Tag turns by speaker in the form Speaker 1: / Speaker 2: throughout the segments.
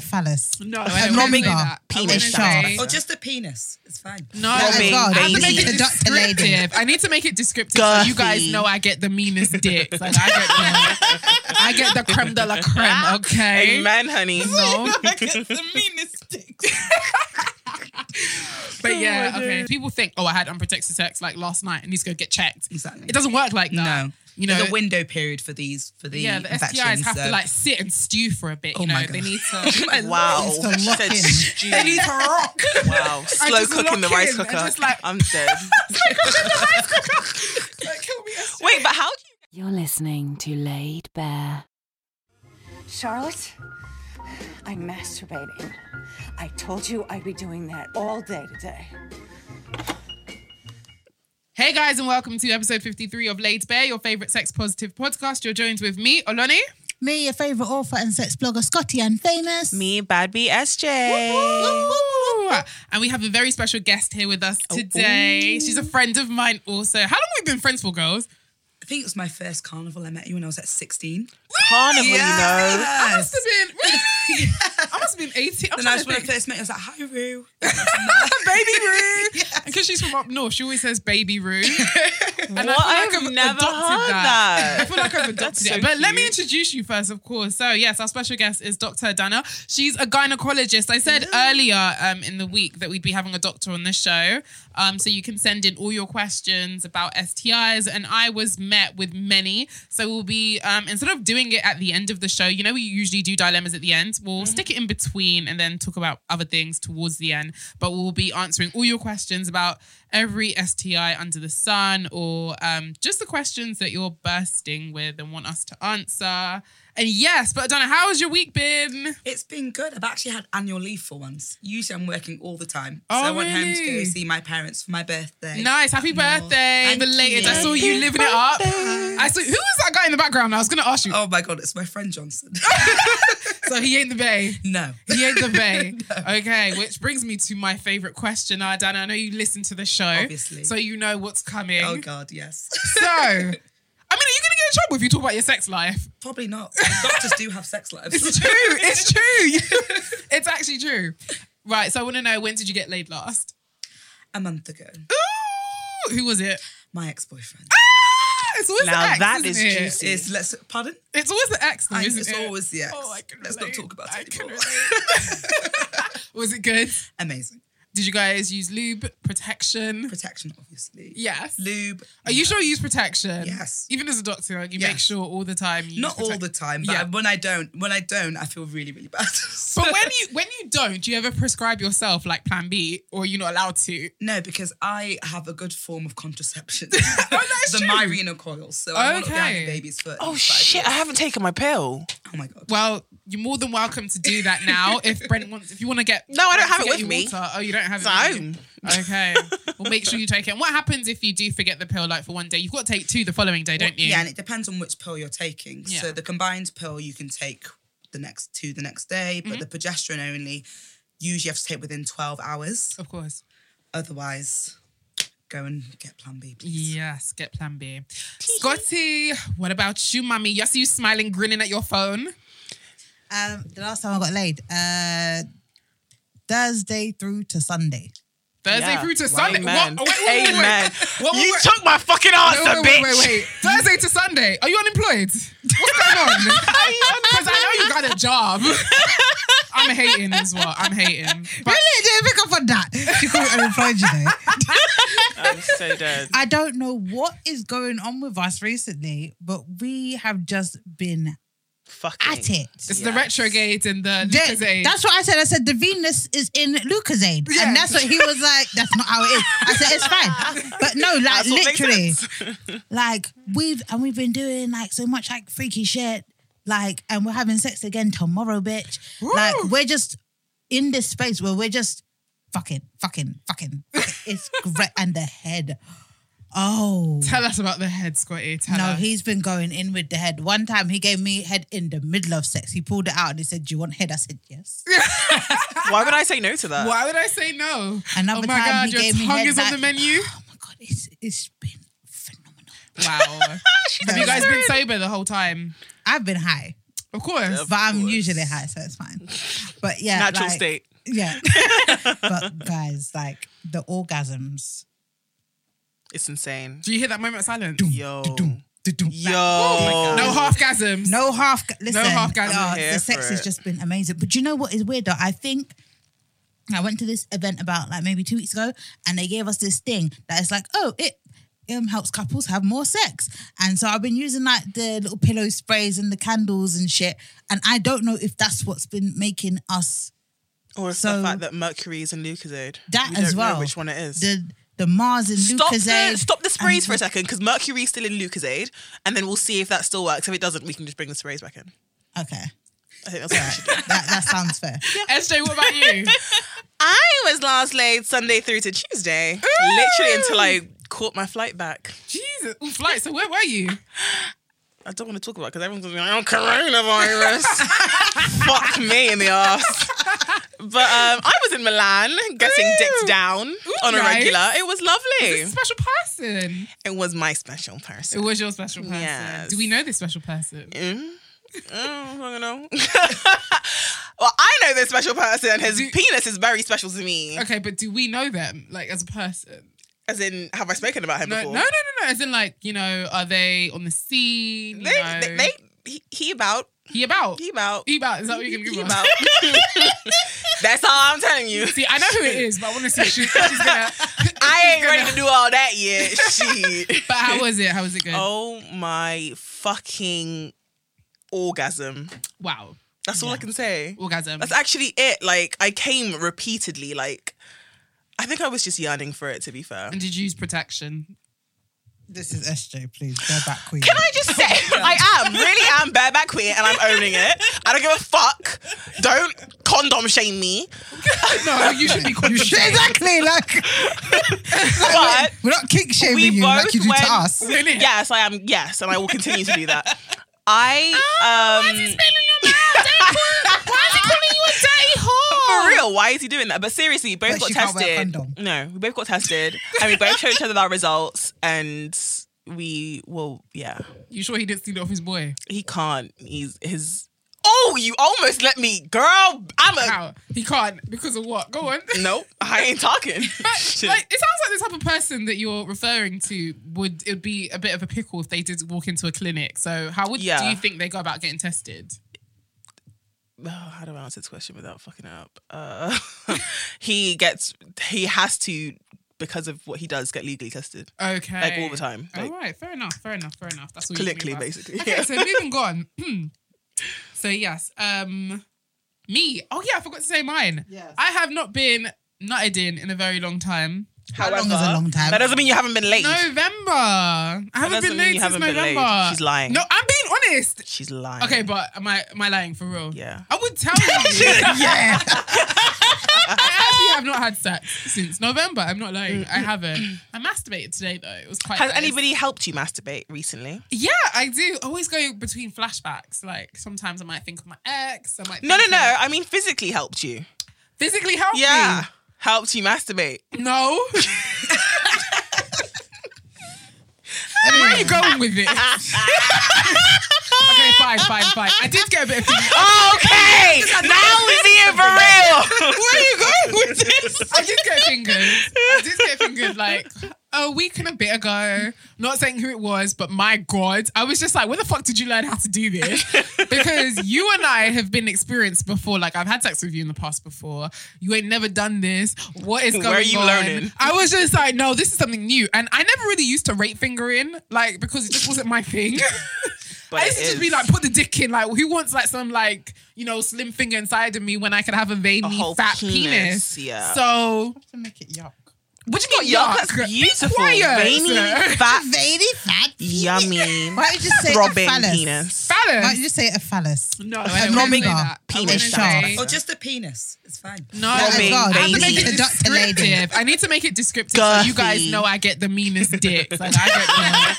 Speaker 1: Phallus.
Speaker 2: No,
Speaker 1: I don't wanna say that. I
Speaker 2: Penis
Speaker 1: wanna
Speaker 2: shaft.
Speaker 1: say-
Speaker 3: Or just a penis. It's fine.
Speaker 2: No,
Speaker 1: Oh my God,
Speaker 2: I have to
Speaker 1: baby.
Speaker 2: make it
Speaker 1: Doctor lady.
Speaker 2: descriptive. I need to make it descriptive so you guys
Speaker 3: E Girthy.
Speaker 2: know I get the meanest dicks. Like I get the, I get the creme de la creme. Okay,
Speaker 4: Amen, honey.
Speaker 2: no,
Speaker 3: the meanest dicks.
Speaker 1: Oh,
Speaker 2: but yeah, okay. People think, oh, I had unprotected sex like last night. I need to go get checked.
Speaker 3: Exactly.
Speaker 2: It doesn't work like that.
Speaker 3: No.
Speaker 2: you know.
Speaker 3: There's a window period for these for the
Speaker 2: yeah, the STIs
Speaker 3: infections,
Speaker 2: have
Speaker 3: so-
Speaker 2: to like sit and stew for a bit. You
Speaker 3: Oh
Speaker 2: know,
Speaker 3: my
Speaker 2: they
Speaker 3: God.
Speaker 2: need to.
Speaker 4: Wow.
Speaker 1: It's the
Speaker 4: Said
Speaker 1: lock-in.
Speaker 4: stew. Wow. Slow
Speaker 2: just
Speaker 4: cooking the
Speaker 2: lock
Speaker 4: rice
Speaker 2: in and
Speaker 4: cooker.
Speaker 2: just like-
Speaker 4: I'm dead. Wait, but how do you
Speaker 5: You're listening to Laid Bear.
Speaker 6: Charlotte, I'm masturbating. I told you I'd be doing that all day today.
Speaker 2: hey guys, and welcome to episode fifty-three of Laid Bear, your favorite sex positive podcast. You're joined with me, Oloni.
Speaker 1: Me, your favourite author and sex blogger, Scotty and Famous.
Speaker 4: me, bad BSJ?
Speaker 2: And we have a very special guest here with us today. She's a friend of mine also. How long have we been friends for, girls?
Speaker 3: I think it was my first carnival. I met you when I was at 16.
Speaker 4: Carnival, you know.
Speaker 2: I must have been, really? I must have been 18. I'm
Speaker 3: And
Speaker 2: trying
Speaker 3: that's
Speaker 2: to
Speaker 3: when I
Speaker 2: think.
Speaker 3: first met you. I was like, hi, Rue.
Speaker 2: Baby Roo. Because she's from up north, she always says Baby Roo. and
Speaker 4: What? I've never heard that.
Speaker 2: I feel like I've adopted
Speaker 4: so
Speaker 2: it. But let me
Speaker 4: cute.
Speaker 2: introduce you first, of course. So, yes, our special guest is Dr. Dana. She's a gynecologist. I said earlier um, in the week that we'd be having a doctor on the show. Um, so, you can send in all your questions about STIs. And I was met with many. So, we'll be, um, instead of doing it at the end of the show, you know, we usually do dilemmas at the end.
Speaker 3: Mm-hmm.
Speaker 2: We'll stick it in between and then talk about other things towards the end. But we'll be answering all your questions about every STI under the sun or um, just the questions that you're bursting with and want us to answer. And yes, but Donna, how has your week been?
Speaker 3: It's been good. I've actually had annual leave for once. Usually I'm working all the time.
Speaker 2: Oh,
Speaker 3: so I went home to go
Speaker 2: really?
Speaker 3: see my parents for my birthday.
Speaker 2: Nice. Happy birthday.
Speaker 3: Thank
Speaker 2: Belated. I
Speaker 3: you.
Speaker 2: saw you living it up. I saw who was that guy in the background? I was gonna ask you.
Speaker 3: Oh my God, it's my friend Johnson.
Speaker 2: So he ain't the bay.
Speaker 3: no.
Speaker 2: He ain't the bay. Okay, which brings me to my favorite question, uh, Dana. I know you listen to the show.
Speaker 3: Obviously.
Speaker 2: So you know what's coming.
Speaker 3: Oh God, yes.
Speaker 2: So I mean, are you gonna get in trouble if you talk about your sex life?
Speaker 3: Probably not. Doctors do have sex
Speaker 2: It's
Speaker 3: lives.
Speaker 2: true. It's true. it's actually true. Right. So I want to know when did you get laid last?
Speaker 3: A month ago,
Speaker 2: Ooh, who was it?
Speaker 3: my ex-boyfriend.
Speaker 2: Ah, It's always
Speaker 4: Now
Speaker 2: the ex,
Speaker 4: that
Speaker 2: isn't
Speaker 4: is
Speaker 2: it?
Speaker 4: juicy.
Speaker 3: Is let's pardon.
Speaker 2: It's always the ex, though,
Speaker 3: I-
Speaker 2: isn't
Speaker 3: it's
Speaker 2: it?
Speaker 3: always the ex.
Speaker 2: Oh, I can
Speaker 3: Let's not
Speaker 2: relate.
Speaker 3: talk about
Speaker 2: I
Speaker 3: it
Speaker 2: can
Speaker 3: anymore.
Speaker 2: relate. was it good?
Speaker 3: Amazing
Speaker 2: Did you guys use lube protection?
Speaker 3: protection, obviously.
Speaker 2: Yes.
Speaker 3: Lube.
Speaker 2: Are you sure you use protection?
Speaker 3: Yes.
Speaker 2: Even as a doctor, like you
Speaker 3: Yes.
Speaker 2: make sure all the time. You
Speaker 3: Not
Speaker 2: use
Speaker 3: all
Speaker 2: protec-
Speaker 3: the time, but
Speaker 2: Yeah.
Speaker 3: when I don't, when I don't, I feel really, really bad.
Speaker 2: But when you when you don't, do you ever prescribe yourself like Plan B, or you're not allowed to?
Speaker 3: no, because I have a good form of contraception.
Speaker 2: Oh, that's
Speaker 3: the
Speaker 2: true.
Speaker 3: Myrena coil, so I'm not behind
Speaker 2: Okay.
Speaker 3: the baby's foot.
Speaker 4: Oh
Speaker 3: Five
Speaker 4: shit, I
Speaker 3: years.
Speaker 4: haven't taken my pill.
Speaker 3: Oh my god.
Speaker 2: Well, you're more than welcome to do that now. if Brent wants, if you want to get
Speaker 4: No, I don't
Speaker 2: Brent to
Speaker 4: have it
Speaker 2: get
Speaker 4: with
Speaker 2: you
Speaker 4: me.
Speaker 2: Water. Oh, you don't have it. with you.
Speaker 4: Zone.
Speaker 2: Okay. well, make sure you take it. And what happens if you do forget the pill, like for one day? You've got to take two the following day, don't you?
Speaker 3: Yeah, and it depends on which pill you're taking.
Speaker 2: Yeah.
Speaker 3: So the combined pill you can take the next two the next day,
Speaker 2: Mm-hmm.
Speaker 3: but the progesterone only usually have to take within 12 hours.
Speaker 2: of course.
Speaker 3: Otherwise, go and get Plan B, please.
Speaker 2: Yes, get Plan B. Scotty, what about you, mummy? Yes, you smiling, grinning at your phone.
Speaker 1: Um, the last time I got laid, uh, Thursday through to Sunday.
Speaker 2: Thursday
Speaker 4: Yeah.
Speaker 2: through to Sunday.
Speaker 4: Amen.
Speaker 2: What? Wait, wait, wait, wait.
Speaker 4: Amen.
Speaker 2: What- what-
Speaker 4: You
Speaker 2: what-
Speaker 4: took my fucking
Speaker 2: wait,
Speaker 4: answer,
Speaker 2: wait, wait,
Speaker 4: bitch.
Speaker 2: wait, wait. Thursday to Sunday. Are you unemployed? What's going on? Because I know you got a job. I'm hating as well. I'm hating. But
Speaker 1: Really? Didn't pick up on that. She called it unemployed, you know.
Speaker 4: I'm so dead.
Speaker 1: I don't know what is going on with us recently, but we have just been
Speaker 4: Fucking.
Speaker 1: at it.
Speaker 2: it's the retrograde and the
Speaker 1: That-
Speaker 2: Lucas age.
Speaker 1: that's what I said. I said the Venus is in Lucas Aid,
Speaker 2: Yeah.
Speaker 1: and that's what he was like. That's not how it is. I said it's fine, but no, like
Speaker 4: That's what makes
Speaker 1: literally,
Speaker 4: sense.
Speaker 1: like we've and we've been doing like so much like freaky shit. Like, and we're having sex again tomorrow, bitch. Like, we're just in this space where we're just fucking, fucking, fucking. It's great. And the head. Oh.
Speaker 2: Tell us about the head, Squatty. Tell
Speaker 1: No,
Speaker 2: us.
Speaker 1: he's been going in with the head. One time he gave me head in the middle of sex. He pulled it out and he said, Do you want head? I said, Yes.
Speaker 4: Why would I say no to that?
Speaker 2: Why would I say no?
Speaker 1: Another
Speaker 2: oh my
Speaker 1: time
Speaker 2: god,
Speaker 1: he
Speaker 2: your
Speaker 1: gave me
Speaker 2: tongue
Speaker 1: head
Speaker 2: is on the
Speaker 1: back.
Speaker 2: menu.
Speaker 1: Oh my God, it's, it's been phenomenal.
Speaker 2: Wow. Have you guys been sober the whole time?
Speaker 1: I've been high,
Speaker 2: Of course.
Speaker 1: but I'm usually high, so it's fine. But yeah.
Speaker 4: Natural
Speaker 1: like-
Speaker 4: state.
Speaker 1: Yeah. but guys, like the orgasms.
Speaker 4: It's insane.
Speaker 2: Do you hear that moment of silence?
Speaker 4: Yo.
Speaker 1: Du-dum.
Speaker 4: Yo. Oh
Speaker 2: No half gasms.
Speaker 1: No half. Listen,
Speaker 2: half guys
Speaker 1: uh,
Speaker 4: in here
Speaker 1: the sex
Speaker 4: for
Speaker 1: has
Speaker 4: it.
Speaker 1: just been amazing. But you know what is weird though? I think I went to this event about like maybe two weeks ago, and they gave us this thing that is like, oh, it um helps couples have more sex. And so I've been using like the little pillow sprays and the candles and shit. And I don't know if that's what's been making us
Speaker 4: Or it's
Speaker 1: So-
Speaker 4: the fact that Mercury's and Lucozade.
Speaker 1: that
Speaker 4: we
Speaker 1: as
Speaker 4: don't
Speaker 1: well.
Speaker 4: Know which one it is?
Speaker 1: The the Mars and
Speaker 4: Stop
Speaker 1: Lucozade.
Speaker 4: the, stop the sprays for a second because Mercury's still in Lucozade, and then we'll see if that still works. If it doesn't, we can just bring the sprays back in.
Speaker 1: Okay,
Speaker 4: I think that's what we should do.
Speaker 1: that, that sounds fair.
Speaker 2: SJ, what about you?
Speaker 4: I was last laid Sunday through to Tuesday, literally until I caught my flight back.
Speaker 2: Jesus. Ooh, flight. So where were you?
Speaker 4: I don't want to talk about because everyone's going to be like, oh, coronavirus. Fuck me in the ass. But um, I was in Milan getting dicked down on a
Speaker 2: nice.
Speaker 4: regular. It was lovely.
Speaker 2: This special person.
Speaker 4: it was my special
Speaker 2: It
Speaker 4: person.
Speaker 2: was your special person.
Speaker 4: Yes.
Speaker 2: Do we know this special person?
Speaker 4: Oh, I don't know. well, I know this special person. and His penis is very special to me.
Speaker 2: Okay, but do we know them like as a person?
Speaker 4: As in, have I spoken about him
Speaker 2: No, no,
Speaker 4: before?
Speaker 2: no, no, no. As in, like, you know, are they on the scene? You
Speaker 4: They,
Speaker 2: know?
Speaker 4: they, they, he, he about,
Speaker 2: he about.
Speaker 4: he about,
Speaker 2: He about. Is that what you're gonna
Speaker 4: He
Speaker 2: give
Speaker 4: about.
Speaker 2: us?
Speaker 4: That's all I'm telling you.
Speaker 2: See, I know who it is, but I want to see if she's, she's gonna.
Speaker 4: I ain't
Speaker 2: she's gonna-
Speaker 4: ready to do all that yet. Shit.
Speaker 2: But how was it? How was it good?
Speaker 4: Oh my fucking orgasm.
Speaker 2: Wow.
Speaker 4: That's all I can say.
Speaker 2: Orgasm.
Speaker 4: That's actually it. Like I came repeatedly. Like I think I was just yearning for it. To be fair.
Speaker 2: and did you use protection?
Speaker 1: This is SJ, please go back, queen.
Speaker 4: Can I just say I am really am bareback queer and I'm owning it. I don't give a fuck. Don't condom shame me.
Speaker 2: No, you should be condom shamed.
Speaker 1: Exactly, like
Speaker 4: But
Speaker 1: we're not kick shaming
Speaker 4: we
Speaker 1: you
Speaker 4: both
Speaker 1: like you do
Speaker 4: went.
Speaker 1: to us.
Speaker 2: Really?
Speaker 4: Yes, I am. Yes, and I will continue to do that. I
Speaker 1: Oh,
Speaker 4: um. For real, why is he doing that? But seriously, both
Speaker 1: But
Speaker 4: got
Speaker 1: she can't wear a
Speaker 4: tested.
Speaker 1: condom.
Speaker 4: No, we both got tested, and we both showed each other our results, and we will. Yeah,
Speaker 2: You sure he didn't steal it off his boy?
Speaker 4: he can't. He's his. Oh, you almost let me, girl. I'm a.
Speaker 2: How? He can't because of what? Go on.
Speaker 4: No, I ain't talking.
Speaker 2: But,
Speaker 4: Shit.
Speaker 2: like, it sounds like the type of person that you're referring to would it would be a bit of a pickle if they did walk into a clinic. So how would do
Speaker 4: Yeah.
Speaker 2: you think they go about getting tested?
Speaker 4: oh, how do I answer this question without fucking it up? Uh, he gets. He has to because of what he does get legally tested.
Speaker 2: Okay.
Speaker 4: Like all the time. Like,
Speaker 2: all right, fair enough, fair enough, fair enough. That's all
Speaker 4: clinically,
Speaker 2: you
Speaker 4: basically.
Speaker 2: Okay, so moving on. so yes, um, me. Oh yeah, I forgot to say mine. Yes. I have not been nutted in in a very long time.
Speaker 1: How long is a long time?
Speaker 4: That doesn't mean you haven't been late.
Speaker 2: November. I haven't
Speaker 4: doesn't
Speaker 2: been
Speaker 4: mean
Speaker 2: late
Speaker 4: you
Speaker 2: since
Speaker 4: haven't been
Speaker 2: November.
Speaker 4: laid. She's lying.
Speaker 2: No, I'm being honest.
Speaker 4: She's lying.
Speaker 2: Okay, but am I am I lying for real?
Speaker 4: Yeah.
Speaker 2: I would tell you.
Speaker 1: yeah.
Speaker 2: I actually have not had sex since November. I'm not lying. I haven't. I masturbated today though. It was quite.
Speaker 4: Mm-hmm. Has
Speaker 2: nice.
Speaker 4: anybody helped you masturbate recently?
Speaker 2: Yeah, I do. Always go between flashbacks. Like sometimes I might think of my ex. I might.
Speaker 4: No, no,
Speaker 2: think
Speaker 4: no.
Speaker 2: of-
Speaker 4: I mean, physically helped you.
Speaker 2: Physically help
Speaker 4: Yeah. Helped you masturbate.
Speaker 2: me. No. Where are you going with it? okay, fine, fine, fine. I did get a bit of.
Speaker 4: Okay. now we see it for real. Where you going with this?
Speaker 2: I did get fingered. I did get fingered like a week and a bit ago. Not saying who it was, but my God, I was just like, where the fuck did you learn how to do this? Because you and I have been experienced before. Like I've had sex with you in the past before. You ain't never done this. What is
Speaker 4: Where
Speaker 2: going
Speaker 4: are you
Speaker 2: on?
Speaker 4: learning?
Speaker 2: I was just like, no, this is something new. And I never really used to rate fingering, like because it just wasn't my thing.
Speaker 4: But
Speaker 2: I used to
Speaker 4: it
Speaker 2: just be
Speaker 4: is.
Speaker 2: like, put the dick in. Like, who wants like some like you know slim finger inside of me when I could have a veiny
Speaker 4: whole
Speaker 2: fat
Speaker 4: penis,
Speaker 2: penis?
Speaker 4: yeah.
Speaker 2: So
Speaker 1: to make it yuck.
Speaker 2: What do you mean
Speaker 4: Yuck,
Speaker 2: yuck?
Speaker 4: that's Oh, beautiful.
Speaker 2: Be quiet.
Speaker 4: Veiny, fat,
Speaker 1: Baby fat.
Speaker 4: yummy,
Speaker 1: Why don't you just say
Speaker 4: throbbing
Speaker 1: a phallus?
Speaker 4: penis.
Speaker 2: Phallus.
Speaker 1: Why don't you just say a phallus?
Speaker 2: No,
Speaker 1: A
Speaker 2: wanna say
Speaker 1: nominal
Speaker 2: that. I wanna
Speaker 4: penis
Speaker 2: say-
Speaker 1: shaft.
Speaker 3: Or just a penis. It's fine.
Speaker 2: No,
Speaker 4: Oh my God,
Speaker 2: I have to
Speaker 4: baby.
Speaker 2: make it
Speaker 1: Doctor lady.
Speaker 2: descriptive. I need to make it descriptive so you guys
Speaker 4: Girthy.
Speaker 2: know I get the meanest dicks. Like I get the,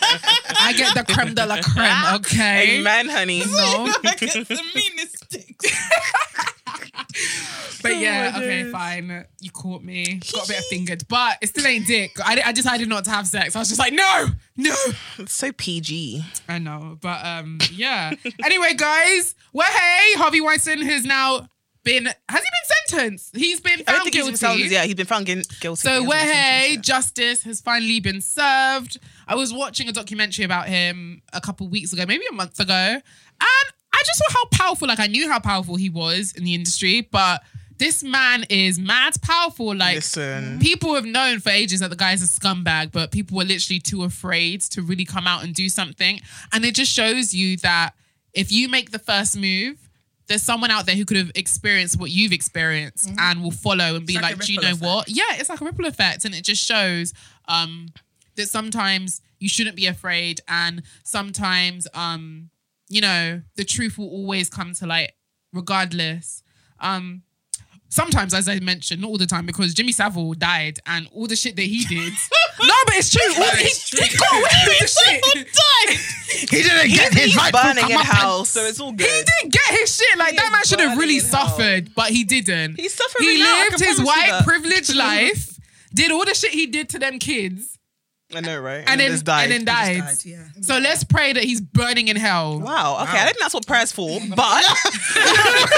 Speaker 2: I get the creme de la creme. Okay.
Speaker 4: Amen, honey.
Speaker 2: No,
Speaker 1: the meanest
Speaker 2: but yeah, okay, fine. You caught me. Got a bit of fingered, but it still ain't dick. I, I decided not to have sex. I was just like, no, no.
Speaker 4: It's so PG.
Speaker 2: I know, but um, yeah. anyway, guys, well, hey, Harvey Weinstein has now been has he been sentenced? He's been
Speaker 4: I
Speaker 2: found
Speaker 4: don't think
Speaker 2: guilty.
Speaker 4: he was found. Yeah, he's been found guin- guilty.
Speaker 2: So
Speaker 4: He hasn't been sentenced
Speaker 2: Wehe,
Speaker 4: yet.
Speaker 2: justice has finally been served. I was watching a documentary about him a couple weeks ago, maybe a month ago, and I just saw how powerful. Like I knew how powerful he was in the industry, but this man is mad powerful. Like
Speaker 4: Listen.
Speaker 2: people have known for ages that the guy's a scumbag, but people were literally too afraid to really come out and do something. And it just shows you that if you make the first move. There's someone out there who could have experienced what you've experienced and will follow and be
Speaker 3: It's like a
Speaker 2: like, do you know
Speaker 3: ripple
Speaker 2: what? Yeah, it's like a ripple effect, and it just shows um, that sometimes you shouldn't be afraid, and sometimes um, you know the truth will always come to light, regardless. Um, sometimes, as I mentioned, not all the time, because Jimmy Savile died, and all the shit that he did. no, but it's true. All, he,
Speaker 3: it's true.
Speaker 2: he got away with the shit.
Speaker 1: He didn't get
Speaker 4: He's burning in house, so it's all good.
Speaker 2: He did get his shit. Like
Speaker 4: He
Speaker 2: that
Speaker 4: is
Speaker 2: man should have
Speaker 4: burning
Speaker 2: really
Speaker 4: in hell.
Speaker 2: suffered, but he didn't.
Speaker 4: He's suffering
Speaker 2: He
Speaker 4: now, I
Speaker 2: lived
Speaker 4: can
Speaker 2: his
Speaker 4: promise you
Speaker 2: white
Speaker 4: that.
Speaker 2: privileged life, did all the shit he did to them kids,
Speaker 4: I know, right?
Speaker 2: and, then
Speaker 4: just died.
Speaker 2: and then
Speaker 3: He
Speaker 2: died.
Speaker 3: just died, yeah.
Speaker 2: So let's pray that he's burning in hell.
Speaker 4: Wow. Okay, I didn't. That's what prayer's for, but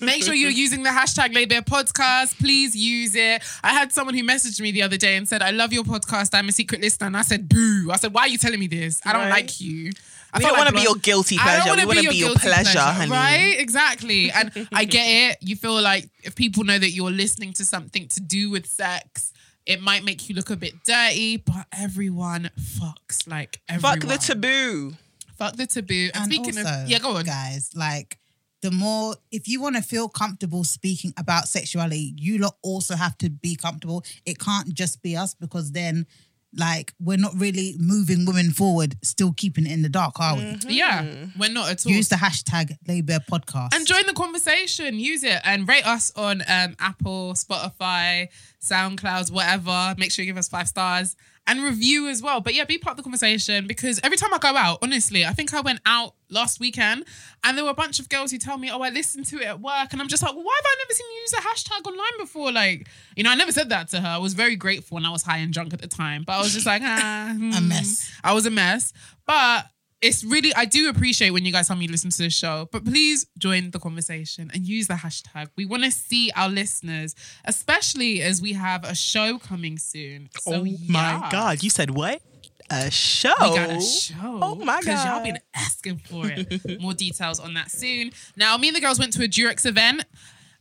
Speaker 2: Make sure you're using the hashtag Laybear Podcast. Please use it. I had someone who messaged me the other day and said, I love your podcast. I'm a secret listener. And I said, boo. I said, why are you telling me this? I don't
Speaker 4: Right.
Speaker 2: like you. I
Speaker 4: we
Speaker 2: felt
Speaker 4: don't
Speaker 2: like
Speaker 4: want to be
Speaker 2: blunt-
Speaker 4: your guilty
Speaker 2: I
Speaker 4: pleasure.
Speaker 2: don't wanna
Speaker 4: We want to be your
Speaker 2: guilty
Speaker 4: pleasure, honey.
Speaker 2: Right? Exactly. And I get it. You feel like if people know that you're listening to something to do with sex, it might make you look a bit dirty, but everyone fucks. Like everyone.
Speaker 4: Fuck the taboo.
Speaker 2: Fuck the taboo. And,
Speaker 1: And
Speaker 2: speaking
Speaker 1: also,
Speaker 2: of yeah, go on.
Speaker 1: guys. Like the more, if you want to feel comfortable speaking about sexuality, you lot also have to be comfortable. It can't just be us because then, like, we're not really moving women forward. Still keeping it in the dark, are we?
Speaker 2: Mm-hmm. Yeah, we're not at all.
Speaker 1: Use the hashtag Labour Podcast.
Speaker 2: and join the conversation. Use it and rate us on um, Apple, Spotify, SoundCloud, whatever. Make sure you give us five stars and review as well. But yeah, be part of the conversation because every time I go out, honestly, I think I went out last weekend and there were a bunch of girls who tell me, "Oh, I listened to it at work," and I'm just like, well, "Why have I never seen you use a hashtag online before?" Like, you know, I never said that to her. I was very grateful and I was high and drunk at the time, but I was just like, ah,
Speaker 1: a mess.
Speaker 2: I was a mess. But it's really, I do appreciate when you guys help me listen to the show. But please join the conversation and use the hashtag. We want to see our listeners, especially as we have a show coming soon. So,
Speaker 4: Oh
Speaker 2: Oh, yeah.
Speaker 4: You said what? A show.
Speaker 2: We got a show.
Speaker 4: Oh my
Speaker 2: Because y'all
Speaker 4: god.
Speaker 2: been asking for it. More details on that soon. Now, me and the girls went to a Durex event.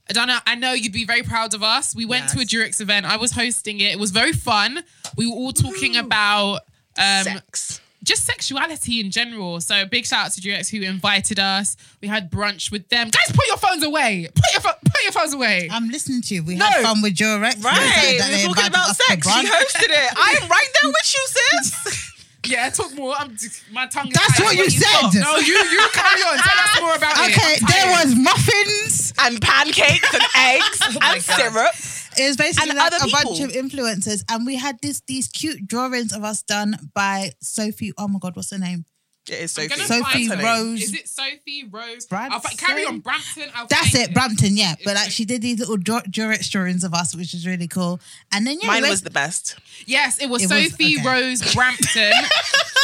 Speaker 2: Adana, I know you'd be very proud of us. We went to a Durex event. I was hosting it. It was very fun. We were all talking about um,
Speaker 4: Sex.
Speaker 2: just sexuality in general. So big shout out to Durex who invited us. We had brunch with them. Guys, put your phones away. Put your pho- put your phones away.
Speaker 1: I'm listening to you. We had fun with your ex. They
Speaker 4: Right.
Speaker 1: said that they
Speaker 4: We're talking
Speaker 1: invited
Speaker 4: about
Speaker 1: us to
Speaker 4: sex. She
Speaker 1: brunch.
Speaker 4: hosted it. I am right there with you, sis.
Speaker 2: yeah, talk more. I'm just, my tongue. is
Speaker 1: That's
Speaker 2: tired.
Speaker 1: what you
Speaker 2: got?
Speaker 1: said.
Speaker 2: No, you you carry on. Tell us more about it.
Speaker 1: Okay,
Speaker 2: I'm
Speaker 1: there
Speaker 2: tired.
Speaker 1: was muffins.
Speaker 4: And pancakes and eggs and syrup.
Speaker 1: It was basically
Speaker 4: And
Speaker 1: like
Speaker 4: other
Speaker 1: a bunch
Speaker 4: people.
Speaker 1: of influencers, and we had this these cute drawings of us done by Sophie. Oh my god, what's her name?
Speaker 4: It is
Speaker 2: I'm
Speaker 4: Sophie.
Speaker 2: gonna
Speaker 1: Sophie
Speaker 2: find her.
Speaker 1: Rose
Speaker 2: Is it Sophie Rose?
Speaker 1: Brampton?
Speaker 2: I'll fi- carry on, Brampton. I'll
Speaker 1: That's
Speaker 2: find
Speaker 1: it, Brampton. Yeah, but like she did these little draw- Durex drawings of us, which is really cool. And then yeah,
Speaker 4: Mine
Speaker 1: we
Speaker 4: was
Speaker 1: went-
Speaker 4: the best.
Speaker 2: Yes, it was
Speaker 1: It was-
Speaker 2: Sophie
Speaker 1: okay.
Speaker 2: Rose Brampton.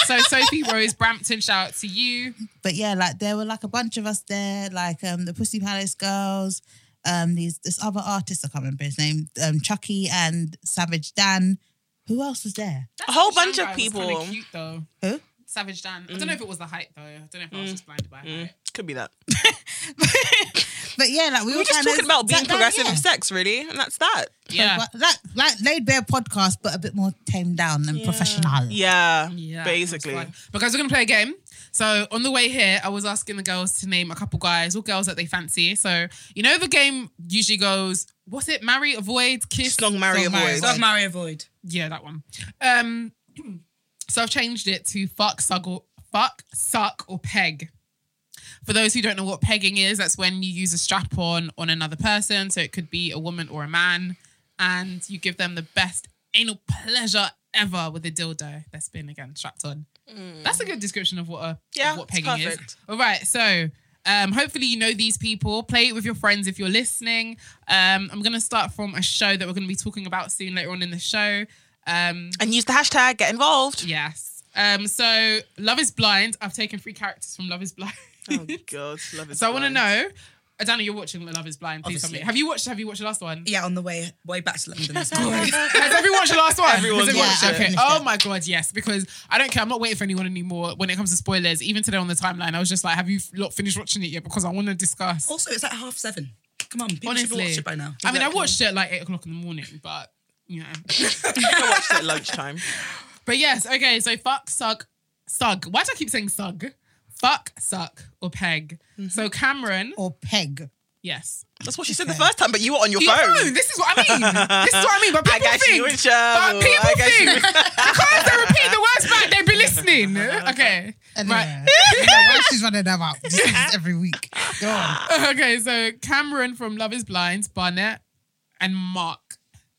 Speaker 2: so Sophie Rose Brampton, shout out to you.
Speaker 1: but yeah, like there were like a bunch of us there, like um the Pussy Palace girls, um these this other artist I can't remember his name, um Chucky and Savage Dan. Who else was there?
Speaker 2: That
Speaker 4: A whole
Speaker 2: Shanghai
Speaker 4: bunch of
Speaker 2: was
Speaker 4: people.
Speaker 2: kinda Cute though.
Speaker 1: Who?
Speaker 2: Savage Dan. I don't know if it was the height though. I don't know if I was just blinded by height.
Speaker 4: Mm, Could be that.
Speaker 1: But yeah, like we were
Speaker 4: We're just
Speaker 1: kinda-
Speaker 4: talking about being
Speaker 1: that- that-
Speaker 4: progressive
Speaker 1: yeah.
Speaker 4: of sex, really, and that's that.
Speaker 2: Yeah.
Speaker 1: But like like laid bare podcast, but a bit more tamed down and professional.
Speaker 4: Yeah,
Speaker 2: Yeah, that was
Speaker 4: basically.
Speaker 2: fun. But guys, we're gonna play a game. So on the way here, I was asking the girls to name a couple guys or girls that they fancy. So you know the game usually goes, what's it? Marry, avoid, kiss,
Speaker 4: Snog, marry,
Speaker 2: Snog, Snog,
Speaker 4: avoid. Snog,
Speaker 2: ma-
Speaker 7: Marry Avoid.
Speaker 2: yeah, that one. Um, so I've changed it to fuck, suck, or fuck, suck, or peg. For those who don't know what pegging is, that's when you use a strap on on another person. So it could be a woman or a man, and you give them the best anal pleasure ever with a dildo that's been again strapped on. That's a good description of what a
Speaker 4: Mm. Yeah,
Speaker 2: of what
Speaker 4: it's
Speaker 2: pegging is.
Speaker 4: perfect.
Speaker 2: All right, so um, hopefully you know these people. Play it with your friends if you're listening. Um, I'm gonna start from a show that we're gonna be talking about soon later on in the show. Um,
Speaker 4: And use the hashtag get involved.
Speaker 2: yes. Um, so Love is Blind. I've taken three characters from Love is Blind.
Speaker 4: Oh God, love it.
Speaker 2: so I want to know, Adana, you're watching Love is Blind. Please tell me.
Speaker 3: Obviously.
Speaker 2: Have you watched? Have you watched the last one?
Speaker 3: Yeah, on the way way back to London. this morning.
Speaker 2: Has everyone watched the last one?
Speaker 4: Everyone's
Speaker 2: Has
Speaker 1: watched it.
Speaker 2: Okay.
Speaker 1: Yeah.
Speaker 2: Oh my god, yes. Because I don't care. I'm not waiting for anyone anymore when it comes to spoilers. Even today on the timeline, I was just like, "Have you lot finished watching it yet?" Because I want to discuss.
Speaker 3: also, it's at half seven. Come on, people should
Speaker 2: Honestly,
Speaker 3: have watched it by now.
Speaker 2: I mean, I watched it at like eight o'clock in the morning, but you know.
Speaker 4: I watched it at lunchtime.
Speaker 2: But yes, okay. So fuck, suck, sug. Why do I keep saying sug? Fuck, suck, or peg. So Cameron,
Speaker 1: Or peg.
Speaker 2: yes.
Speaker 4: That's what she said the first time, but you were on your
Speaker 2: You
Speaker 4: phone.
Speaker 2: know, this is what I mean. This is what I mean. But people
Speaker 4: I got
Speaker 2: think.
Speaker 4: you in
Speaker 2: But
Speaker 4: trouble.
Speaker 2: people
Speaker 4: I got
Speaker 2: think
Speaker 4: you.
Speaker 2: because they repeat the words back, they've been listening. Okay,
Speaker 1: And
Speaker 2: right.
Speaker 1: then, uh, you know, why she's running them out. This is every week. Go on.
Speaker 2: Okay, so Cameron from Love Is Blind, Barnett, and Mark.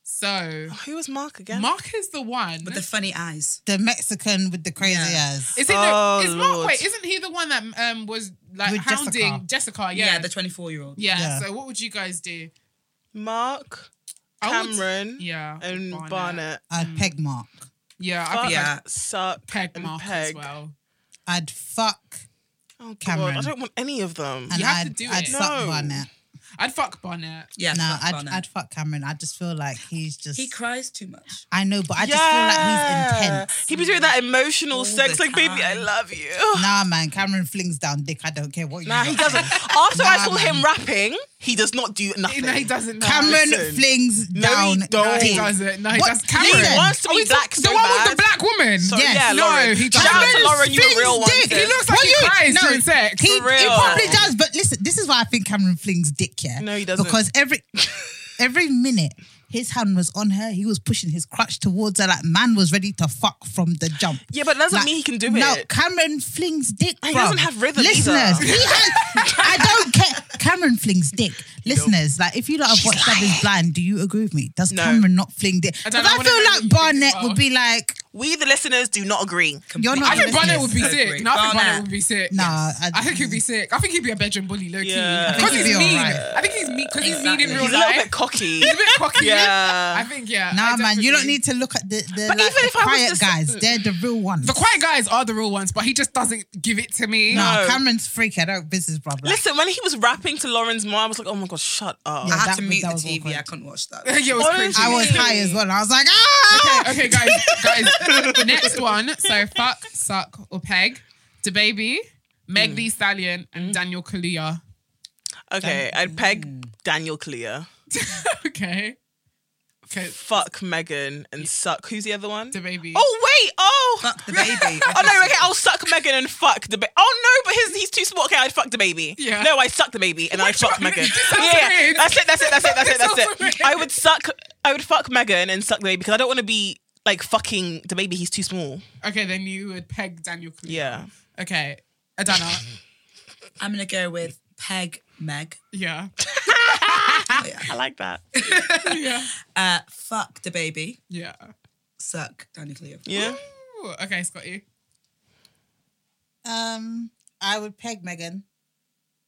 Speaker 2: So
Speaker 4: Who was Mark again?
Speaker 2: Mark is the one.
Speaker 3: with the funny eyes.
Speaker 1: The Mexican with the crazy
Speaker 3: Yeah.
Speaker 1: eyes.
Speaker 2: is it?
Speaker 4: Oh,
Speaker 2: the, is Mark?
Speaker 4: Lord.
Speaker 2: Wait, isn't he the one that um was like
Speaker 1: With
Speaker 2: hounding Jessica?
Speaker 3: Yeah,
Speaker 2: yeah,
Speaker 3: the twenty-four-year-old.
Speaker 2: yeah,
Speaker 1: Yeah.
Speaker 2: So what would you guys do?
Speaker 4: Mark,
Speaker 2: I would-
Speaker 4: Cameron,
Speaker 2: yeah,
Speaker 4: and Barnett.
Speaker 1: I'd peg Mark.
Speaker 2: Yeah, I
Speaker 4: Fuck,
Speaker 2: think
Speaker 3: Yeah.
Speaker 4: suck,
Speaker 2: peg
Speaker 4: and
Speaker 2: Mark
Speaker 4: peg.
Speaker 2: as well.
Speaker 1: I'd fuck
Speaker 4: Oh, God,
Speaker 1: Cameron.
Speaker 4: I don't want any of them.
Speaker 1: and
Speaker 2: You have
Speaker 1: I'd,
Speaker 2: to do
Speaker 1: I'd
Speaker 2: it.
Speaker 1: suck
Speaker 4: No.
Speaker 1: Barnett.
Speaker 2: I'd fuck Barnett.
Speaker 3: Yeah,
Speaker 1: No,
Speaker 3: fuck
Speaker 1: I'd,
Speaker 3: Barnett.
Speaker 1: I'd fuck Cameron. I just feel like he's just.
Speaker 3: he cries too much.
Speaker 1: I know, but I just feel like he's intense.
Speaker 4: He be doing that emotional
Speaker 3: All
Speaker 4: sex,
Speaker 3: the
Speaker 4: like, baby, I
Speaker 3: time.
Speaker 4: love you.
Speaker 1: Nah, man. Cameron flings down dick. I don't care what you.
Speaker 4: Nah, he
Speaker 1: lot
Speaker 4: doesn't.
Speaker 1: say.
Speaker 4: After I
Speaker 1: Nah,
Speaker 4: saw
Speaker 1: man.
Speaker 4: him rapping, he does not do nothing.
Speaker 2: No, he doesn't. know.
Speaker 1: Cameron
Speaker 4: Listen.
Speaker 1: flings
Speaker 4: No,
Speaker 1: down.
Speaker 4: he
Speaker 2: No,
Speaker 4: don't.
Speaker 2: he doesn't. No, he
Speaker 1: What?
Speaker 2: does. Cameron
Speaker 1: Listen.
Speaker 4: wants to
Speaker 2: Are
Speaker 4: be
Speaker 2: we
Speaker 4: black
Speaker 2: talking-
Speaker 4: so
Speaker 2: Oh, the one with
Speaker 4: bad.
Speaker 2: the black woman.
Speaker 4: Sorry,
Speaker 1: Yes.
Speaker 4: Yeah,
Speaker 2: No,
Speaker 4: Lauren.
Speaker 2: he
Speaker 4: Shout out
Speaker 2: doesn't.
Speaker 4: to Lauren, you were real
Speaker 1: Flings
Speaker 4: one.
Speaker 1: dick.
Speaker 4: sis.
Speaker 2: He looks like
Speaker 1: What
Speaker 2: he
Speaker 1: you-
Speaker 2: cries
Speaker 1: no,
Speaker 2: during sex.
Speaker 1: He, he
Speaker 4: For real.
Speaker 1: probably does, but listen, this is why I think Cameron flings dick, yeah?
Speaker 4: No, he doesn't.
Speaker 1: Because every every minute his hand was on her, he was pushing his crutch towards her, like man was ready to fuck from the jump.
Speaker 4: Yeah, but that doesn't
Speaker 1: Like,
Speaker 4: mean he can do
Speaker 1: No,
Speaker 4: it.
Speaker 1: Cameron flings dick.
Speaker 4: He
Speaker 1: bruv.
Speaker 4: doesn't have rhythm
Speaker 1: Listeners,
Speaker 4: either.
Speaker 1: he has. I don't care. Cameron flings dick. Listeners, like if you lot have watched Love Is Blind, do you agree with me? Does
Speaker 4: No.
Speaker 1: Cameron not fling dick?
Speaker 2: I
Speaker 1: Because
Speaker 2: don't know,
Speaker 1: I,
Speaker 2: I wanna know what
Speaker 1: feel
Speaker 2: you
Speaker 1: like
Speaker 2: think as
Speaker 1: Barnett
Speaker 2: well.
Speaker 1: would be like,
Speaker 4: We, the listeners, do not agree.
Speaker 1: you're not.
Speaker 2: I think
Speaker 1: listening.
Speaker 2: Barnett would be
Speaker 3: Yes, I
Speaker 2: sick.
Speaker 3: agree.
Speaker 2: No, I think Barnett
Speaker 3: Barnett.
Speaker 2: would be sick.
Speaker 1: Nah,
Speaker 2: I,
Speaker 1: I-
Speaker 2: think he'd be sick. I think he'd be a bedroom bully, low key.
Speaker 4: Yeah. I
Speaker 2: Because
Speaker 1: think
Speaker 2: he's
Speaker 1: he'd be
Speaker 2: mean.
Speaker 1: alright.
Speaker 2: I think he's mean because he's mean in
Speaker 3: Exactly.
Speaker 2: real
Speaker 4: He's a
Speaker 2: life.
Speaker 4: little bit cocky.
Speaker 2: He's a bit cocky.
Speaker 4: Yeah.
Speaker 2: I think yeah. I
Speaker 1: Nah, man, you don't
Speaker 2: definitely-
Speaker 1: need to look at the, the,
Speaker 4: But
Speaker 1: like,
Speaker 4: even
Speaker 1: the
Speaker 4: if I was
Speaker 1: quiet
Speaker 4: to s-
Speaker 1: guys. They're the real ones.
Speaker 2: The quiet guys are the real ones, but he just doesn't give it to me.
Speaker 1: Nah,
Speaker 4: No.
Speaker 1: Cameron's freaky. I don't business, bro. Like,
Speaker 4: Listen, when he was rapping to Lauren's mom, I was like, oh my God, shut up.
Speaker 1: Yeah,
Speaker 3: I had
Speaker 1: that
Speaker 3: to
Speaker 1: was-
Speaker 3: mute the
Speaker 1: that was
Speaker 3: TV. I
Speaker 1: awkward.
Speaker 3: couldn't watch that.
Speaker 2: yeah, it was
Speaker 4: Honestly.
Speaker 2: cringy.
Speaker 1: I was high as well. I was like, ah.
Speaker 2: okay, guys, guys. The next one. So fuck, suck, or peg. The baby,
Speaker 4: Mm.
Speaker 2: Meg Thee Stallion, and Daniel Kaluuya.
Speaker 4: Okay, I'd peg Daniel Clear.
Speaker 2: Okay. Okay.
Speaker 4: Fuck Megan and suck. Who's the other one?
Speaker 2: The baby.
Speaker 4: Oh wait! Oh,
Speaker 3: Fuck the baby.
Speaker 4: oh no! Okay, I'll suck Megan and fuck the baby. Oh no! But his, he's too small. Okay, I'd fuck the baby.
Speaker 2: Yeah.
Speaker 4: No, I suck the baby and I fuck
Speaker 2: one?
Speaker 4: Megan.
Speaker 2: It sounds
Speaker 4: Yeah,
Speaker 2: weird.
Speaker 4: that's it. That's it. That's it. That's it. That's
Speaker 2: It sounds
Speaker 4: it. I would suck. I would fuck Megan and suck the baby because I don't want to be like fucking the baby. He's too small.
Speaker 2: Okay, then you would peg Daniel Kaluuya.
Speaker 4: Yeah.
Speaker 2: Okay. Adana.
Speaker 3: I'm gonna go with Peg Meg.
Speaker 2: Yeah.
Speaker 4: I like that.
Speaker 2: yeah.
Speaker 3: Uh, fuck the baby.
Speaker 2: Yeah.
Speaker 3: Suck Danny Cleo.
Speaker 4: Yeah.
Speaker 2: Ooh, okay, Scotty.
Speaker 1: Um, I would peg Megan.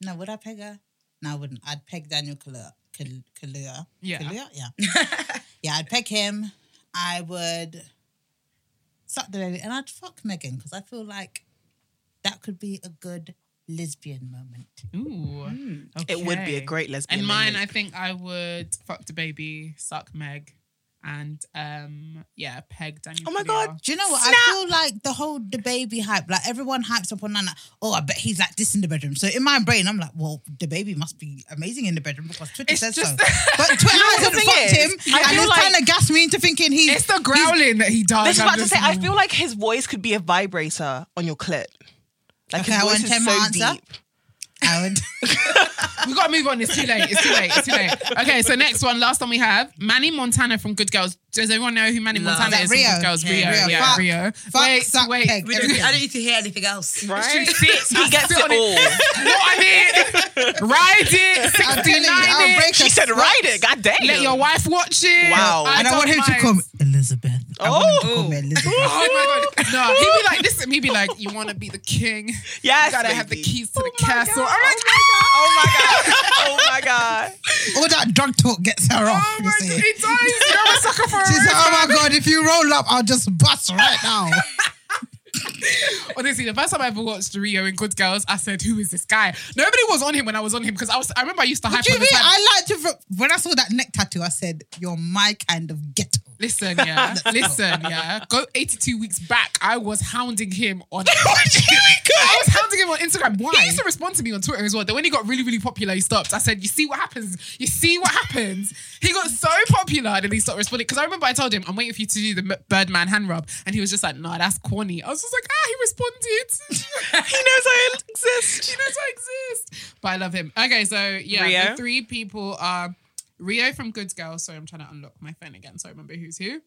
Speaker 1: No, would I peg her? No, I wouldn't. I'd peg Daniel Kaluuya. Kal- Kaluuya.
Speaker 2: Yeah.
Speaker 1: Kaluuya? Yeah. yeah, I'd peg him. I would suck the baby and I'd fuck Megan because I feel like that could be a good lesbian moment.
Speaker 2: Ooh. Okay.
Speaker 4: Mm. It would be a great lesbian.
Speaker 2: And mine, I
Speaker 4: moment.
Speaker 2: think I would fuck the baby, suck Meg, and um, yeah, peg Daniel.
Speaker 4: Oh my
Speaker 2: Kaluuya.
Speaker 4: God.
Speaker 1: Do you know what? I feel like the whole the baby hype, like everyone hypes up on Nana. Oh, I bet he's like this in the bedroom. So in my brain, I'm like, well, the baby must be amazing in the bedroom because Twitter
Speaker 2: It's
Speaker 1: says so.
Speaker 2: just-
Speaker 1: But Twitter
Speaker 4: know what the
Speaker 1: hasn't
Speaker 4: thing
Speaker 1: fucked him,
Speaker 4: is? I
Speaker 1: and
Speaker 4: feel
Speaker 1: it's
Speaker 4: like-
Speaker 1: trying to gas me into thinking he's
Speaker 2: It's the growling that he does.
Speaker 4: This is
Speaker 2: I'm
Speaker 4: about to
Speaker 2: just-
Speaker 4: say. I feel like his voice could be a vibrator on your clit. Like
Speaker 1: Okay,
Speaker 4: his
Speaker 1: I
Speaker 4: voice
Speaker 1: want
Speaker 4: is
Speaker 1: him
Speaker 4: so
Speaker 1: to answer.
Speaker 4: deep.
Speaker 1: I would.
Speaker 2: We've got to move on. It's too late. It's too late. It's too late. Okay, so next one, last one we have Manny Montana from Good Girls. Does everyone know who Manny
Speaker 3: No.
Speaker 2: Montana
Speaker 1: Is
Speaker 2: is?
Speaker 1: that
Speaker 2: from
Speaker 1: Rio?
Speaker 2: Good Girls.
Speaker 3: Yeah,
Speaker 2: Rio.
Speaker 1: Rio.
Speaker 2: Yeah,
Speaker 1: Fuck.
Speaker 2: Rio.
Speaker 1: Fuck,
Speaker 2: wait,
Speaker 1: suck,
Speaker 2: wait.
Speaker 1: peg.
Speaker 3: We don't need, I don't need to hear anything else.
Speaker 4: Right?
Speaker 2: Shoot six.
Speaker 4: He gets
Speaker 2: Sit
Speaker 4: it
Speaker 2: on it.
Speaker 4: all.
Speaker 2: What I mean, ride it.
Speaker 1: I'm telling
Speaker 2: 69
Speaker 1: you, I'll
Speaker 2: it.
Speaker 1: break
Speaker 4: she
Speaker 1: her
Speaker 4: said,
Speaker 1: throat.
Speaker 4: "Ride it, goddamn."
Speaker 2: Let your wife watch it.
Speaker 4: Wow.
Speaker 1: And I want him to
Speaker 2: mind.
Speaker 1: come Elizabeth. I want him to
Speaker 4: Oh.
Speaker 1: call me Elizabeth.
Speaker 2: Oh my god! No, he'd be like, listen. He'd be like, you want to be the king? You
Speaker 4: Yes,
Speaker 2: gotta have the
Speaker 4: baby.
Speaker 2: keys to the castle. I'm like,
Speaker 4: Oh my god! Oh my god!
Speaker 1: All that drug talk gets her off.
Speaker 2: oh
Speaker 1: you
Speaker 2: my god,
Speaker 1: see.
Speaker 2: he dies. You know, I'm a sucker for a
Speaker 1: She said,
Speaker 2: reason.
Speaker 1: "Oh my god, if you roll up, I'll just bust right now."
Speaker 2: Honestly, the first time I ever watched Rio in Good Girls, I said, "Who is this guy?" Nobody was on him when I was on him because I was. I remember I used to hype
Speaker 1: What do
Speaker 2: on
Speaker 1: you
Speaker 2: the time.
Speaker 1: mean? I like to. When I saw that neck tattoo, I said, "You're my kind of ghetto."
Speaker 2: Listen, yeah. Listen, yeah. Go 82 weeks back. I was hounding him on. I was hounding him on Instagram. Why? He used to respond to me on Twitter as well. Then when he got really, really popular, he stopped. I said, "You see what happens? You see what happens?" He got so popular, and then he stopped responding. Because I remember I told him, "I'm waiting for you to do the M- Birdman hand rub," and he was just like, "Nah, that's corny." I was just like, "Ah, he responded.
Speaker 4: He knows I exist.
Speaker 2: he knows I exist." But I love him. Okay, so yeah,
Speaker 4: Rio?
Speaker 2: the three people are Rio from Good Girls. Sorry, I'm trying to unlock my phone again, so I remember who's who.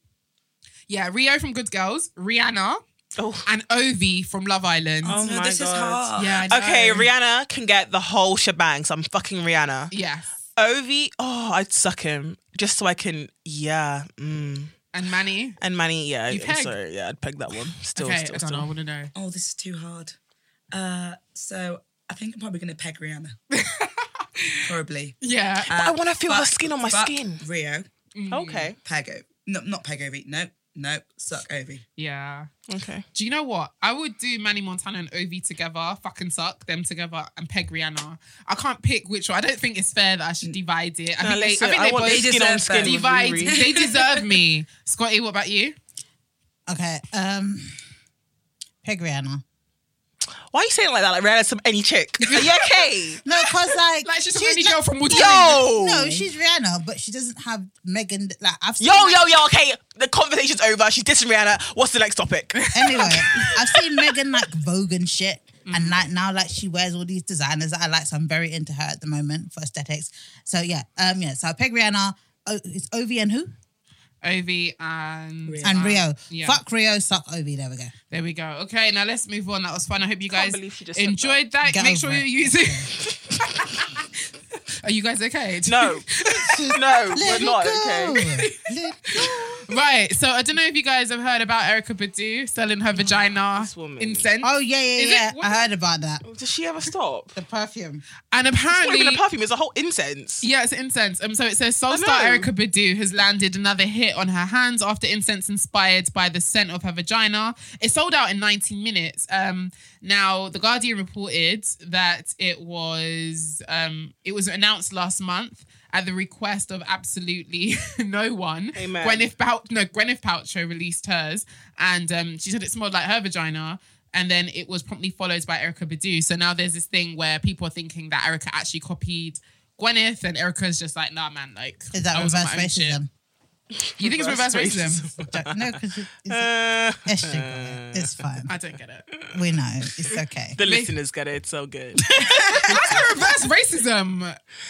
Speaker 2: Yeah, Rio from Good Girls, Rihanna,
Speaker 4: Oh.
Speaker 2: and Ovi from Love Island.
Speaker 4: Oh
Speaker 3: No,
Speaker 4: my
Speaker 3: this is
Speaker 4: god.
Speaker 3: hard.
Speaker 2: Yeah. I
Speaker 4: Okay,
Speaker 2: know.
Speaker 4: Rihanna can get the whole shebang, so I'm fucking Rihanna.
Speaker 2: Yes.
Speaker 4: Ovi, oh, I'd suck him just so I can, yeah. Mm.
Speaker 2: And Manny.
Speaker 4: And Manny, yeah,
Speaker 2: You
Speaker 4: I'm
Speaker 2: peg.
Speaker 4: sorry, yeah, I'd peg that one. Still,
Speaker 2: Okay,
Speaker 4: still,
Speaker 2: I don't know. I
Speaker 4: still.
Speaker 2: want to know.
Speaker 3: Oh, this is too hard. Uh, so I think I'm probably gonna peg Rihanna. probably. Uh,
Speaker 2: Yeah.
Speaker 4: I want to feel her skin on my
Speaker 3: But
Speaker 4: skin.
Speaker 3: Rio,
Speaker 4: Okay,
Speaker 3: peg Ovi. No, not peg Ovi. No, no, suck Ovi.
Speaker 2: Yeah.
Speaker 4: okay.
Speaker 2: Do you know what? I would do Manny Montana and Ovi together, fucking suck them together, and peg Rihanna. I can't pick which one. I don't think it's fair that I should divide it. I
Speaker 4: Now
Speaker 2: think they,
Speaker 4: listen,
Speaker 2: I think they
Speaker 4: want
Speaker 2: both
Speaker 4: skin on
Speaker 3: deserve
Speaker 4: skin.
Speaker 3: that.
Speaker 4: with
Speaker 2: divide.
Speaker 4: Riri.
Speaker 2: they deserve me. Scotty, what about you?
Speaker 1: Okay, um, Peg Rihanna.
Speaker 4: Why are you saying it like that? Like Rihanna's some any chick. Are you okay?
Speaker 1: No, cause like,
Speaker 2: Like she's a pretty girl from Wood
Speaker 4: Yo,
Speaker 1: No, she's Rihanna, but she doesn't have Megan. Like I've seen
Speaker 4: yo,
Speaker 1: like,
Speaker 4: yo, yo. Okay, the conversation's over. She's dissing Rihanna. What's the next topic?
Speaker 1: Anyway, I've seen Megan like Vogue and shit.
Speaker 2: Mm-hmm.
Speaker 1: And like now, like she wears all these designers that I like, so I'm very into her at the moment for aesthetics. So yeah, um, yeah. So I peg Rihanna. O- it's Ovi and who?
Speaker 2: Ovi and um,
Speaker 1: And Rio.
Speaker 2: yeah.
Speaker 1: Fuck Rio, suck Ovi. There we go.
Speaker 2: There we go. Okay, now let's move on. That was fun. I hope you guys
Speaker 4: believe she just said
Speaker 2: enjoyed that.
Speaker 1: Get
Speaker 2: Make
Speaker 1: over
Speaker 2: sure
Speaker 1: it.
Speaker 2: you're using. Are you guys okay?
Speaker 4: No, no, we're not okay.
Speaker 1: okay.
Speaker 2: Right. So I don't know if you guys have heard about Erica Badu selling her vagina
Speaker 4: This woman.
Speaker 2: incense.
Speaker 1: Oh yeah, yeah,
Speaker 2: Is it-
Speaker 1: yeah.
Speaker 2: what
Speaker 1: I heard about that.
Speaker 4: Does she ever stop?
Speaker 1: The perfume.
Speaker 2: And
Speaker 4: It's not
Speaker 2: apparently,
Speaker 4: even a perfume. It's a whole incense.
Speaker 2: Yeah, it's incense. Um, so it says
Speaker 4: I
Speaker 2: Soulstar
Speaker 4: know.
Speaker 2: Erica Badu has landed another hit on her hands after incense inspired by the scent of her vagina. It sold out in 19 minutes. Um, now the Guardian reported that it was um, it was announced last month at the request of absolutely no one.
Speaker 4: Amen.
Speaker 2: Gwyneth Pal- no Gwyneth Paltrow released hers, and um, she said it smelled like her vagina. And then it was promptly followed by Erica Badu. So now there's this thing where people are thinking that Erica actually copied Gwyneth, and Erica's just like, nah, man, like
Speaker 1: Is that
Speaker 2: I was on
Speaker 1: reverse
Speaker 2: my own shit."
Speaker 1: racism?
Speaker 2: You think it's reverse
Speaker 4: Reverse
Speaker 2: racism?
Speaker 1: no, because it's, it's,
Speaker 4: Uh,
Speaker 1: it's, sugar. it's fine.
Speaker 2: I don't get it.
Speaker 1: We know it's okay.
Speaker 4: the listeners get it. It's so good.
Speaker 2: That's not reverse racism.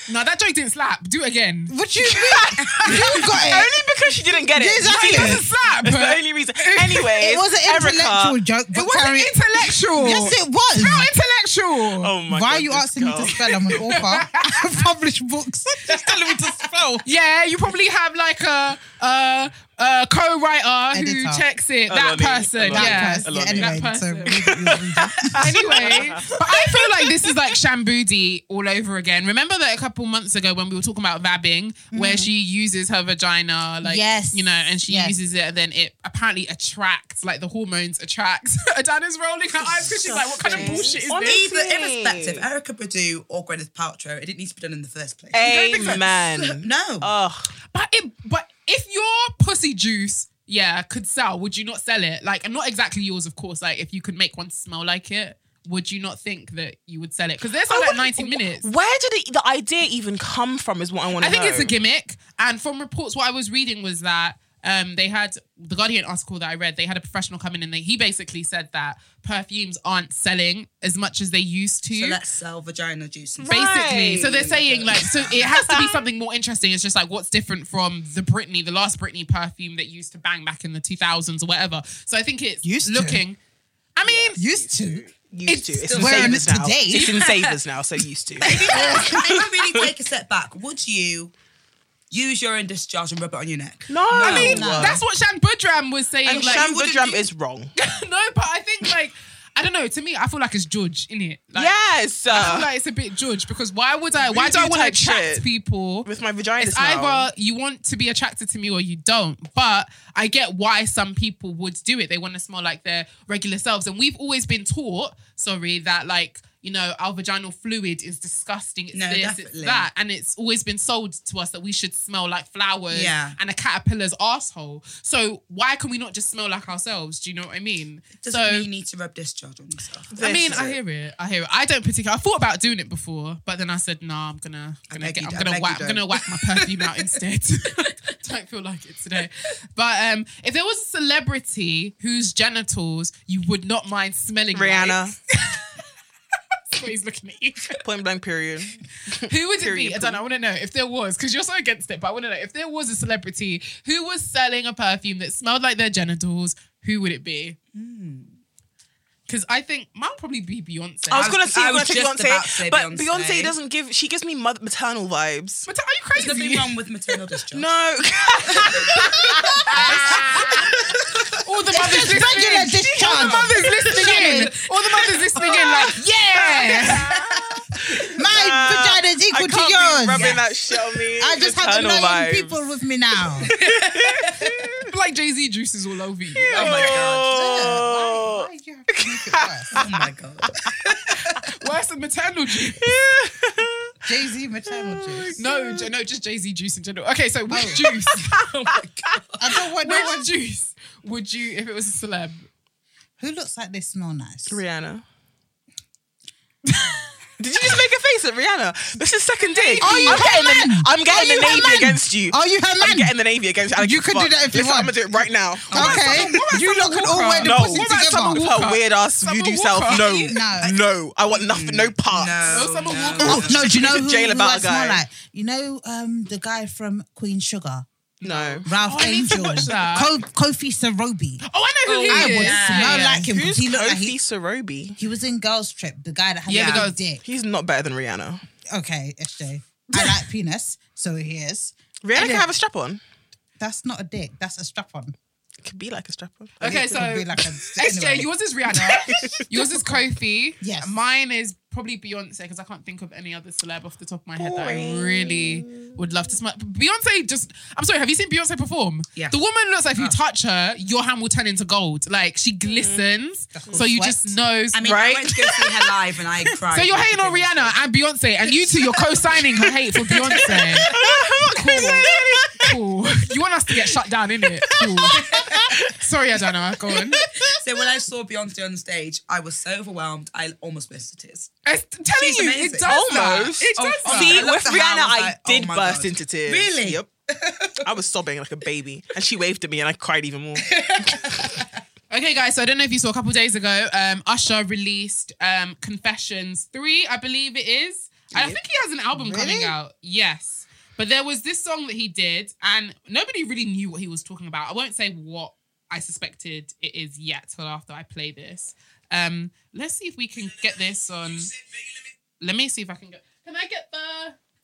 Speaker 2: No, that joke didn't slap. Do it again.
Speaker 1: What you mean? you
Speaker 4: only
Speaker 1: got it.
Speaker 4: because she didn't get it.
Speaker 1: Exactly.
Speaker 4: You see, that's
Speaker 2: Slap.
Speaker 4: the only reason. Anyway,
Speaker 1: It was an intellectual joke.
Speaker 2: It
Speaker 1: But
Speaker 2: wasn't
Speaker 1: carry-
Speaker 2: intellectual.
Speaker 1: Yes, it was.
Speaker 2: Not intellectual.
Speaker 4: Oh my
Speaker 1: Why
Speaker 4: God,
Speaker 1: are you
Speaker 4: this
Speaker 1: asking
Speaker 4: girl.
Speaker 1: me to spell? I'm an author. I publish books. She's telling me to spell.
Speaker 2: Yeah, you probably have like a a, a co-writer who
Speaker 1: Editor.
Speaker 2: checks it.
Speaker 4: A
Speaker 2: That
Speaker 4: lolly, a
Speaker 2: person.
Speaker 4: lolly.
Speaker 2: yeah.
Speaker 1: That person.
Speaker 4: I love it.
Speaker 1: Yeah, anyway,
Speaker 2: That person.
Speaker 1: so read it, read it.
Speaker 2: anyway, but I feel like this is like Shambudi all over again. Remember that a couple months ago when we were talking about vabbing, where she uses her vagina, like
Speaker 1: Mm. Yes.
Speaker 2: you know, and she
Speaker 1: Yes.
Speaker 2: uses it, and then it apparently attracts, like the hormones attract. Adana's rolling her eyes because she's like, "What kind of bullshit is
Speaker 4: Honestly.
Speaker 2: this?"
Speaker 3: Either irrespective, Erica Badu or Gwyneth Paltrow, it didn't need to be done in the first place.
Speaker 4: Amen.
Speaker 3: No.
Speaker 4: Oh,
Speaker 2: But it, but if your pussy juice, yeah, could sell, would you not sell it? Like, and not exactly yours, of course. Like, if you could make one smell like it, would you not think that you would sell it? Because there's like 19 minutes.
Speaker 4: where did it, the idea even come from? Is what I want
Speaker 2: I
Speaker 4: to know.
Speaker 2: think it's a gimmick. And from reports, what I was reading was that um, they had the Guardian article that I read. They had a professional come in and they, he basically said that perfumes aren't selling as much as they used to.
Speaker 3: So let's sell vagina juice. And
Speaker 2: Basically,
Speaker 4: Right.
Speaker 2: so they're saying like, so it has to be something more interesting. It's just like what's different from the Britney, the last Britney perfume that used to bang back in the 2000s or whatever. So I think it's
Speaker 7: Used to.
Speaker 2: looking. I mean,
Speaker 7: Used to.
Speaker 4: Used to.
Speaker 2: It's
Speaker 4: It's
Speaker 2: still
Speaker 4: in
Speaker 7: wearing
Speaker 4: savers
Speaker 7: it
Speaker 4: now.
Speaker 7: today.
Speaker 4: It's in savers now, so used to.
Speaker 3: Maybe really take a step back. Would you use your own discharge and rub it on your neck?
Speaker 4: No, I
Speaker 2: I mean, that's what Shan Budram was saying.
Speaker 4: and
Speaker 2: like,
Speaker 4: Shan
Speaker 3: you wouldn't
Speaker 4: Budram
Speaker 3: do-
Speaker 4: is wrong.
Speaker 2: no, but I think like I don't know. To me, I feel like it's George in it. Like,
Speaker 4: yes,
Speaker 2: I feel
Speaker 4: uh,
Speaker 2: like it's a bit George because why would I? Why
Speaker 4: Voodoo
Speaker 2: do I want to
Speaker 4: type
Speaker 2: attract
Speaker 4: shit.
Speaker 2: people?
Speaker 4: with my vagina
Speaker 2: it's
Speaker 4: smell.
Speaker 2: either you want to be attracted to me or you don't. But I get why some people would do it. They want to smell like their regular selves, and we've always been taught, sorry, that like. You know, our vaginal fluid is disgusting. It's
Speaker 3: No,
Speaker 2: this,
Speaker 3: definitely.
Speaker 2: it's that. And it's always been sold to us that we should smell like flowers
Speaker 3: Yeah.
Speaker 2: and a caterpillar's asshole. So why can we not just smell like ourselves? Do you know what I mean?
Speaker 3: Doesn't
Speaker 2: so
Speaker 3: mean you need to rub discharge on yourself.
Speaker 2: I mean,
Speaker 4: This
Speaker 2: I
Speaker 4: is
Speaker 2: hear it. I hear it. I don't particularly. I thought about doing it before, but then I said, "Nah, I'm gonna, gonna
Speaker 3: beg
Speaker 2: get,
Speaker 3: you
Speaker 2: I'm
Speaker 3: don't. I
Speaker 2: gonna
Speaker 3: beg
Speaker 2: whack,
Speaker 3: you
Speaker 2: I'm gonna
Speaker 3: don't.
Speaker 2: whack my perfume out instead." don't feel like it today. But um, if there was a celebrity whose genitals you would not mind smelling, like-
Speaker 4: Rihanna,
Speaker 2: that's what he's looking at you.
Speaker 4: point blank period.
Speaker 2: Who would it
Speaker 4: Period,
Speaker 2: be? I don't know. I want to know if there was, because you're so against it. But I want to know if there was a celebrity who was selling a perfume that smelled like their genitals. Who would it be? Because I think mine would probably be Beyonce.
Speaker 4: I was
Speaker 3: I
Speaker 4: gonna
Speaker 3: was-
Speaker 4: say,
Speaker 3: I
Speaker 4: I was
Speaker 3: was
Speaker 4: gonna
Speaker 3: just
Speaker 4: say
Speaker 3: about to
Speaker 4: Beyonce,
Speaker 3: say
Speaker 4: but
Speaker 3: Beyonce.
Speaker 4: Beyonce doesn't give. She gives me mother, maternal vibes.
Speaker 2: But are you
Speaker 3: There's
Speaker 2: crazy?
Speaker 3: nothing wrong with maternal discharge.
Speaker 4: No,
Speaker 2: All the mothers
Speaker 7: Regular
Speaker 2: listening. All the
Speaker 7: discharge.
Speaker 2: mothers listening in. All the mothers listening in, like, yeah.
Speaker 7: My vagina is
Speaker 4: I
Speaker 7: equal
Speaker 4: can't
Speaker 7: to
Speaker 4: be rubbing
Speaker 7: yours.
Speaker 4: that shit on me.
Speaker 7: I just have
Speaker 4: Maternal
Speaker 7: annoying
Speaker 4: vibes.
Speaker 7: people with me now.
Speaker 2: like Jay Z juices all over you.
Speaker 3: Oh my god.
Speaker 4: Oh.
Speaker 7: Why do you have to make it worse?
Speaker 3: Oh my god.
Speaker 2: Worse than maternal juice.
Speaker 7: Jay Z maternal juice.
Speaker 2: No, J- no, just Jay Z juice in general. Okay, so which juice? oh my god.
Speaker 7: I don't want no one
Speaker 2: Which juice would you, if it was a celeb?
Speaker 7: who looks like they smell nice.
Speaker 4: Rihanna. Did you just make a face at Rihanna? This is second date.
Speaker 7: Are you
Speaker 4: I'm
Speaker 7: her
Speaker 4: getting, the,
Speaker 7: man?
Speaker 4: I'm getting
Speaker 7: Are you
Speaker 4: the
Speaker 7: her
Speaker 4: Navy
Speaker 7: man?
Speaker 4: against you.
Speaker 2: Oh,
Speaker 7: Are you her
Speaker 4: I'm
Speaker 7: man?
Speaker 4: getting the Navy against you. I don't
Speaker 7: You
Speaker 4: give
Speaker 7: could do
Speaker 4: a fuck.
Speaker 7: that if you
Speaker 4: Listen, I'm
Speaker 7: want.
Speaker 4: gonna do it right now.
Speaker 7: Okay, you lot can all wear the
Speaker 4: No,
Speaker 7: pussy
Speaker 4: what about someone with
Speaker 7: together.
Speaker 4: her weird ass voodoo self?
Speaker 2: Walker?
Speaker 4: No,
Speaker 7: No. Mm.
Speaker 4: no, I want nothing, no parts.
Speaker 3: No.
Speaker 2: Summer Walker.
Speaker 7: Oh no, do you know
Speaker 4: She's a
Speaker 7: who,
Speaker 4: jail
Speaker 7: who
Speaker 4: about
Speaker 7: I
Speaker 4: a
Speaker 7: smell
Speaker 4: guy.
Speaker 7: like? You know um, the guy from Queen Sugar,
Speaker 4: No.
Speaker 7: Ralph
Speaker 2: I need to
Speaker 7: Angel,
Speaker 2: watch that.
Speaker 7: Ko- Kofi Sarobi.
Speaker 2: Oh, I know who he
Speaker 7: I
Speaker 2: is.
Speaker 7: would smell
Speaker 2: yeah.
Speaker 7: like him because
Speaker 4: Who's
Speaker 7: he looked
Speaker 4: Kofi
Speaker 7: like he,
Speaker 4: Sarobi?
Speaker 7: he was in Girls Trip, the guy that had
Speaker 2: Yeah,
Speaker 7: yeah,
Speaker 2: the
Speaker 7: the
Speaker 2: girls-
Speaker 7: dick.
Speaker 4: He's not better than Rihanna.
Speaker 7: Okay, SJ, I like penis, so he is.
Speaker 4: Rihanna can have a strap on.
Speaker 7: That's not a dick. That's a strap on.
Speaker 4: Could be like a strap on.
Speaker 2: Okay, so
Speaker 7: like a,
Speaker 2: SJ, yours is Rihanna. yours is Kofi.
Speaker 7: Yes.
Speaker 2: Mine is probably Beyonce because I can't think of any other celeb off the top of my head that I
Speaker 4: Boring.
Speaker 2: really would love to smell. Beyonce just, I'm sorry, have you seen Beyonce perform?
Speaker 3: Yeah.
Speaker 2: The woman looks like if you touch her, your hand will turn into gold. Like she glistens. So you just know.
Speaker 3: Mm. I mean, I
Speaker 4: Right?
Speaker 3: went to go see her live and I cried.
Speaker 2: so you're hating on Rihanna and Beyonce, and you two, you're co-signing her hate for Beyonce. cool. cool. You want us to get shut down, innit? Cool. Sorry, Adana. Go on.
Speaker 3: So when I saw Beyonce on the stage, I was so overwhelmed. I almost burst into tears.
Speaker 2: I'm telling
Speaker 3: She's
Speaker 2: you, it
Speaker 3: amazing.
Speaker 2: does
Speaker 4: Almost.
Speaker 2: That. It does.
Speaker 3: Oh,
Speaker 2: that.
Speaker 4: See,
Speaker 3: I looked
Speaker 4: with
Speaker 3: at
Speaker 4: Rihanna,
Speaker 3: her, I was
Speaker 4: I,
Speaker 3: like, oh
Speaker 4: did
Speaker 3: my
Speaker 4: burst
Speaker 3: God.
Speaker 4: into tears.
Speaker 3: Really?
Speaker 4: Yep. I was sobbing like a baby, and she waved at me, and I cried even more.
Speaker 2: Okay, guys. So I don't know if you saw a couple days ago, um, Usher released um, Confessions Three, I believe it is. And I think he has an album coming out. Yes, but there was this song that he did, and nobody really knew what he was talking about. I won't say what I suspected it is yet till after I play this. Um, let's see if we can get this on. Let me see if I can get. Can I get the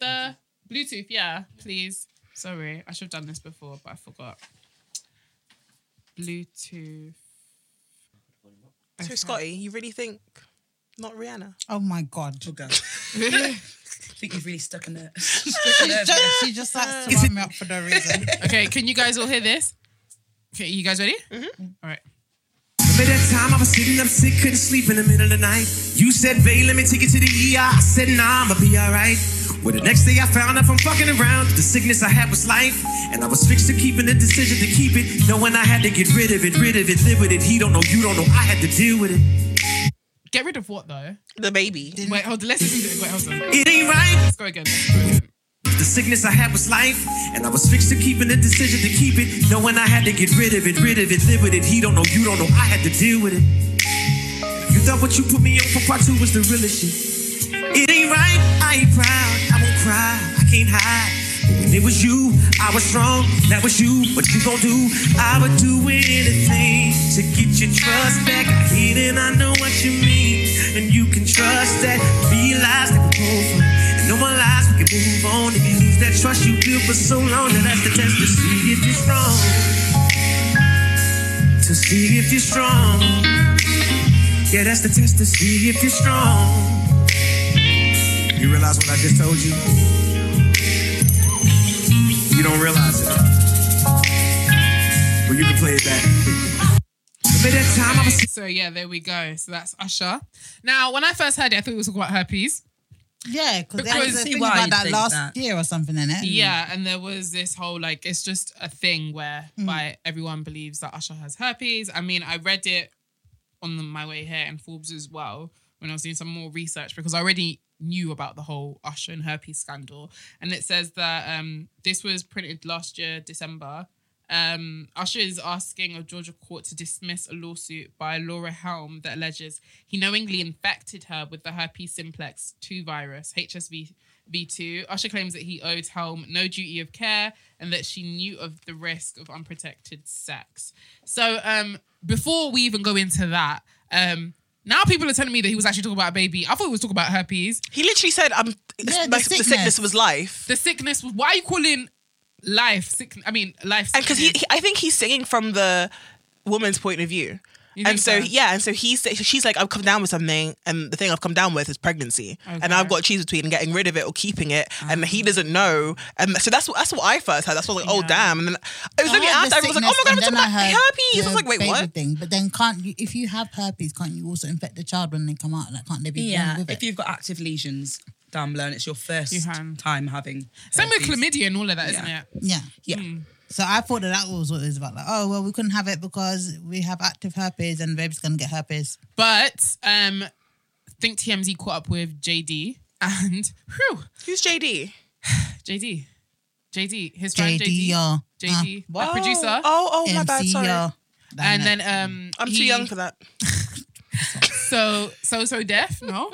Speaker 2: the Bluetooth? Yeah, please. Sorry, I should have done this before, but I forgot. Bluetooth.
Speaker 4: so, Scotty, you really think not Rihanna?
Speaker 7: Oh my god.
Speaker 3: Oh god. I think you've really stuck in there.
Speaker 7: She's just, she just likes to run me up for no reason.
Speaker 2: Okay, can you guys all hear this? Okay, you guys ready? All right.
Speaker 8: Remember that time I was sitting up sick, couldn't sleep in the middle of the night. You said, babe, let me take you to the ER. I said, nah, I'ma be alright. Well, the next day I found out from fucking around that the sickness I had was life. And I was fixed to keeping the decision to keep it. Knowing I had to get rid of it, rid of it, live with it. He don't know, you don't know, I had to deal with it.
Speaker 2: Get rid of what though?
Speaker 4: The baby.
Speaker 2: Wait, hold on. Let's listen to it. Wait, hold on.
Speaker 8: It ain't right.
Speaker 2: Let's go again. Let's go again.
Speaker 8: The sickness I had was life, and I was fixed to keeping the decision to keep it. Knowing I had to get rid of it, rid of it, live with it. He don't know, you don't know, I had to deal with it. You thought what you put me on for part two was the realest shit. It ain't right, I ain't proud, I won't cry, I can't hide. But when it was you, I was strong, that was you, what you gon' do? I would do anything to get your trust back. I hit and I know what you mean, and you can trust that. Realize that we're over, and no more lies, we can move on. If you lose that trust you built for so long, now that's the test to see if you're strong. To see if you're strong. Yeah, that's the test to see if you're strong. You realize what I just told you? You don't realize it. Well, you can play it back. Remember that time I was
Speaker 2: So yeah, there we go. So that's Usher. Now, when I first heard it, I thought we were talking about herpes.
Speaker 1: Yeah, cause there
Speaker 2: Because-
Speaker 1: was a
Speaker 2: See
Speaker 1: thing
Speaker 3: why
Speaker 1: about
Speaker 3: you
Speaker 1: that
Speaker 3: think
Speaker 1: last
Speaker 3: that.
Speaker 1: year or something in
Speaker 4: Hmm.
Speaker 1: it.
Speaker 2: Yeah, and there was this whole like it's just a thing where by everyone believes that Usher has herpes. I mean, I read it on the, my way here and Forbes as well when I was doing some more research because I already knew about the whole Usher and herpes scandal. And it says that um, this was printed last year, December. Um, Usher is asking a Georgia court to dismiss a lawsuit by Laura Helm that alleges he knowingly infected her with the herpes simplex 2 virus, HSV V2. Usher claims that he owed Helm no duty of care and that she knew of the risk of unprotected sex. So, um, before we even go into that, um, now people are telling me that he was actually talking about a baby. I thought he was talking about herpes.
Speaker 4: He literally said, "I'm
Speaker 1: Yeah, the
Speaker 4: my- the, sickness.
Speaker 1: sickness
Speaker 4: was life,"
Speaker 2: The sickness. Why are you calling life sick? I mean, life.
Speaker 4: and because he,
Speaker 2: sickness?
Speaker 4: he- I think he's singing from the woman's point of view.
Speaker 2: You
Speaker 4: And
Speaker 2: think
Speaker 4: so,
Speaker 2: so?
Speaker 4: yeah, and so he's she's like, I've come down with something, and the thing I've come down with is pregnancy, and
Speaker 2: Okay.
Speaker 4: I've got to choose between getting rid of it or keeping it, and he doesn't know, and so that's what that's what I first heard. That's what I was like, oh
Speaker 2: Yeah.
Speaker 4: damn, and then it was only
Speaker 1: I heard
Speaker 4: after
Speaker 1: the
Speaker 4: I was like, oh
Speaker 1: sickness
Speaker 4: my god, I'm
Speaker 1: and
Speaker 4: talking
Speaker 1: then I
Speaker 4: about
Speaker 1: heard
Speaker 4: herpes. I was
Speaker 1: the
Speaker 4: like, wait,
Speaker 1: baby
Speaker 4: what?
Speaker 1: Thing. But then can't you, if you have herpes, can't you also infect the child when they come out? Like, can't they be born
Speaker 3: Yeah,
Speaker 1: with it?
Speaker 3: if you've got active lesions down below and it's your first
Speaker 2: You can.
Speaker 3: time having.
Speaker 2: same with
Speaker 3: herpes.
Speaker 2: chlamydia and all of that, not
Speaker 3: Yeah.
Speaker 2: it?
Speaker 1: yeah.
Speaker 3: Yeah.
Speaker 7: Hmm.
Speaker 1: So I thought that that was what it was about. Like, oh well, we couldn't have it because we have active herpes, and the baby's gonna get herpes.
Speaker 2: But um, think TMZ caught up with JD and whew,
Speaker 4: Who's JD?
Speaker 2: JD, JD, his friend
Speaker 1: JD,
Speaker 2: JD,
Speaker 1: y'all.
Speaker 2: JD, the
Speaker 4: Oh,
Speaker 2: producer.
Speaker 4: Oh, oh, my
Speaker 1: MC,
Speaker 4: bad. Sorry,
Speaker 1: y'all. That
Speaker 2: and
Speaker 1: innit?
Speaker 2: then um,
Speaker 4: I'm too
Speaker 2: he-
Speaker 4: young for that.
Speaker 2: So so so deaf. No.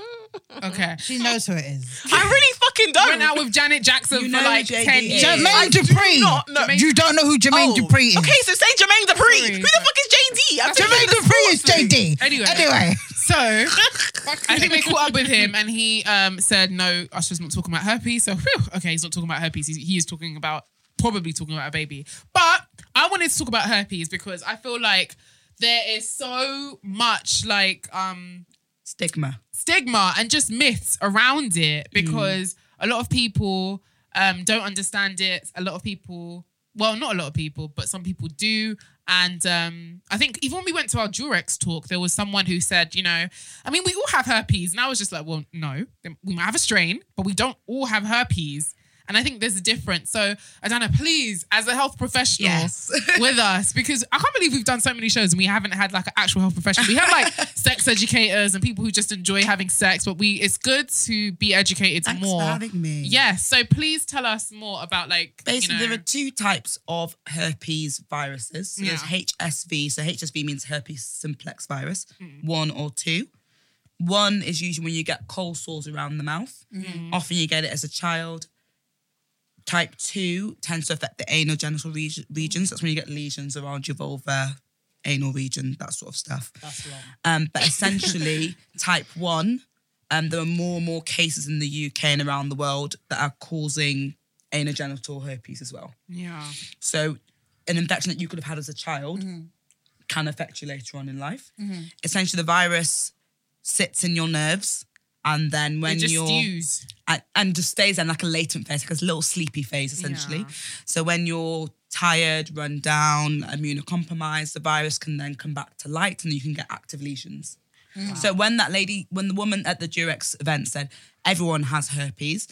Speaker 2: Okay.
Speaker 1: she knows who it is.
Speaker 4: I really fucking don't.
Speaker 2: Went out with Janet Jackson
Speaker 3: You
Speaker 2: for
Speaker 3: know
Speaker 2: like
Speaker 3: who JD
Speaker 2: ten
Speaker 3: is.
Speaker 2: years.
Speaker 1: Jermaine Dupri.
Speaker 4: not know.
Speaker 1: You don't know who Jermaine
Speaker 4: Oh,
Speaker 3: Mm.
Speaker 1: Dupri is.
Speaker 4: Okay, so say Jermaine Dupri.
Speaker 2: Sorry.
Speaker 4: Who the fuck is JD? I'm thinking
Speaker 1: Jermaine
Speaker 4: of the
Speaker 1: Dupri is
Speaker 4: sports league.
Speaker 1: JD.
Speaker 2: Anyway.
Speaker 1: Anyway.
Speaker 2: So I think they caught up with him and he um, said, no, Usher's not talking about herpes. So, whew, okay, he's not talking about herpes. He's, he is talking about, probably talking about a baby. But I wanted to talk about herpes because I feel like there is so much like um,
Speaker 3: Stigma.
Speaker 2: stigma and just myths around it because a lot of people um, don't understand it. A lot of people, well, not a lot of people, but some people do. And um, I think even when we went to our Durex talk, there was someone who said, you know, I mean, we all have herpes. And I was just like, well, no, we might have a strain, but we don't all have herpes. And I think there's a difference. So, Adana, please, as a health professional
Speaker 3: Yes.
Speaker 2: with us, because I can't believe we've done so many shows and we haven't had like an actual health professional. We have like sex educators and people who just enjoy having sex, but we it's good to be educated
Speaker 3: Thanks
Speaker 2: more.
Speaker 3: for having me.
Speaker 2: Yes. So please tell us more about like
Speaker 3: Basically,
Speaker 2: you know,
Speaker 3: there are two types of herpes viruses. So There's
Speaker 2: Yeah.
Speaker 3: HSV. So HSV means herpes simplex virus,
Speaker 2: Mm.
Speaker 3: one or two. One is usually when you get cold sores around the mouth.
Speaker 2: Mm.
Speaker 3: Often you get it as a child. Type two tends to affect the anal genital reg- regions. That's when you get lesions around your vulva, anal region, that sort of stuff. That's long. Um, but essentially, type one, um, there are more and more cases in the UK and around the world that are causing anal genital herpes as well.
Speaker 2: Yeah.
Speaker 3: So, an infection that you could have had as a child can affect you later on in life. Essentially, the virus sits in your nerves, and then
Speaker 2: They
Speaker 3: when
Speaker 2: just
Speaker 3: you're
Speaker 2: use.
Speaker 3: and, and just stays in like a latent phase, like a little sleepy phase, essentially.
Speaker 2: Yeah.
Speaker 3: So when you're tired, run down, immunocompromised, the virus can then come back to light, and you can get active lesions.
Speaker 2: Mm.
Speaker 3: So when that lady, when the woman at the Durex event said everyone has herpes,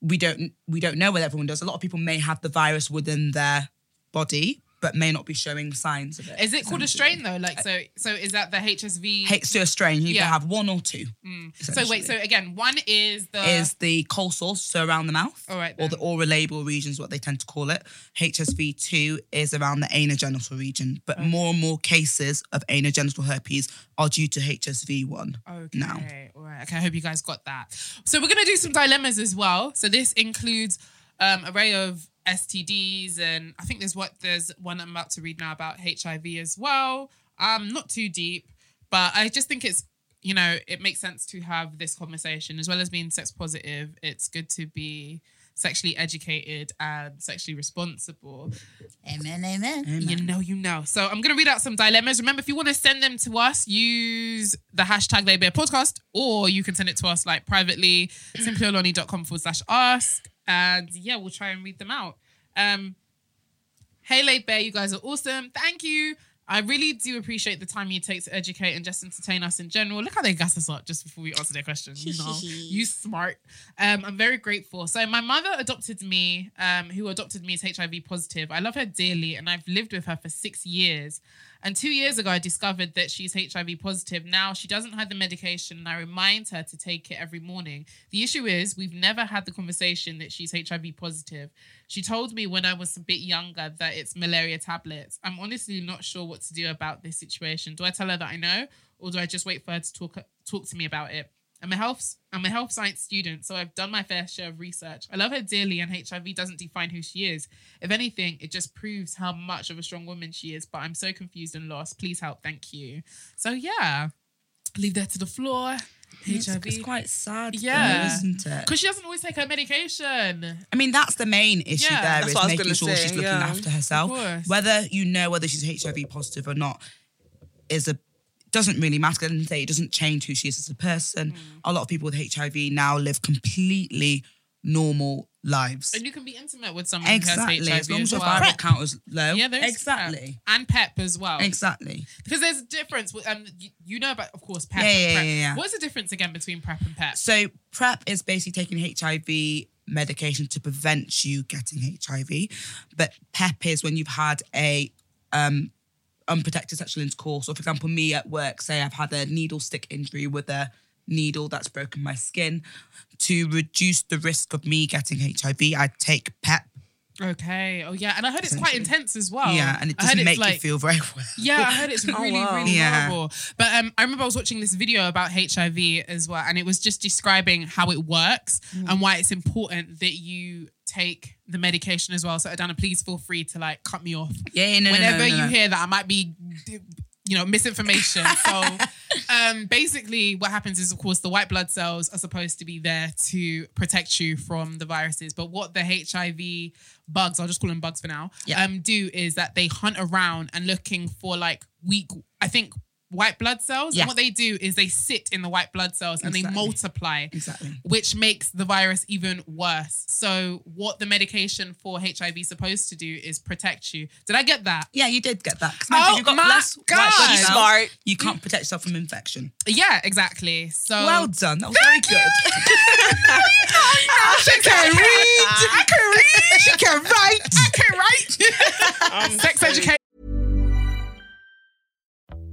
Speaker 3: we don't we don't know whether everyone does. A lot of people may have the virus within their body, but may not be showing signs of it.
Speaker 2: Is it called a strain though? Like so so is that the HSV
Speaker 3: Hates to a strain, you
Speaker 2: Yeah.
Speaker 3: either have one or two.
Speaker 2: Hmm. So wait, so again, one is the
Speaker 3: is the coal source, so around the mouth,
Speaker 2: Uh-huh. All right
Speaker 3: or the
Speaker 2: then.
Speaker 3: oral label regions, what they tend to call it. HSV two is around the anogenital region, but more and more cases of anogenital herpes are due to HSV one
Speaker 2: Okay.
Speaker 3: now.
Speaker 2: All right. Okay. I hope you guys got that. So we're gonna do some dilemmas as well. So this includes um array of STDs and I think there's what there's one I'm about to read now about HIV as well. Um, not too deep, but I just think it's you know it makes sense to have this conversation as well as being sex positive. It's good to be sexually educated and sexually responsible.
Speaker 1: Amen, amen.
Speaker 2: You know, you know. So I'm gonna read out some dilemmas. Remember, if you want to send them to us, use the hashtag They Bear Podcast, or you can send it to us like privately, simplyoloni.com forward slash ask. And yeah, we'll try and read them out. Um Hey Laid Bear, you guys are awesome. Thank you. I really do appreciate the time you take to educate and just entertain us in general. Look how they gas us up just before we answer their questions. You know, you smart. Um, I'm very grateful. So my mother adopted me, um, who adopted me as HIV positive. I love her dearly, and I've lived with her for six years. And two years ago, I discovered that she's HIV positive. Now she doesn't have the medication, and I remind her to take it every morning. The issue is, we've never had the conversation that she's HIV positive. She told me when I was a bit younger that it's malaria tablets. I'm honestly not sure what to do about this situation. Do I tell her that I know, or do I just wait for her to talk talk to me about it? I'm a health I'm a health science student, so I've done my fair share of research. I love her dearly, and HIV doesn't define who she is. If anything, it just proves how much of a strong woman she is. But I'm so confused and lost. Please help. Thank you. So yeah, leave that to the floor. HIV.
Speaker 3: It's quite sad,
Speaker 2: Yeah.
Speaker 3: yeah, isn't it?
Speaker 2: Because she doesn't always take her medication.
Speaker 3: I mean, that's the main issue
Speaker 2: Yeah,
Speaker 3: there
Speaker 2: that's
Speaker 3: is
Speaker 4: what I was
Speaker 3: making
Speaker 4: gonna
Speaker 3: sure
Speaker 4: say,
Speaker 3: she's looking
Speaker 4: yeah.
Speaker 3: after herself.
Speaker 2: Of course.
Speaker 3: Whether you know whether she's HIV positive or not is a doesn't really matter. And say it doesn't change who she is as a person.
Speaker 2: Mm.
Speaker 3: A lot of people with HIV now live completely normal lives.
Speaker 2: And you can be intimate with someone who has
Speaker 3: Exactly.
Speaker 2: HIV
Speaker 3: As long as
Speaker 2: as
Speaker 3: your
Speaker 2: well.
Speaker 3: viral count is low.
Speaker 2: Yeah, there's
Speaker 3: exactly.
Speaker 2: PrEP. and PEP as well.
Speaker 3: Exactly.
Speaker 2: because there's a difference. With, um, you, you know about, of course, PEP.
Speaker 3: Yeah,
Speaker 2: and
Speaker 3: yeah,
Speaker 2: PrEP.
Speaker 3: yeah, yeah.
Speaker 2: What's the difference again between PrEP and PEP?
Speaker 3: So PrEP is basically taking HIV medication to prevent you getting HIV, but PEP is when you've had a um, unprotected sexual intercourse. Or for example, me at work, say I've had a needle stick injury with a needle that's broken my skin. To reduce the risk of me getting HIV, I take E PEP.
Speaker 2: Okay. Oh yeah, and I heard it's quite intense as well.
Speaker 3: yeah, and it
Speaker 2: Oh, I heard
Speaker 3: doesn't
Speaker 2: it's
Speaker 3: make you
Speaker 2: like-
Speaker 3: feel very well.
Speaker 2: Yeah, I heard it's really, really
Speaker 3: Yeah.
Speaker 2: horrible. But um, I remember I was watching this video about HIV as well, and it was just describing how it works
Speaker 3: Mm.
Speaker 2: and why it's important that you take the medication as well. So, Adana, please feel free to like cut me off
Speaker 3: Yeah, no, no, no,
Speaker 2: whenever
Speaker 3: no,
Speaker 2: you
Speaker 3: no.
Speaker 2: hear that, I might be, you know, misinformation. so, um, basically, what happens is, of course, the white blood cells are supposed to be there to protect you from the viruses. But what the HIV bugs, I'll just call them bugs for now,
Speaker 3: Yeah.
Speaker 2: um, do is that they hunt around and looking for like weak, I think. White blood cells,
Speaker 3: Yeah.
Speaker 2: and what they do is they sit in the white blood cells and they
Speaker 3: Exactly.
Speaker 2: multiply,
Speaker 3: Exactly.
Speaker 2: which makes the virus even worse. So, what the medication for HIV is supposed to do is protect you. Did I get that?
Speaker 3: Yeah, you did get that. 'Cause
Speaker 2: Oh
Speaker 3: imagine you've got
Speaker 2: my
Speaker 3: less white blood
Speaker 2: God.
Speaker 3: cells,
Speaker 4: Smart.
Speaker 3: You can't protect yourself from infection.
Speaker 2: Yeah, exactly. So
Speaker 3: Well done. That was very good.
Speaker 2: she can read. I can read. She can write. I can write.
Speaker 4: Um,
Speaker 2: Sex education.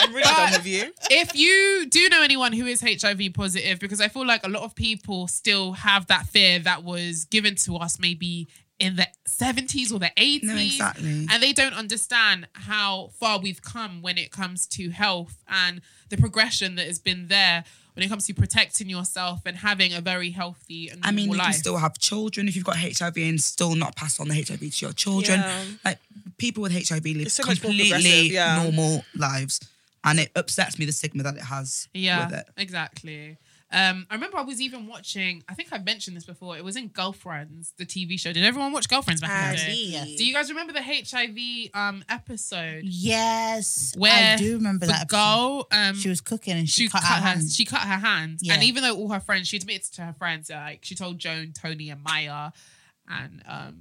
Speaker 4: I'm really done with you.
Speaker 2: if you do know anyone who is HIV positive, because I feel like a lot of people still have that fear that was given to us maybe in the 70s or the 80s.
Speaker 3: No, exactly.
Speaker 2: And they don't understand how far we've come when it comes to health and the progression that has been there. when it comes to protecting yourself and having a very healthy and
Speaker 3: I mean,
Speaker 2: normal
Speaker 3: you
Speaker 2: life.
Speaker 3: can still have children if you've got HIV and still not pass on the HIV to your children.
Speaker 4: Yeah.
Speaker 3: Like people with HIV live
Speaker 4: It's so much more
Speaker 3: completely
Speaker 4: progressive, yeah.
Speaker 3: normal lives, and it upsets me the stigma that it has.
Speaker 2: Yeah,
Speaker 3: with it.
Speaker 2: exactly. Um, I remember I was even watching. I think I've mentioned this before. It was in Girlfriends, the TV show. Did everyone watch Girlfriends back in the day? Do you guys remember the HIV um episode
Speaker 1: Yes,
Speaker 2: where
Speaker 1: I do remember
Speaker 2: the
Speaker 1: that. episode.
Speaker 2: girl um
Speaker 1: She was cooking and she,
Speaker 2: she
Speaker 1: cut, her hand.
Speaker 2: she cut her hand,
Speaker 1: Yeah.
Speaker 2: and even though all her friends, she admitted to her friends, uh, like she told Joan, Tony, and Maya, and um,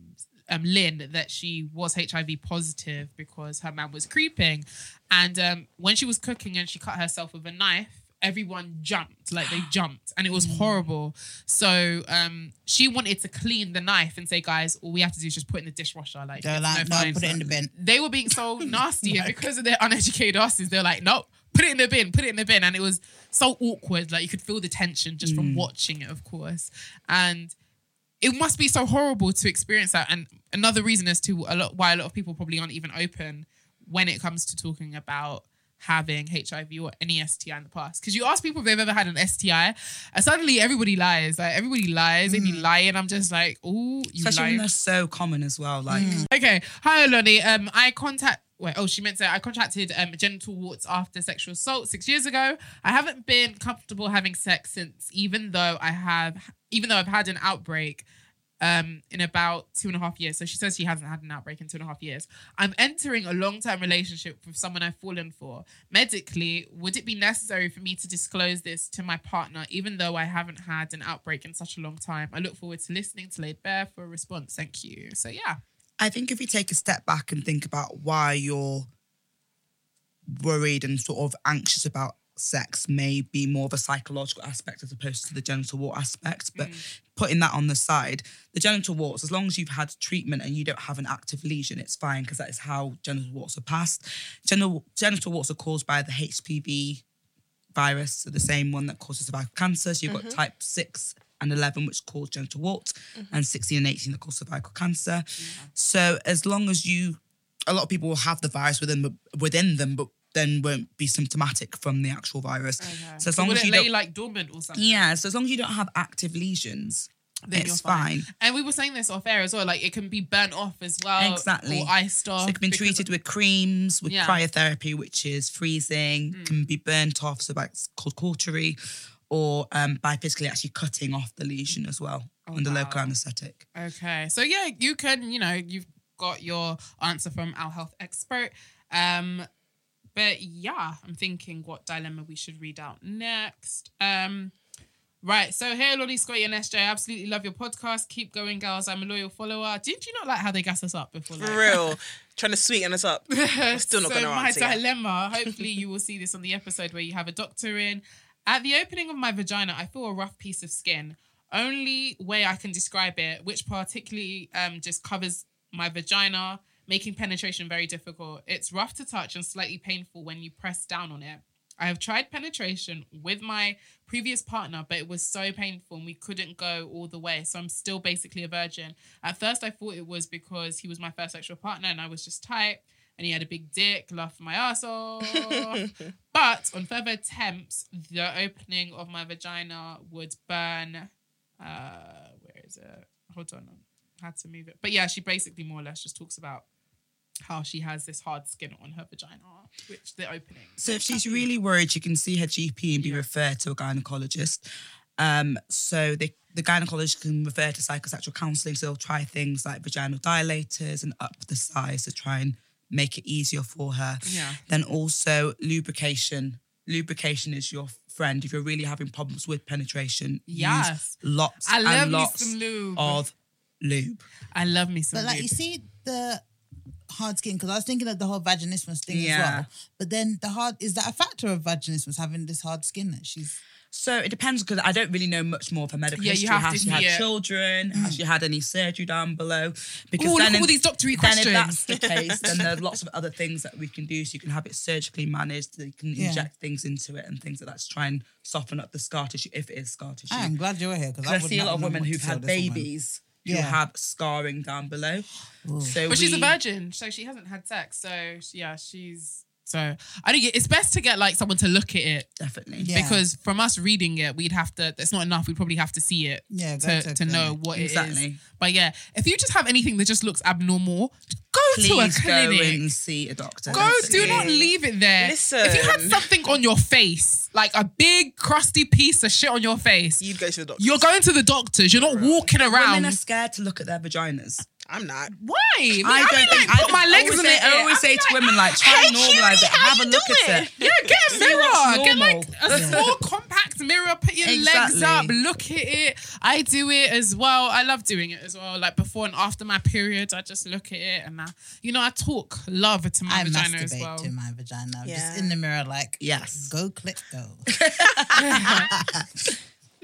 Speaker 2: um Lynn that she was HIV positive because her man was creeping, and um, when she was cooking and she cut herself with a knife, everyone jumped, like they jumped, and it was
Speaker 1: Mm.
Speaker 2: horrible. So um, she wanted to clean the knife and say, guys, all we have to do is just put it in the dishwasher, like
Speaker 1: They're
Speaker 2: it's
Speaker 1: like, no,
Speaker 2: fine."
Speaker 1: put it in the bin.
Speaker 2: they were being so nasty and because of their uneducated asses they're like no put it in the bin put it in the bin and it was so awkward like you could feel the tension just
Speaker 1: Mm.
Speaker 2: from watching it of course and it must be so horrible to experience that and another reason as to a lot why a lot of people probably aren't even open when it comes to talking about having HIV or any STI in the past because you ask people if they've ever had an STI and suddenly everybody lies like everybody lies they be lying I'm just like oh you
Speaker 3: Mm. Especially
Speaker 2: lying
Speaker 3: when they're so common as well. Like
Speaker 2: Mm. Okay. Hi, Lonnie. Um, I contact. Wait, oh, she meant to. say, I contracted um, genital warts after sexual assault six years ago. I haven't been comfortable having sex since, even though I have, even though I've had an outbreak, um, in about two and a half years. So she says she hasn't had an outbreak in two and a half years. I'm entering a long term relationship with someone I've fallen for. Medically, would it be necessary for me to disclose this to my partner, even though I haven't had an outbreak in such a long time? I look forward to listening to Laid Bear for a response. Thank you. So yeah.
Speaker 3: I think if you take a step back and think about why you're worried and sort of anxious about sex may be more of a psychological aspect as opposed to the genital wart aspect. But putting that on the side, the genital warts, as long as you've had treatment and you don't have an active lesion, it's fine because that is how genital warts are passed. Genital, genital warts are caused by the HPV virus, so the same one that causes cervical cancer. So you've got
Speaker 2: Mm-hmm.
Speaker 3: type 6 and 11, which cause genital warts, and 16 and 18 that cause cervical cancer. So as long as you, a lot of people will have the virus within, the- within them, but then won't be symptomatic from the actual virus. So as long
Speaker 2: Would
Speaker 3: as
Speaker 2: it
Speaker 3: you
Speaker 2: lay
Speaker 3: don't,
Speaker 2: like dormant or something?
Speaker 3: yeah, so as long as you don't have active lesions,
Speaker 2: Then
Speaker 3: it's
Speaker 2: you're
Speaker 3: fine.
Speaker 2: fine. And we were saying this off air as well. Like it can be burnt off as well.
Speaker 3: Exactly.
Speaker 2: Or iced off.
Speaker 3: So it can be
Speaker 2: because-
Speaker 3: treated with creams, with
Speaker 2: Yeah. Mm.
Speaker 3: cryotherapy, which is freezing, can be burnt off, so that's called cautery, or um, by physically actually cutting off the lesion as well
Speaker 2: Oh,
Speaker 3: under local anaesthetic.
Speaker 2: Okay. So yeah, you can. You know, you've got your answer from our health expert. Um, but yeah, I'm thinking what dilemma we should read out next. Um. Right, so hey Lonnie Scotty and SJ, absolutely love your podcast. Keep going, girls. I'm a loyal follower. Did you not like how they gas us up before? like-
Speaker 4: For real. Trying to sweeten us up. I'm still not
Speaker 2: so
Speaker 4: going to
Speaker 2: my
Speaker 4: answer. yet.
Speaker 2: dilemma. Hopefully, you will see this on the episode where you have a doctor in. At the opening of my vagina, I feel a rough piece of skin. Only way I can describe it, which particularly um, just covers my vagina, making penetration very difficult. It's rough to touch and slightly painful when you press down on it. I have tried penetration with my previous partner, but it was so painful and we couldn't go all the way. So I'm still basically a virgin. At first, I thought it was because he was my first sexual partner and I was just tight and he had a big dick, laughed my ass off. but on further attempts, the opening of my vagina would burn. Uh, where is it? Hold on, I had to move it. But yeah, she basically more or less just talks about how she has this hard skin on her vagina, which the opening.
Speaker 3: So if she's really worried, she can see her GP and be referred to a gynecologist. Um, so they, the gynecologist can refer to psychosexual counselling. So they'll try things like vaginal dilators and up the size to try and make it easier for her.
Speaker 2: Yeah.
Speaker 3: Then also lubrication. Lubrication is your friend. If you're really having problems with penetration, use
Speaker 2: Yes.
Speaker 3: lots
Speaker 2: I love
Speaker 3: and
Speaker 2: me
Speaker 3: lots
Speaker 2: some lube.
Speaker 3: of lube.
Speaker 2: I love me some.
Speaker 1: But like you
Speaker 2: lube.
Speaker 1: see the hard skin because I was thinking of the whole vaginismus thing as
Speaker 3: Yeah.
Speaker 1: well. But then the hard is that a factor of vaginismus having this hard skin that she's
Speaker 3: So it depends because I don't really know much more of her medical
Speaker 2: Yeah, you
Speaker 3: history.
Speaker 2: have to
Speaker 3: has she had
Speaker 2: hear.
Speaker 3: children? Has she had any surgery down below? Because then
Speaker 2: Ooh, look at
Speaker 3: if-
Speaker 2: all these doctory
Speaker 3: then
Speaker 2: questions.
Speaker 3: if that's the case, then there are lots of other things that we can do. So you can have it surgically managed. You can
Speaker 1: Yeah.
Speaker 3: inject things into it and things like that to try and soften up the scar tissue if it is scar tissue.
Speaker 1: I am glad you're here because
Speaker 3: Because I see a lot of women who've had babies who
Speaker 1: Yeah.
Speaker 3: have scarring down below. So
Speaker 2: but she's a
Speaker 3: we-
Speaker 2: virgin, so she hasn't had sex. So she- yeah, she's. So So I think it's best to get like someone to look at it.
Speaker 3: Definitely.
Speaker 1: Yeah.
Speaker 2: Because from us reading it, we'd have to, that's not enough. We'd probably have to see it
Speaker 1: Yeah, go
Speaker 2: to,
Speaker 1: to
Speaker 2: to,
Speaker 1: a
Speaker 2: know
Speaker 1: clinic.
Speaker 2: what it
Speaker 3: Exactly.
Speaker 2: is. But yeah, if you just have anything that just looks abnormal, go to a
Speaker 3: Please go
Speaker 2: clinic.
Speaker 3: and see a doctor.
Speaker 2: Go, do not leave it there.
Speaker 4: Listen.
Speaker 2: If you had something on your face, like a big crusty piece of shit on your face,
Speaker 4: You'd go to the doctor.
Speaker 2: you're going to the doctors. You're not walking
Speaker 3: Women are
Speaker 2: around.
Speaker 3: scared to look at their vaginas.
Speaker 4: I'm not.
Speaker 2: Why? I, mean, I, be, like, put my
Speaker 3: I
Speaker 2: legs
Speaker 3: always
Speaker 2: in
Speaker 3: say,
Speaker 2: it.
Speaker 3: I always say to women, like, try and normalize it. Have a look at it.
Speaker 2: Yeah, get a mirror. Get like a
Speaker 3: normal.
Speaker 2: small compact mirror. Put your legs
Speaker 3: Exactly.
Speaker 2: up. Look at it. I do it as well. I love doing it as well. Like before and after my period, I just look at it and I, you know, I talk love to my
Speaker 1: I
Speaker 2: vagina as
Speaker 1: masturbate
Speaker 2: well.
Speaker 1: to my vagina. I'm
Speaker 4: Yeah.
Speaker 1: Just in the mirror, like
Speaker 3: Yes.
Speaker 1: go click go.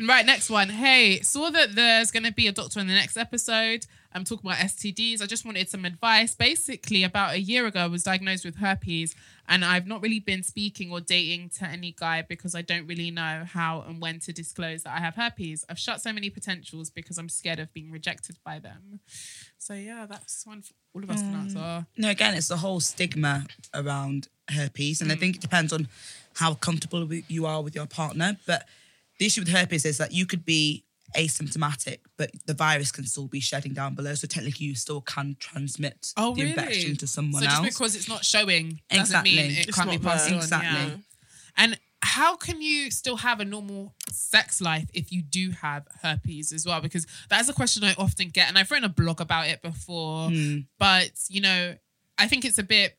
Speaker 2: Right, next one. Hey, saw that there's going to be a doctor in the next episode. I'm talking about STDs. I just wanted some advice. Basically, about a year ago, I was diagnosed with herpes, and I've not really been speaking or dating to any guy because I don't really know how and when to disclose that I have herpes. I've shut so many potentials because I'm scared of being rejected by them. So, yeah, that's one for all of us to answer.
Speaker 3: No, again, it's the whole stigma around herpes, and I
Speaker 2: Mm.
Speaker 3: think it depends on how comfortable with- you are with your partner. But the issue with herpes is that you could be asymptomatic, but the virus can still be shedding down below. So technically, you still can transmit
Speaker 2: Oh,
Speaker 3: the
Speaker 2: really?
Speaker 3: infection to someone
Speaker 2: so
Speaker 3: else.
Speaker 2: Just because it's not showing doesn't
Speaker 3: Exactly.
Speaker 2: mean it
Speaker 3: It's
Speaker 2: can't be
Speaker 4: not there.
Speaker 2: passed on.
Speaker 3: Exactly.
Speaker 2: yeah. And how can you still have a normal sex life if you do have herpes as well? Because that's a question I often get, and I've written a blog about it before.
Speaker 3: Hmm.
Speaker 2: But you know, I think it's a bit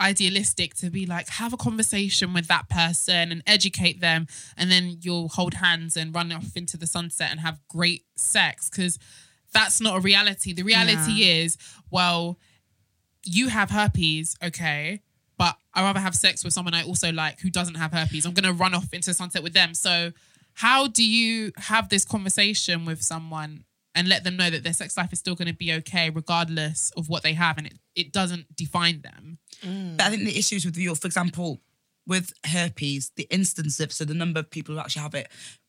Speaker 2: idealistic to be like have a conversation with that person and educate them and then you'll hold hands and run off into the sunset and have great sex because that's not a reality the reality is well you have herpes, okay, but I'd rather have sex with someone I also like who doesn't have herpes. I'm gonna run off into the sunset with them. So how do you have this conversation with someone and let them know that their sex life is still gonna be okay regardless of what they have and it, it doesn't define them?
Speaker 3: Mm. But I think the issues with your, for example, with herpes, the instance of so the number of people who actually have it,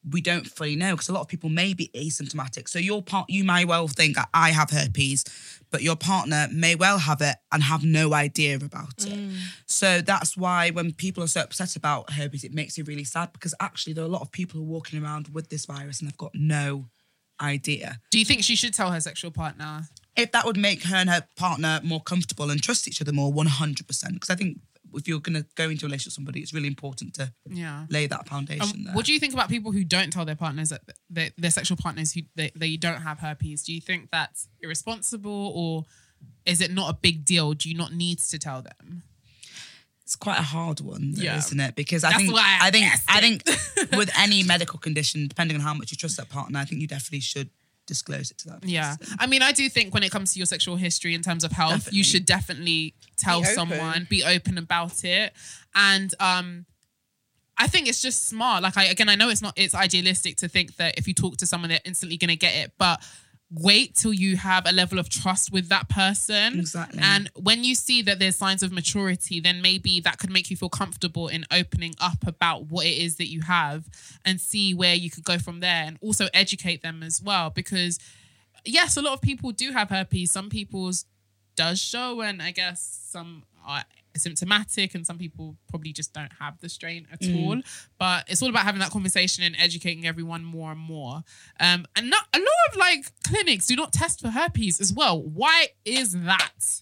Speaker 3: we don't fully know because a lot of people may be asymptomatic. So your part, you may well think I have herpes, but your partner may well have it and have no idea about it. So that's why when people are so upset about herpes, it makes you really sad because actually there are a lot of people who are walking around with this virus and they've got no idea
Speaker 2: Do you think she should tell her sexual partner?
Speaker 3: if that would make her and her partner more comfortable and trust each other more 100% because i think if you're going to go into a relationship with somebody it's really important to
Speaker 2: Yeah.
Speaker 3: lay that foundation
Speaker 2: Um,
Speaker 3: there
Speaker 2: what do you think about people who don't tell their partners that their, their sexual partners who they, they don't have herpes? Do you think that's irresponsible or is it not a big deal? Do you not need to tell them?
Speaker 3: it's quite a hard one though,
Speaker 2: Yeah.
Speaker 3: isn't it because i
Speaker 2: That's
Speaker 3: think
Speaker 2: why I
Speaker 3: think
Speaker 2: asked
Speaker 3: i think with any medical condition depending on how much you trust that partner i think you definitely should disclose it to that
Speaker 2: Yeah.
Speaker 3: person.
Speaker 2: I mean, I do think when it comes to your sexual history in terms of health,
Speaker 3: Definitely.
Speaker 2: you should definitely tell
Speaker 4: Be open.
Speaker 2: someone, be open about it. And um I think it's just smart. Like I again, I know it's not it's idealistic to think that if you talk to someone they're instantly going to get it, but wait till you have a level of trust with that person.
Speaker 3: Exactly.
Speaker 2: And when you see that there's signs of maturity, then maybe that could make you feel comfortable in opening up about what it is that you have and see where you could go from there and also educate them as well because yes, a lot of people do have herpes. Some people's does show, and I guess some are asymptomatic, and some people probably just don't have the strain at
Speaker 3: Mm.
Speaker 2: all. But it's all about having that conversation and educating everyone more and more. Um, and not, a lot of like clinics do not test for herpes as well. Why is that?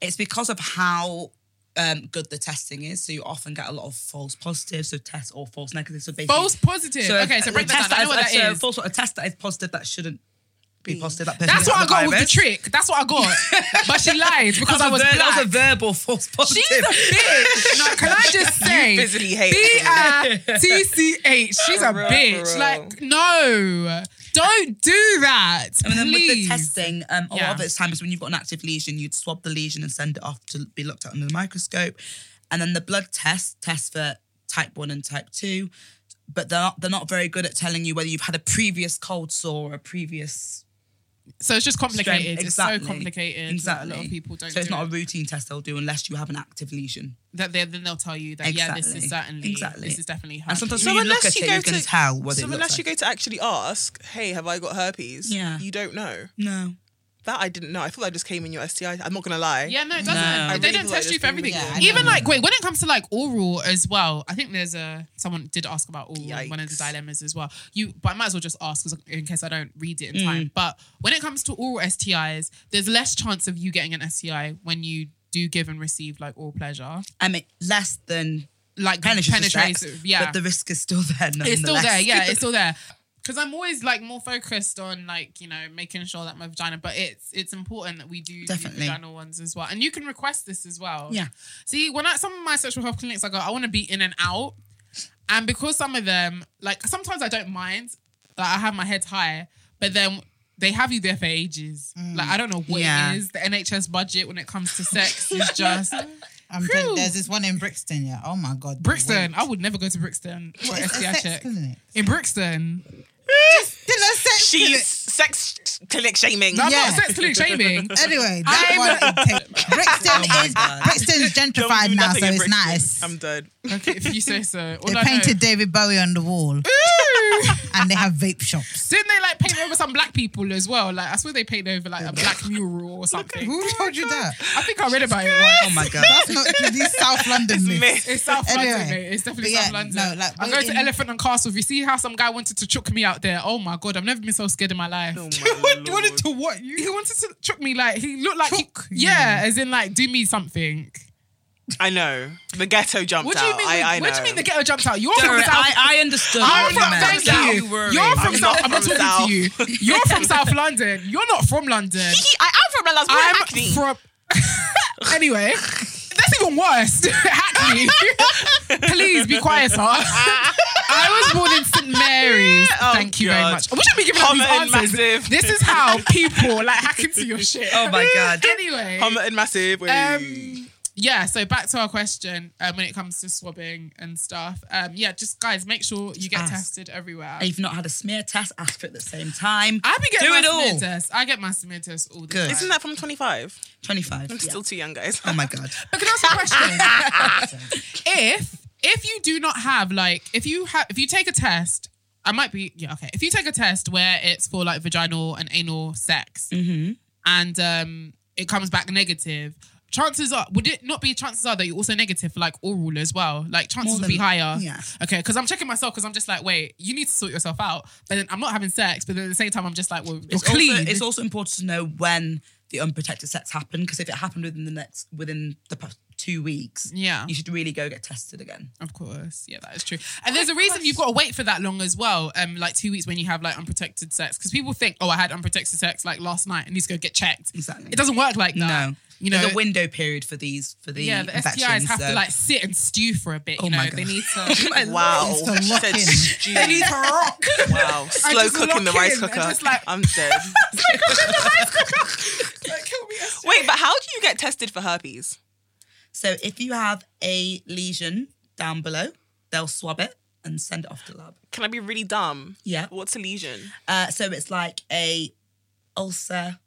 Speaker 3: it's because of how um, good the testing is so you often get a lot of false positives so tests or false negatives so basically
Speaker 2: False positive. okay, so
Speaker 3: a
Speaker 2: break that
Speaker 3: test
Speaker 2: down. I know what
Speaker 3: is- a-
Speaker 2: that
Speaker 3: so
Speaker 2: is.
Speaker 3: false- a test that is positive that shouldn't be positive. That person
Speaker 2: That's
Speaker 3: doesn't
Speaker 2: what I
Speaker 3: have
Speaker 2: got with the
Speaker 3: virus.
Speaker 2: trick. That's what I got. but she lied because I was
Speaker 3: That was a ver- that was a
Speaker 2: black.
Speaker 3: verbal false positive.
Speaker 2: She's a bitch. No, can I just say?
Speaker 4: Physically hate.
Speaker 2: B
Speaker 4: me.
Speaker 2: I T C H. She's a
Speaker 4: For real,
Speaker 2: bitch.
Speaker 4: for
Speaker 2: Like, no, don't do that.
Speaker 3: and then with the
Speaker 2: please.
Speaker 3: testing, um, a
Speaker 2: Yeah.
Speaker 3: lot of it's time is when you've got an active lesion, you'd swab the lesion and send it off to be looked at under the microscope. And then the blood test tests for type one and type two, but they're not, they're not very good at telling you whether you've had a previous cold sore or a previous
Speaker 2: So it's just complicated.
Speaker 3: strain.
Speaker 2: It's so complicated.
Speaker 3: Exactly.
Speaker 2: Exactly. That a lot of people don't.
Speaker 3: So it's
Speaker 2: do
Speaker 3: not a
Speaker 2: it.
Speaker 3: routine test they'll do unless you have an active lesion.
Speaker 2: that they then they'll tell you that yeah, this is certainly
Speaker 3: Exactly.
Speaker 2: this is definitely her.
Speaker 3: And sometimes
Speaker 4: So
Speaker 3: when you look at
Speaker 4: unless you
Speaker 3: it,
Speaker 4: go
Speaker 3: you can
Speaker 4: to
Speaker 3: tell what
Speaker 4: so
Speaker 3: it
Speaker 4: unless
Speaker 3: looks
Speaker 4: you
Speaker 3: like.
Speaker 4: go to actually ask, hey, have I got herpes?
Speaker 3: Yeah.
Speaker 4: You don't know.
Speaker 3: No.
Speaker 4: That I didn't know. I thought I just came in your STI. I'm not gonna lie.
Speaker 2: Yeah, no, it
Speaker 4: I
Speaker 2: doesn't.
Speaker 4: really
Speaker 2: They don't
Speaker 4: thought I
Speaker 2: test you
Speaker 4: just
Speaker 2: for
Speaker 4: came in
Speaker 2: everything.
Speaker 4: your-
Speaker 2: Even like, wait, when it comes to like oral as well, I think there's a someone did ask about oral in one of the dilemmas as well. You, but I might as well just ask 'cause in case I don't read
Speaker 4: Mm.
Speaker 2: it in time. But when it comes to oral STIs, there's less chance of you getting an STI when you do give and receive like oral pleasure.
Speaker 3: I mean, less than
Speaker 2: like
Speaker 3: penetrative, sex,
Speaker 2: penetrative, yeah.
Speaker 3: but the risk is still there.
Speaker 2: it's still there.
Speaker 3: nonetheless.
Speaker 2: Yeah, it's still there. Because I'm always like more focused on like you know making sure that my vagina, but it's it's important that we do
Speaker 3: Definitely.
Speaker 2: vaginal ones as well, and you can request this as well.
Speaker 3: Yeah.
Speaker 2: See, when I some of my sexual health clinics, I go, I want to be in and out, and because some of them, like sometimes I don't mind, like I have my head high, but then they have you there for ages. Like I don't know what
Speaker 3: Mm. Yeah.
Speaker 2: it is. The NHS budget when it comes to sex is just
Speaker 7: I'm telling-
Speaker 2: Phew.
Speaker 7: there's this one in Brixton, yeah. Oh my God.
Speaker 2: Brixton. Oh.
Speaker 7: wait.
Speaker 2: I would never go to Brixton for an
Speaker 7: It's a
Speaker 2: STI
Speaker 7: sex
Speaker 2: check
Speaker 7: clinic.
Speaker 2: in Brixton.
Speaker 7: Still a sex
Speaker 4: She's
Speaker 7: clinic.
Speaker 4: sex clinic shaming.
Speaker 2: No, I'm
Speaker 7: Yeah.
Speaker 2: not sex clinic shaming.
Speaker 7: Anyway, that one.
Speaker 3: Oh
Speaker 7: Brixton is Brixton's
Speaker 4: Don't do
Speaker 7: gentrified now,
Speaker 4: nothing
Speaker 7: so
Speaker 4: in
Speaker 7: it's
Speaker 4: Brixton.
Speaker 7: nice.
Speaker 4: I'm dead.
Speaker 2: Okay, if you say so. All
Speaker 7: they
Speaker 2: I know-
Speaker 7: painted David Bowie on the wall, and they have vape shops.
Speaker 2: Didn't they like paint over some black people as well? Like I swear they painted over like a black mural or something.
Speaker 7: Who told you that?
Speaker 2: I think I read about it once.
Speaker 3: Oh my god.
Speaker 7: That's not these South London myths.
Speaker 2: It's South
Speaker 7: Anyway.
Speaker 2: London, mate. It's
Speaker 7: But
Speaker 2: definitely
Speaker 7: yeah,
Speaker 2: South London.
Speaker 7: no, like,
Speaker 2: I'm going
Speaker 7: in-
Speaker 2: to Elephant and Castle. If you see how some guy wanted to chuck me out there, oh my god, I've never been so scared in my life.
Speaker 7: Oh
Speaker 4: Lord.
Speaker 2: wanted to what you? He wanted to chuck me like he looked like he-
Speaker 7: Chuck you.
Speaker 2: yeah, as in like do me something.
Speaker 4: I know. The ghetto jumped
Speaker 2: What do you
Speaker 4: out.
Speaker 2: mean?
Speaker 4: I, I
Speaker 2: what do you
Speaker 4: know.
Speaker 2: mean the ghetto jumped out? You're
Speaker 3: Don't
Speaker 2: from
Speaker 3: worry,
Speaker 2: South.
Speaker 3: I, I understood. what
Speaker 2: I'm from,
Speaker 3: Oh, you meant.
Speaker 2: thank
Speaker 3: Don't
Speaker 2: you.
Speaker 3: worry.
Speaker 2: You're from
Speaker 4: I'm
Speaker 2: South.
Speaker 4: not
Speaker 2: I'm not
Speaker 4: from
Speaker 2: talking to you. You're from South London. You're not from London.
Speaker 4: I am
Speaker 2: I'm
Speaker 4: from London. I was born in Hackney.
Speaker 2: from. anyway, that's even worse. Hackney. Please be quiet, sir. I was born in St Mary's.
Speaker 4: Oh,
Speaker 2: Thank you very
Speaker 4: God.
Speaker 2: much. I wish I'd be giving up
Speaker 4: Comment
Speaker 2: these answers.
Speaker 4: massive.
Speaker 2: This is how people like hack into your shit.
Speaker 3: Oh my god.
Speaker 2: Anyway,
Speaker 4: Hummer and massive. Wait.
Speaker 2: um, yeah. So back to our question um, when it comes to swabbing and stuff. Um, yeah, just guys, make sure you get
Speaker 3: ask.
Speaker 2: tested everywhere.
Speaker 3: If you've not had a smear test, ask for it at the same time.
Speaker 2: I be getting
Speaker 3: Do
Speaker 2: my
Speaker 3: it all.
Speaker 2: smear test. I get my smear test all the
Speaker 3: Good.
Speaker 2: time.
Speaker 4: Isn't that from 25?
Speaker 3: 25.
Speaker 4: I'm
Speaker 3: yeah.
Speaker 4: still too young, guys.
Speaker 3: Oh my god.
Speaker 2: But can I ask a question? if if you do not have like if you have if you take a test, I might be yeah okay. If you take a test where it's for like vaginal and anal sex,
Speaker 3: Mm-hmm.
Speaker 2: and um it comes back negative. Chances are, would it not be chances are that you're also negative for like oral as well? Like chances
Speaker 3: More
Speaker 2: would be
Speaker 3: than-
Speaker 2: higher.
Speaker 3: yeah.
Speaker 2: Okay, because I'm checking myself because I'm just like, wait, you need to sort yourself out. But then I'm not having sex, but then at the same time I'm just like, well, it's
Speaker 3: It's also-
Speaker 2: clean.
Speaker 3: it's also important to know when the unprotected sex happened because if it happened within the next within the past two weeks,
Speaker 2: Yeah.
Speaker 3: you should really go get tested again.
Speaker 2: Of course, yeah, that is true.
Speaker 3: Oh
Speaker 2: And there's a reason you've got to wait for that long as well. Um, like two weeks when you have like unprotected sex, because people think, oh, I had unprotected sex like last night and need to go get checked.
Speaker 3: Exactly.
Speaker 2: It doesn't work like that.
Speaker 3: No,
Speaker 2: you know,
Speaker 3: there's a window period for these for the
Speaker 2: yeah, the STIs
Speaker 3: infections,
Speaker 2: have
Speaker 3: so-
Speaker 2: to like sit and stew for a bit. You
Speaker 3: Oh
Speaker 2: know,
Speaker 3: my
Speaker 2: they
Speaker 3: God.
Speaker 2: need to.
Speaker 4: Wow.
Speaker 7: It's the
Speaker 4: She said,
Speaker 7: lock-in.
Speaker 4: "Jeez." Wow. Slow
Speaker 2: just
Speaker 4: cooking the
Speaker 2: lock
Speaker 4: rice
Speaker 2: in. I
Speaker 4: cooker.
Speaker 2: just, like-
Speaker 4: I'm dead. Wait, but how do you get tested for herpes?
Speaker 3: So if you have a lesion down below, they'll swab it and send it off to lab.
Speaker 4: Can I be really dumb?
Speaker 3: Yeah.
Speaker 4: What's a lesion?
Speaker 3: Uh, so it's like a ulcer.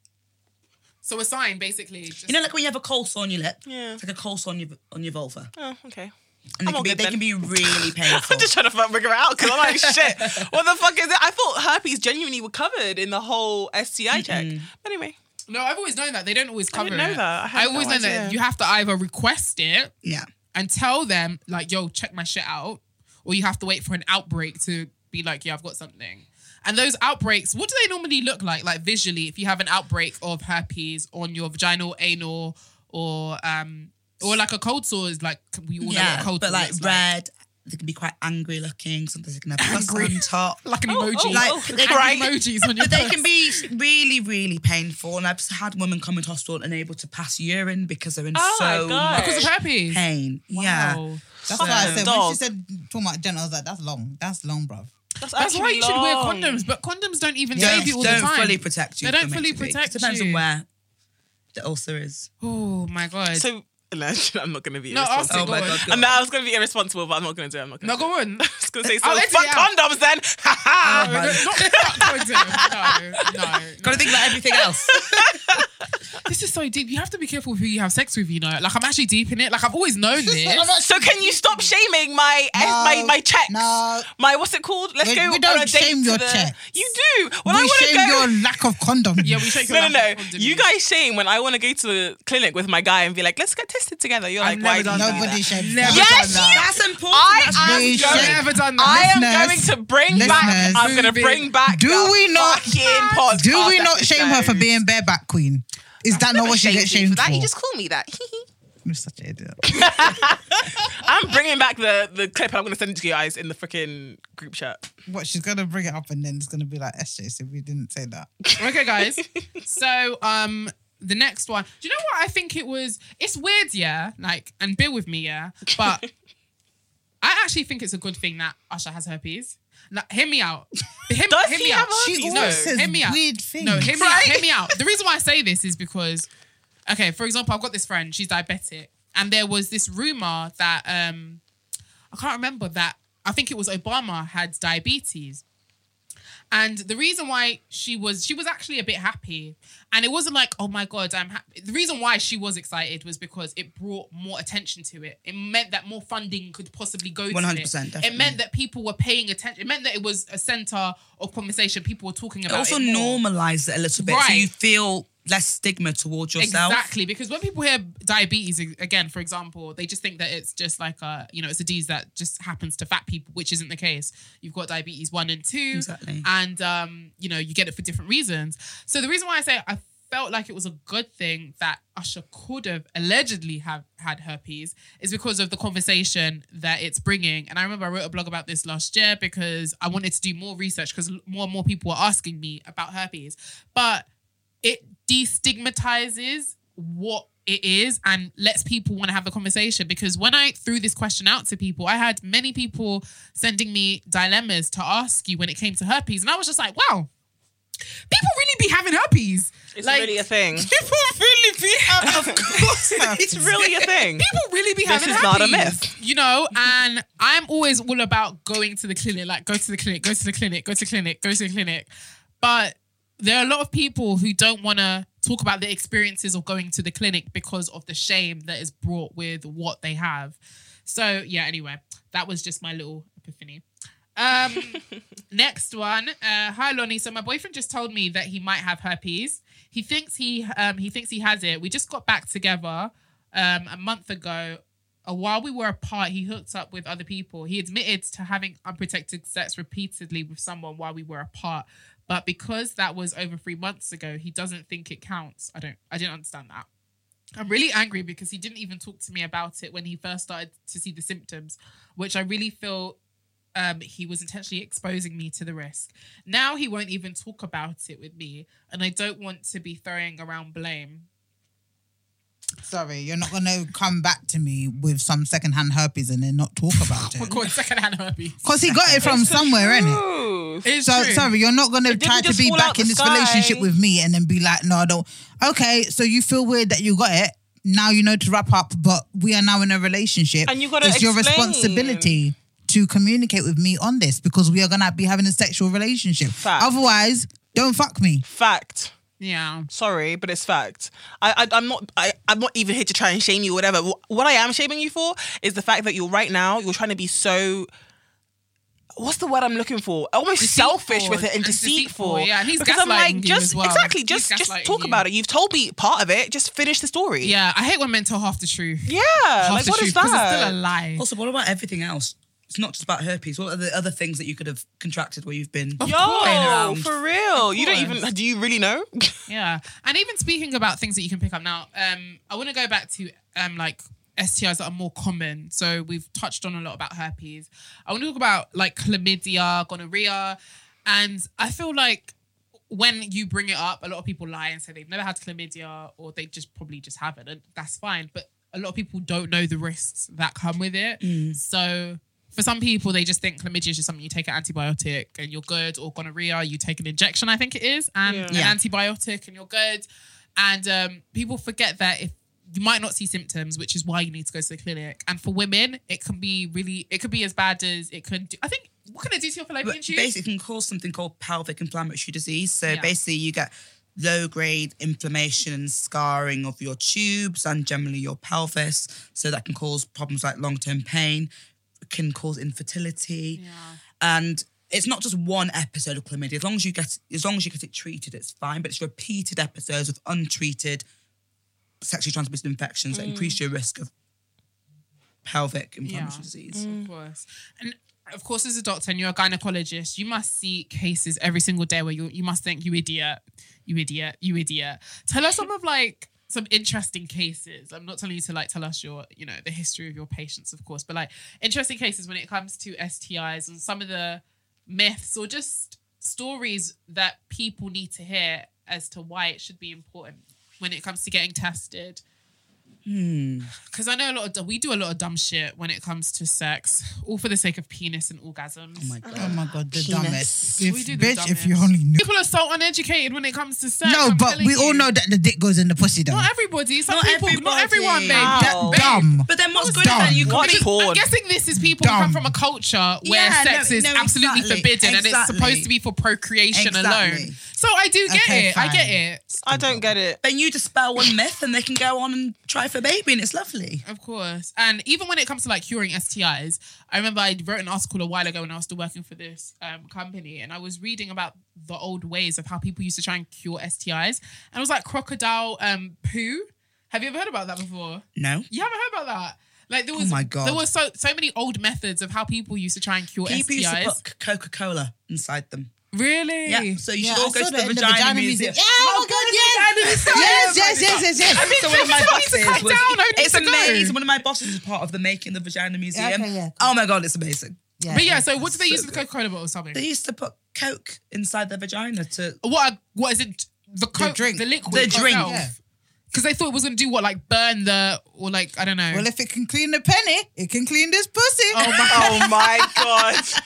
Speaker 2: so a sign, basically. Just,
Speaker 3: You know, like when you have a cold sore on your lip.
Speaker 4: Yeah.
Speaker 3: It's like a cold sore on your on your vulva,
Speaker 4: Oh, okay.
Speaker 3: and they,
Speaker 4: I'm
Speaker 3: can
Speaker 4: all
Speaker 3: be,
Speaker 4: good
Speaker 3: they
Speaker 4: then.
Speaker 3: can be really painful.
Speaker 4: I'm just trying to figure it out because I'm like, shit, what the fuck is it? I thought herpes genuinely were covered in the whole STI check. But anyway,
Speaker 2: no, I've always known that they don't always cover
Speaker 4: didn't know
Speaker 2: it.
Speaker 4: that. I had
Speaker 2: always
Speaker 4: no
Speaker 2: know that
Speaker 4: idea.
Speaker 2: you have to either request it
Speaker 3: yeah.
Speaker 2: and tell them like, "Yo, check my shit out," or you have to wait for an outbreak to be like, "Yeah, I've got something." And those outbreaks, what do they normally look like? Like visually, if you have an outbreak of herpes on your vaginal, anal, or um, or like a cold sore is like we all know what
Speaker 3: yeah,
Speaker 2: a cold
Speaker 3: but
Speaker 2: sore
Speaker 3: like
Speaker 2: looks like.
Speaker 3: red. They can be quite angry looking. Sometimes they can have plus on top.
Speaker 2: like an emoji,
Speaker 4: oh,
Speaker 2: like
Speaker 4: oh,
Speaker 3: they
Speaker 4: right.
Speaker 3: can be-
Speaker 2: emojis on your.
Speaker 3: but they
Speaker 2: post.
Speaker 3: can be really, really painful. And I've s- had women come into hospital unable to pass urine because they're in
Speaker 4: Oh my
Speaker 3: so
Speaker 4: God.
Speaker 3: much
Speaker 2: because of herpes.
Speaker 3: pain. Yeah.
Speaker 2: Wow.
Speaker 7: That's why I said when
Speaker 4: Dog.
Speaker 7: she said talking about gender, I was like, that's long. That's long, bruv.
Speaker 2: That's why
Speaker 4: actually
Speaker 2: you should wear
Speaker 4: long.
Speaker 2: condoms, but condoms don't even
Speaker 3: Don't-
Speaker 2: save you all
Speaker 3: don't
Speaker 2: the time.
Speaker 3: fully protect you.
Speaker 2: They don't
Speaker 3: from it,
Speaker 2: fully
Speaker 3: to be-
Speaker 2: protect
Speaker 3: Depends
Speaker 2: you.
Speaker 3: on where the ulcer is.
Speaker 2: Oh my god!
Speaker 4: So no, I'm not gonna be
Speaker 2: No, ask it,
Speaker 4: irresponsible.
Speaker 2: go on.
Speaker 4: I mean, I was gonna be irresponsible, but I'm not gonna do it. I'm not gonna.
Speaker 2: no, go on.
Speaker 4: I was gonna
Speaker 7: Oh,
Speaker 4: say
Speaker 2: I'll
Speaker 4: so.
Speaker 2: edit
Speaker 4: Fuck
Speaker 2: it out.
Speaker 4: condoms then. Ha ha.
Speaker 2: Ah, No, no, not- not condom. No, no, no.
Speaker 3: Gotta think about everything else.
Speaker 2: This is so deep. You have to be careful with who you have sex with, you know. Like, I'm actually deep in it. Like, I've always known this.
Speaker 4: So can you stop shaming my eh, my my checks?
Speaker 7: no.
Speaker 4: My what's it called? Let's
Speaker 7: We-
Speaker 4: go
Speaker 7: we
Speaker 4: on
Speaker 7: don't
Speaker 4: a date
Speaker 7: shame
Speaker 4: to
Speaker 7: your
Speaker 4: the-
Speaker 7: checks.
Speaker 4: You do. When I
Speaker 7: we
Speaker 4: want to
Speaker 7: shame
Speaker 4: go
Speaker 7: your lack of condom.
Speaker 2: yeah, we shake
Speaker 4: No, no,
Speaker 2: your
Speaker 4: no.
Speaker 2: laugh on, didn't
Speaker 4: You
Speaker 2: we?
Speaker 4: guys shame when I want to go to the clinic with my guy and be like, let's get tested together. You're
Speaker 2: I've
Speaker 4: like,
Speaker 2: never done
Speaker 4: why do
Speaker 2: that.
Speaker 4: you do
Speaker 7: Nobody
Speaker 4: that?
Speaker 7: shames.
Speaker 2: Never
Speaker 4: Yes,
Speaker 2: done that.
Speaker 4: that's important. I
Speaker 7: We
Speaker 4: am
Speaker 7: shame.
Speaker 4: going.
Speaker 2: Never done that.
Speaker 4: I am going
Speaker 7: Listeners,
Speaker 4: to bring back.
Speaker 7: listeners,
Speaker 4: I'm going to
Speaker 2: moving.
Speaker 4: bring back.
Speaker 7: Do
Speaker 4: the
Speaker 7: we not-
Speaker 4: fucking podcast
Speaker 7: Do we not shame her for
Speaker 4: episode.
Speaker 7: being bareback queen? Is that not what she
Speaker 4: Shamed
Speaker 7: gets
Speaker 4: you
Speaker 7: shamed
Speaker 4: for
Speaker 7: for?
Speaker 4: that? You just call me that.
Speaker 7: You're such an idiot.
Speaker 4: I'm bringing back the the clip. and I'm going to send it to you guys in the freaking group chat.
Speaker 7: What she's gonna bring it up and then it's gonna be like SJ said we didn't say that.
Speaker 2: okay, guys. So, um, the next one. Do you know what I think it was? It's weird, yeah. Like, and bear with me, yeah. But I actually think it's a good thing that Usher has herpes. Like, hear me out. Hear,
Speaker 4: Does
Speaker 2: hear
Speaker 4: he
Speaker 2: me
Speaker 4: have
Speaker 2: out.
Speaker 4: herpes? She
Speaker 2: no,
Speaker 4: always
Speaker 7: says
Speaker 2: hear me out.
Speaker 7: weird things.
Speaker 2: No, hear me out. Hear me out. The reason why I say this is because, okay, for example, I've got this friend. She's diabetic, and there was this rumor that um, I can't remember that. I think it was Obama had diabetes. And the reason why she was she was actually a bit happy, and it wasn't like oh my god I'm happy. The reason why she was excited was because it brought more attention to it. It meant that more funding could possibly go to
Speaker 3: 100%,
Speaker 2: it. It
Speaker 3: definitely.
Speaker 2: meant that people were paying attention. It meant that it was a center of conversation. People were talking
Speaker 3: It
Speaker 2: about.
Speaker 3: also
Speaker 2: it more.
Speaker 3: normalize it a little bit so
Speaker 2: Right.
Speaker 3: you feel less stigma towards yourself.
Speaker 2: Exactly, because when people hear diabetes ag- again, for example, they just think that it's just like a you know it's a disease that just happens to fat people, which isn't the case. You've got diabetes one and two,
Speaker 3: Exactly.
Speaker 2: and um, you know you get it for different reasons. So the reason why I say I felt like it was a good thing that Usher could have allegedly have had herpes is because of the conversation that it's bringing. And I remember I wrote a blog about this last year because I wanted to do more research because more and more people were asking me about herpes, but it destigmatizes what it is and lets people want to have the conversation because when I threw this question out to people, I had many people sending me dilemmas to ask you when it came to herpes, and I was just like, wow, people really be having herpes.
Speaker 4: It's
Speaker 2: like,
Speaker 4: really a thing.
Speaker 2: people really be having.
Speaker 4: It's really a thing.
Speaker 2: People really be having
Speaker 4: is not a
Speaker 2: herpes,
Speaker 4: myth.
Speaker 2: you know. And I'm always all about going to the clinic, like go to the clinic, go to the clinic, go to the clinic, go to the clinic. But there are a lot of people who don't want to talk about the experiences of going to the clinic because of the shame that is brought with what they have. So yeah, anyway, that was just my little epiphany. Um, next one. Uh, hi Lonnie. So my boyfriend just told me that he might have herpes. He thinks he um, he thinks he has it. We just got back together um, a month ago. Uh, while we were apart, he hooked up with other people. He admitted to having unprotected sex repeatedly with someone while we were apart. But because that was over three months ago, he doesn't think it counts. I don't. I didn't understand that. I'm really angry because he didn't even talk to me about it when he first started to see the symptoms, which I really feel um, he was intentionally exposing me to the risk. Now he won't even talk about it with me, and I don't want to be throwing around blame.
Speaker 7: Sorry, you're not gonna come back to me with some secondhand herpes and then not talk about
Speaker 2: Oh my
Speaker 7: it.
Speaker 2: god, secondhand herpes.
Speaker 7: Because he got it from somewhere, innit?
Speaker 4: Ooh.
Speaker 2: It's
Speaker 7: So
Speaker 2: true.
Speaker 7: sorry, you're not gonna
Speaker 4: didn't
Speaker 7: try to
Speaker 4: just
Speaker 7: be
Speaker 4: fall out
Speaker 7: back in
Speaker 4: the
Speaker 7: this
Speaker 4: sky.
Speaker 7: relationship with me and then be like, no, I don't. Okay, so you feel weird that you got it. Now you know to wrap up, but we are now in a relationship.
Speaker 4: And you gotta
Speaker 7: it's your
Speaker 4: explain.
Speaker 7: responsibility to communicate with me on this because we are gonna be having a sexual relationship.
Speaker 4: Fact.
Speaker 7: Otherwise, don't fuck me.
Speaker 4: Oh Fact.
Speaker 2: Yeah.
Speaker 4: Sorry, but it's fact. I, I I'm not I, I'm not even here to try and shame you or whatever. Wh- What I am shaming you for is the fact that you're right now you're trying to be so what's the word I'm looking for? Almost
Speaker 2: Deceitful
Speaker 4: selfish with it and
Speaker 2: and
Speaker 4: deceitful.
Speaker 2: deceitful, yeah, and he's
Speaker 4: because I'm
Speaker 2: gaslighting
Speaker 4: like
Speaker 2: you
Speaker 4: just
Speaker 2: as well.
Speaker 4: exactly
Speaker 2: He's
Speaker 4: just just
Speaker 2: gaslighting
Speaker 4: talk
Speaker 2: you.
Speaker 4: about it. You've told me part of it. Just finish the story.
Speaker 2: Yeah, I hate when men tell half the truth.
Speaker 4: Yeah.
Speaker 2: half
Speaker 4: like
Speaker 2: the
Speaker 4: what
Speaker 2: truth
Speaker 4: is
Speaker 2: because
Speaker 4: that?
Speaker 2: it's still a lie.
Speaker 3: Also, what about everything else? It's not just about herpes. What are the other things that you could have contracted where you've been? playing
Speaker 4: Yo,
Speaker 3: around?
Speaker 4: for real. You don't
Speaker 2: course.
Speaker 4: even do you really know?
Speaker 2: Yeah. And even speaking about things that you can pick up now, um, I want to go back to um like STIs that are more common. So we've touched on a lot about herpes. I want to talk about like chlamydia, gonorrhea, and I feel like when you bring it up, a lot of people lie and say they've never had chlamydia or they just probably just haven't, and that's fine. But a lot of people don't know the risks that come with it.
Speaker 3: Mm.
Speaker 2: So for some people, they just think chlamydia is just something you take an antibiotic and you're good, or gonorrhea, you take an injection, I think it is, and
Speaker 3: Yeah.
Speaker 2: an antibiotic and you're good. And um, people forget that if you might not see symptoms, which is why you need to go to the clinic. And for women, it can be really, it could be as bad as it could. Do, I think what can it do to your fallopian
Speaker 3: But
Speaker 2: tube?
Speaker 3: basically, it can cause something called pelvic inflammatory disease. So
Speaker 2: Yeah.
Speaker 3: basically, you get low grade inflammation and scarring of your tubes and generally your pelvis. So that can cause problems like long term pain, can cause infertility. And it's not just one episode of chlamydia. As long as you get as long as you get it treated, it's fine. But it's repeated episodes of untreated sexually transmitted infections that increase your risk of pelvic inflammatory disease.
Speaker 2: Of course. And of course, as a doctor and you're a gynecologist, you must see cases every single day where you you must think, you idiot, you idiot, you idiot. Tell us some of like some interesting cases. I'm not telling you to like tell us your, you know, the history of your patients, of course, but like interesting cases when it comes to STIs and some of the myths or just stories that people need to hear as to why it should be important when it comes to getting tested
Speaker 3: Hmm.
Speaker 2: because I know a lot of we do a lot of dumb shit when it comes to sex, all for the sake of penis and orgasms.
Speaker 3: Oh my god.
Speaker 1: Oh my god, the
Speaker 9: Penis.
Speaker 1: dumbest.
Speaker 9: We
Speaker 1: If,
Speaker 2: do the
Speaker 1: bitch,
Speaker 2: dumbest.
Speaker 1: if you only knew.
Speaker 2: People are so uneducated when it comes to sex.
Speaker 1: No,
Speaker 2: I'm
Speaker 1: but
Speaker 2: telling
Speaker 1: we all
Speaker 2: you.
Speaker 1: know that the dick goes in the pussy though.
Speaker 2: Not everybody. Some
Speaker 3: Not
Speaker 2: people. Not everyone,
Speaker 3: everybody.
Speaker 2: babe.
Speaker 4: Wow.
Speaker 1: That
Speaker 4: Oh.
Speaker 1: dumb.
Speaker 3: But then what's good
Speaker 1: dumb.
Speaker 3: is that you can
Speaker 4: Watch
Speaker 3: be
Speaker 4: porn.
Speaker 2: I'm guessing this is people who come
Speaker 1: Dumb.
Speaker 2: from a culture where
Speaker 3: Yeah,
Speaker 2: sex
Speaker 3: no,
Speaker 2: is
Speaker 3: no,
Speaker 2: absolutely
Speaker 3: exactly,
Speaker 2: forbidden and it's
Speaker 3: exactly.
Speaker 2: supposed to be for procreation
Speaker 3: Exactly.
Speaker 2: alone. So I do get
Speaker 1: Okay,
Speaker 2: it. I get it.
Speaker 4: I don't get it.
Speaker 3: then you dispel one myth and they can go on and try for baby and it's lovely.
Speaker 2: Of course. And even when it comes to like curing STIs, I remember I wrote an article a while ago when I was still working for this um, company and I was reading about the old ways of how people used to try and cure STIs. And it was like crocodile um, poo. Have you ever heard about that before?
Speaker 3: No. Oh
Speaker 2: You haven't heard about that? Like there was
Speaker 3: my God.
Speaker 2: there were so so many old methods of how people used to try and cure
Speaker 3: People used to
Speaker 2: STIs.
Speaker 3: put Coca Cola inside them.
Speaker 2: really?
Speaker 3: Yeah. So you
Speaker 1: Yeah,
Speaker 3: should all
Speaker 1: I
Speaker 3: go
Speaker 1: saw
Speaker 3: to the
Speaker 1: that in
Speaker 3: vagina, museum.
Speaker 1: Yeah, oh my god, yes. Yes, yes, yes, yes, yes.
Speaker 3: So one of my
Speaker 2: tell me to
Speaker 3: bosses
Speaker 2: cut
Speaker 3: was-
Speaker 2: down, I need
Speaker 3: it's
Speaker 2: to go.
Speaker 3: amazing. One of my bosses is part of the making the vagina museum.
Speaker 1: okay, yeah.
Speaker 3: Oh my god, it's amazing.
Speaker 2: But yeah, so what do they use with
Speaker 3: good.
Speaker 2: Coca Cola bottles? Something.
Speaker 3: They used to put Coke inside their vagina to
Speaker 2: what? What is it? The, co- the
Speaker 1: drink.
Speaker 2: the liquid,
Speaker 3: The drink.
Speaker 1: Yeah.
Speaker 2: Because they thought it was gonna do what, like burn the or like I don't know.
Speaker 1: Well, if it can clean the penny, it can clean this pussy.
Speaker 4: Oh my god.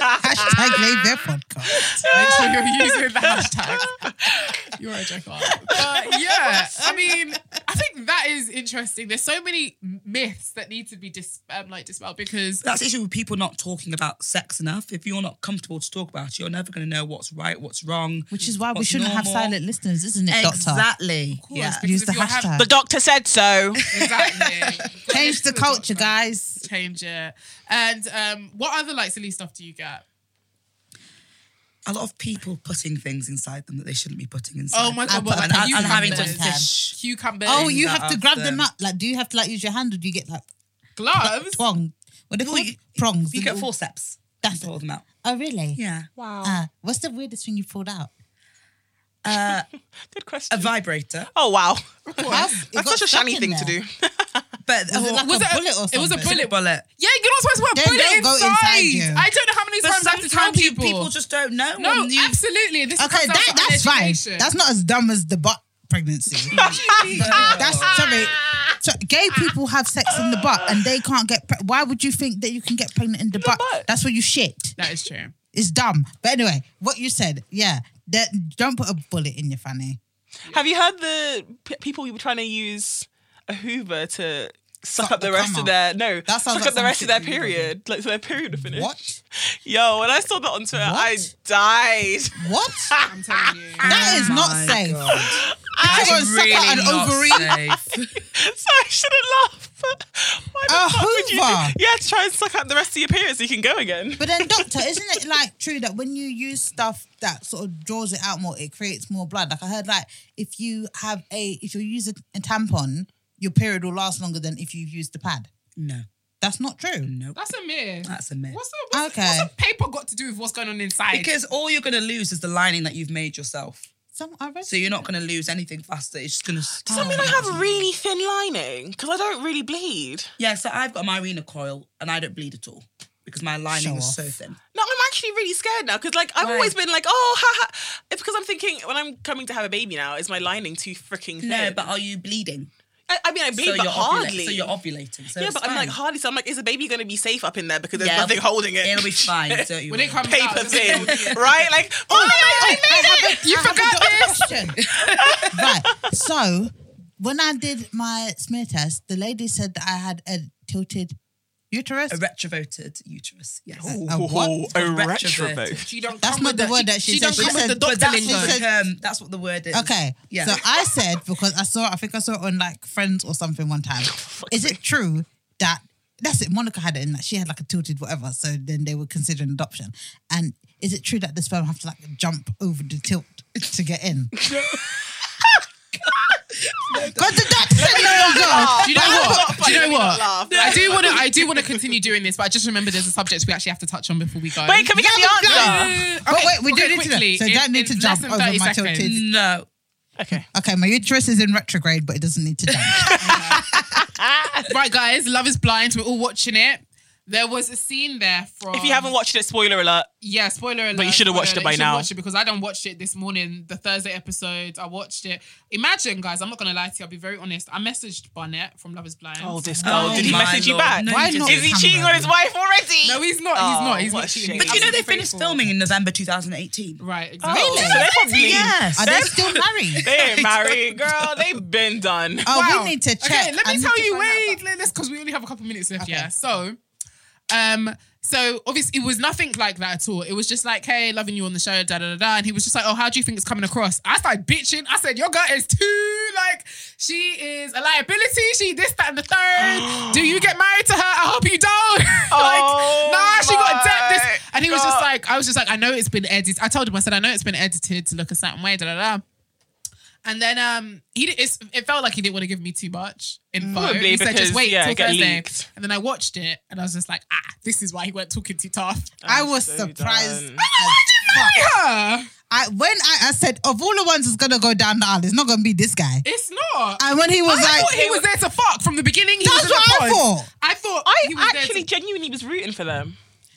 Speaker 1: Hashtag lay their podcast.
Speaker 2: Make sure you're using the hashtag. You're a jackal. But Uh, yeah, I mean, I think that is interesting. There's so many myths that need to be dis- um, like dispelled because
Speaker 3: That's the issue with people not talking about sex enough. If you're not comfortable to talk about it, you're never going to know what's right, what's wrong.
Speaker 1: Which is why we
Speaker 3: what's
Speaker 1: shouldn't have
Speaker 3: normal.
Speaker 1: silent listeners, isn't it, Doctor?
Speaker 3: Exactly. yeah.
Speaker 2: because
Speaker 1: Use
Speaker 2: if
Speaker 1: the
Speaker 2: you're having-
Speaker 1: hashtag.
Speaker 4: The doctor said so.
Speaker 2: exactly
Speaker 1: Change the culture, guys.
Speaker 2: change it. And um, what other like silly stuff do you get?
Speaker 3: A lot of people putting things inside them that they shouldn't be putting inside.
Speaker 2: Oh my
Speaker 3: them.
Speaker 2: god, what,
Speaker 3: And,
Speaker 2: like,
Speaker 3: and- and having to
Speaker 2: cucumbers.
Speaker 3: fish.
Speaker 2: cucumbers.
Speaker 1: Oh, you
Speaker 3: that
Speaker 1: have to
Speaker 3: off
Speaker 1: grab them
Speaker 3: them.
Speaker 1: up. Like, do you have to like use your hand, or do you get like
Speaker 2: gloves.
Speaker 1: twong? What do they called?
Speaker 3: you-
Speaker 1: Prongs.
Speaker 3: You
Speaker 1: the
Speaker 3: get
Speaker 1: little-
Speaker 3: forceps.
Speaker 1: That's
Speaker 3: Pull them out.
Speaker 1: Oh, really?
Speaker 3: Yeah.
Speaker 1: Ah, what's the weirdest thing you pulled out?
Speaker 4: Good
Speaker 3: A
Speaker 4: question.
Speaker 3: vibrator.
Speaker 4: Oh wow.
Speaker 1: That's,
Speaker 4: That's such a shiny thing to do.
Speaker 3: But
Speaker 1: Was it like
Speaker 2: Was
Speaker 1: a
Speaker 2: it a-
Speaker 1: bullet or
Speaker 2: it
Speaker 1: something?
Speaker 2: was a bullet.
Speaker 3: bullet.
Speaker 2: Yeah, you're not supposed to put a
Speaker 1: Then
Speaker 2: bullet
Speaker 1: don't go
Speaker 2: inside.
Speaker 1: inside you.
Speaker 2: I don't know how many
Speaker 3: But
Speaker 2: times I have to tell
Speaker 3: sometimes you,
Speaker 2: people.
Speaker 3: people just don't know.
Speaker 2: no,
Speaker 3: and you-
Speaker 2: absolutely. This comes
Speaker 1: Okay,
Speaker 2: down
Speaker 1: that,
Speaker 2: to
Speaker 1: that's fine.
Speaker 2: uneducation.
Speaker 1: That's not as dumb as the butt pregnancy. that's sorry. So gay people have sex in the butt and they can't get. Pre- Why would you think that you can get pregnant in the, butt? That's where you shit.
Speaker 2: that is true.
Speaker 1: It's dumb. But anyway, what you said, yeah. That, don't put a bullet in your fanny.
Speaker 4: Have you heard the p- people who were trying to use a Hoover to suck,
Speaker 1: Suck
Speaker 4: up the,
Speaker 1: the
Speaker 4: rest of
Speaker 1: cum up.
Speaker 4: their no,
Speaker 1: That sounds
Speaker 4: suck
Speaker 1: like
Speaker 4: up the rest of
Speaker 1: something
Speaker 4: their
Speaker 1: that you would do.
Speaker 4: period, like so their period to finish.
Speaker 1: What?
Speaker 4: Yo, when I saw that on Twitter, I
Speaker 1: What?
Speaker 4: died.
Speaker 1: What?
Speaker 2: I'm telling you.
Speaker 1: That is not
Speaker 3: Oh my
Speaker 1: safe.
Speaker 3: God.
Speaker 1: If someone suck out an
Speaker 3: not
Speaker 1: ovary.
Speaker 3: safe.
Speaker 4: so I shouldn't laugh. but Why the
Speaker 1: A
Speaker 4: fuck would you?
Speaker 1: Hoover?
Speaker 4: Do? Yeah, try and suck out the rest of your period so you can go again.
Speaker 1: But then, doctor, isn't it like true that when you use stuff that sort of draws it out more, it creates more blood? Like I heard, like if you have a if you use a, a tampon, your period will last longer than if you've used a pad.
Speaker 3: No.
Speaker 1: That's not true.
Speaker 3: Nope.
Speaker 2: That's a myth.
Speaker 3: That's a myth.
Speaker 2: What's the, what's,
Speaker 1: Okay.
Speaker 2: what's the paper got to do with what's going on inside?
Speaker 3: Because all you're going to lose is the lining that you've made yourself.
Speaker 1: Some I read.
Speaker 3: So you're not going to lose anything faster. It's just going to.
Speaker 4: I mean, I have really thin lining because I don't really bleed.
Speaker 3: Yeah, so I've got my arena coil and I don't bleed at all because my lining
Speaker 1: Show
Speaker 3: was
Speaker 1: off.
Speaker 3: so thin.
Speaker 4: No, I'm actually really scared now because, like, I've
Speaker 3: Why?
Speaker 4: always been like, oh, ha, ha. It's because I'm thinking when I'm coming to have a baby now, is my lining too freaking thin?
Speaker 3: No, but are you bleeding?
Speaker 4: I, I mean, I bleed, but
Speaker 3: ovula-
Speaker 4: hardly.
Speaker 3: so you're ovulating. So
Speaker 4: yeah,
Speaker 3: it's
Speaker 4: but I'm
Speaker 3: fine.
Speaker 4: like hardly. So I'm like, is the baby going to be safe up in there because there's
Speaker 3: Yeah.
Speaker 4: nothing holding it?
Speaker 3: It'll be fine. Don't you?
Speaker 2: when it
Speaker 3: worry.
Speaker 2: comes out,
Speaker 4: paper
Speaker 2: it's
Speaker 4: thing,
Speaker 2: like, yeah.
Speaker 4: right? Like, oh, my God, I made it.
Speaker 2: You forgot this.
Speaker 1: right. So when I did my smear test, the lady said that I had a tilted uterus.
Speaker 3: A retroverted uterus. Yes.
Speaker 1: A what?
Speaker 4: a
Speaker 3: Retroverted.
Speaker 4: retroverted.
Speaker 3: She don't
Speaker 1: That's
Speaker 3: come
Speaker 1: not
Speaker 3: with
Speaker 1: the word that she
Speaker 3: she
Speaker 1: said.
Speaker 3: don't
Speaker 1: She
Speaker 3: come with
Speaker 1: said-
Speaker 3: the doctor
Speaker 1: but that's
Speaker 3: lingo.
Speaker 1: what she
Speaker 3: Um, that's what the word is.
Speaker 1: Okay.
Speaker 3: Yeah.
Speaker 1: So I said because I saw I think I saw it on like Friends or something one time. Is it true that that's it? Monica had it in that she had like a tilted whatever, so then they were considering adoption. And is it true that the sperm have to like jump over the tilt to get in? Because the doctor said no, no,
Speaker 2: Do you know what? Do
Speaker 4: Laugh,
Speaker 2: you
Speaker 4: I
Speaker 2: know
Speaker 4: did not
Speaker 2: what?
Speaker 4: laugh.
Speaker 2: I do want to. I do want to continue doing this, but I just remember there's a subject we actually have to touch on before we go.
Speaker 4: Wait, can we get
Speaker 1: Yeah,
Speaker 4: the
Speaker 1: but
Speaker 4: answer?
Speaker 1: But wait, we do
Speaker 2: okay,
Speaker 1: need to know.
Speaker 2: quickly,
Speaker 1: So you don't
Speaker 2: in-
Speaker 1: need to
Speaker 2: in
Speaker 1: jump
Speaker 2: less than
Speaker 1: over
Speaker 2: 30
Speaker 1: my
Speaker 2: seconds.
Speaker 1: tilted.
Speaker 3: No.
Speaker 4: Okay.
Speaker 1: Okay, my uterus is in retrograde, but it doesn't need to jump.
Speaker 2: Right, guys, Love is Blind. We're all watching it. There was a scene there from.
Speaker 4: If you haven't watched it, spoiler alert.
Speaker 2: Yeah, spoiler alert.
Speaker 4: you should have
Speaker 2: spoiler
Speaker 4: watched it
Speaker 2: alert,
Speaker 4: by
Speaker 2: you should
Speaker 4: now.
Speaker 2: Watch it because I don't watch it this morning. The Thursday episode, I watched it. Imagine, guys, I'm not gonna lie to you. I'll be very honest. I messaged Barnett from Love Is Blind.
Speaker 4: Oh, this girl.
Speaker 3: Oh
Speaker 4: Did he
Speaker 3: my
Speaker 4: message you
Speaker 3: lord.
Speaker 4: back?
Speaker 3: No,
Speaker 1: Why
Speaker 3: you
Speaker 1: not?
Speaker 3: didn't.
Speaker 4: Is he cheating on his wife already?
Speaker 2: No, he's not. He's
Speaker 4: Oh,
Speaker 2: not. He's
Speaker 4: what
Speaker 2: not
Speaker 4: a
Speaker 2: cheating.
Speaker 4: shame.
Speaker 3: But you know they
Speaker 2: Absolutely
Speaker 3: finished
Speaker 2: faithful.
Speaker 3: filming in November 2018.
Speaker 2: Right. Exactly.
Speaker 4: Oh, so they probably
Speaker 3: Yes.
Speaker 1: Are they still married?
Speaker 4: they ain't married, girl. They've been done.
Speaker 1: Oh,
Speaker 2: Wow.
Speaker 1: we need to check.
Speaker 2: Okay, let
Speaker 1: I
Speaker 2: me
Speaker 1: need
Speaker 2: tell
Speaker 1: to
Speaker 2: you.
Speaker 1: find out
Speaker 2: Wait,
Speaker 1: about-
Speaker 2: let- let's because we only have a couple minutes left. Yeah. So, um, so obviously it was nothing like that at all. It was just like, hey, loving you on the show, da da da da. And he was just like, oh, how do you think it's coming across? I started bitching. I said, your girl is too like she is a liability. She this that and the third. do you get married to her? I hope you don't. like,
Speaker 4: Oh
Speaker 2: nah, she got debt. This
Speaker 4: my
Speaker 2: and he was just
Speaker 4: God.
Speaker 2: like, I was just like, I know it's been edited. I told him, I said, I know it's been edited to look a certain way, da da da. And then um, he did, it's, it felt like he didn't want to give me too much info.
Speaker 4: Mm. Probably
Speaker 2: he said,
Speaker 4: because,
Speaker 2: just wait
Speaker 4: yeah,
Speaker 2: till
Speaker 4: it get
Speaker 2: Thursday.
Speaker 4: leaked.
Speaker 2: And then I watched it and I was just like, ah, this is why he went talking too tough.
Speaker 1: I was
Speaker 4: so
Speaker 1: surprised.
Speaker 4: done.
Speaker 1: as fuck.
Speaker 2: Yeah,
Speaker 1: I when I, I said of all the ones that's gonna go down the aisle, it's not gonna be this guy.
Speaker 2: it's not. I,
Speaker 1: And when he was like,
Speaker 2: thought he was there to fuck from the beginning. He was
Speaker 1: That's
Speaker 2: in the
Speaker 1: what I
Speaker 2: pod.
Speaker 1: thought.
Speaker 2: I thought he was
Speaker 4: I
Speaker 2: there
Speaker 4: actually
Speaker 2: to-
Speaker 4: genuinely was rooting for them.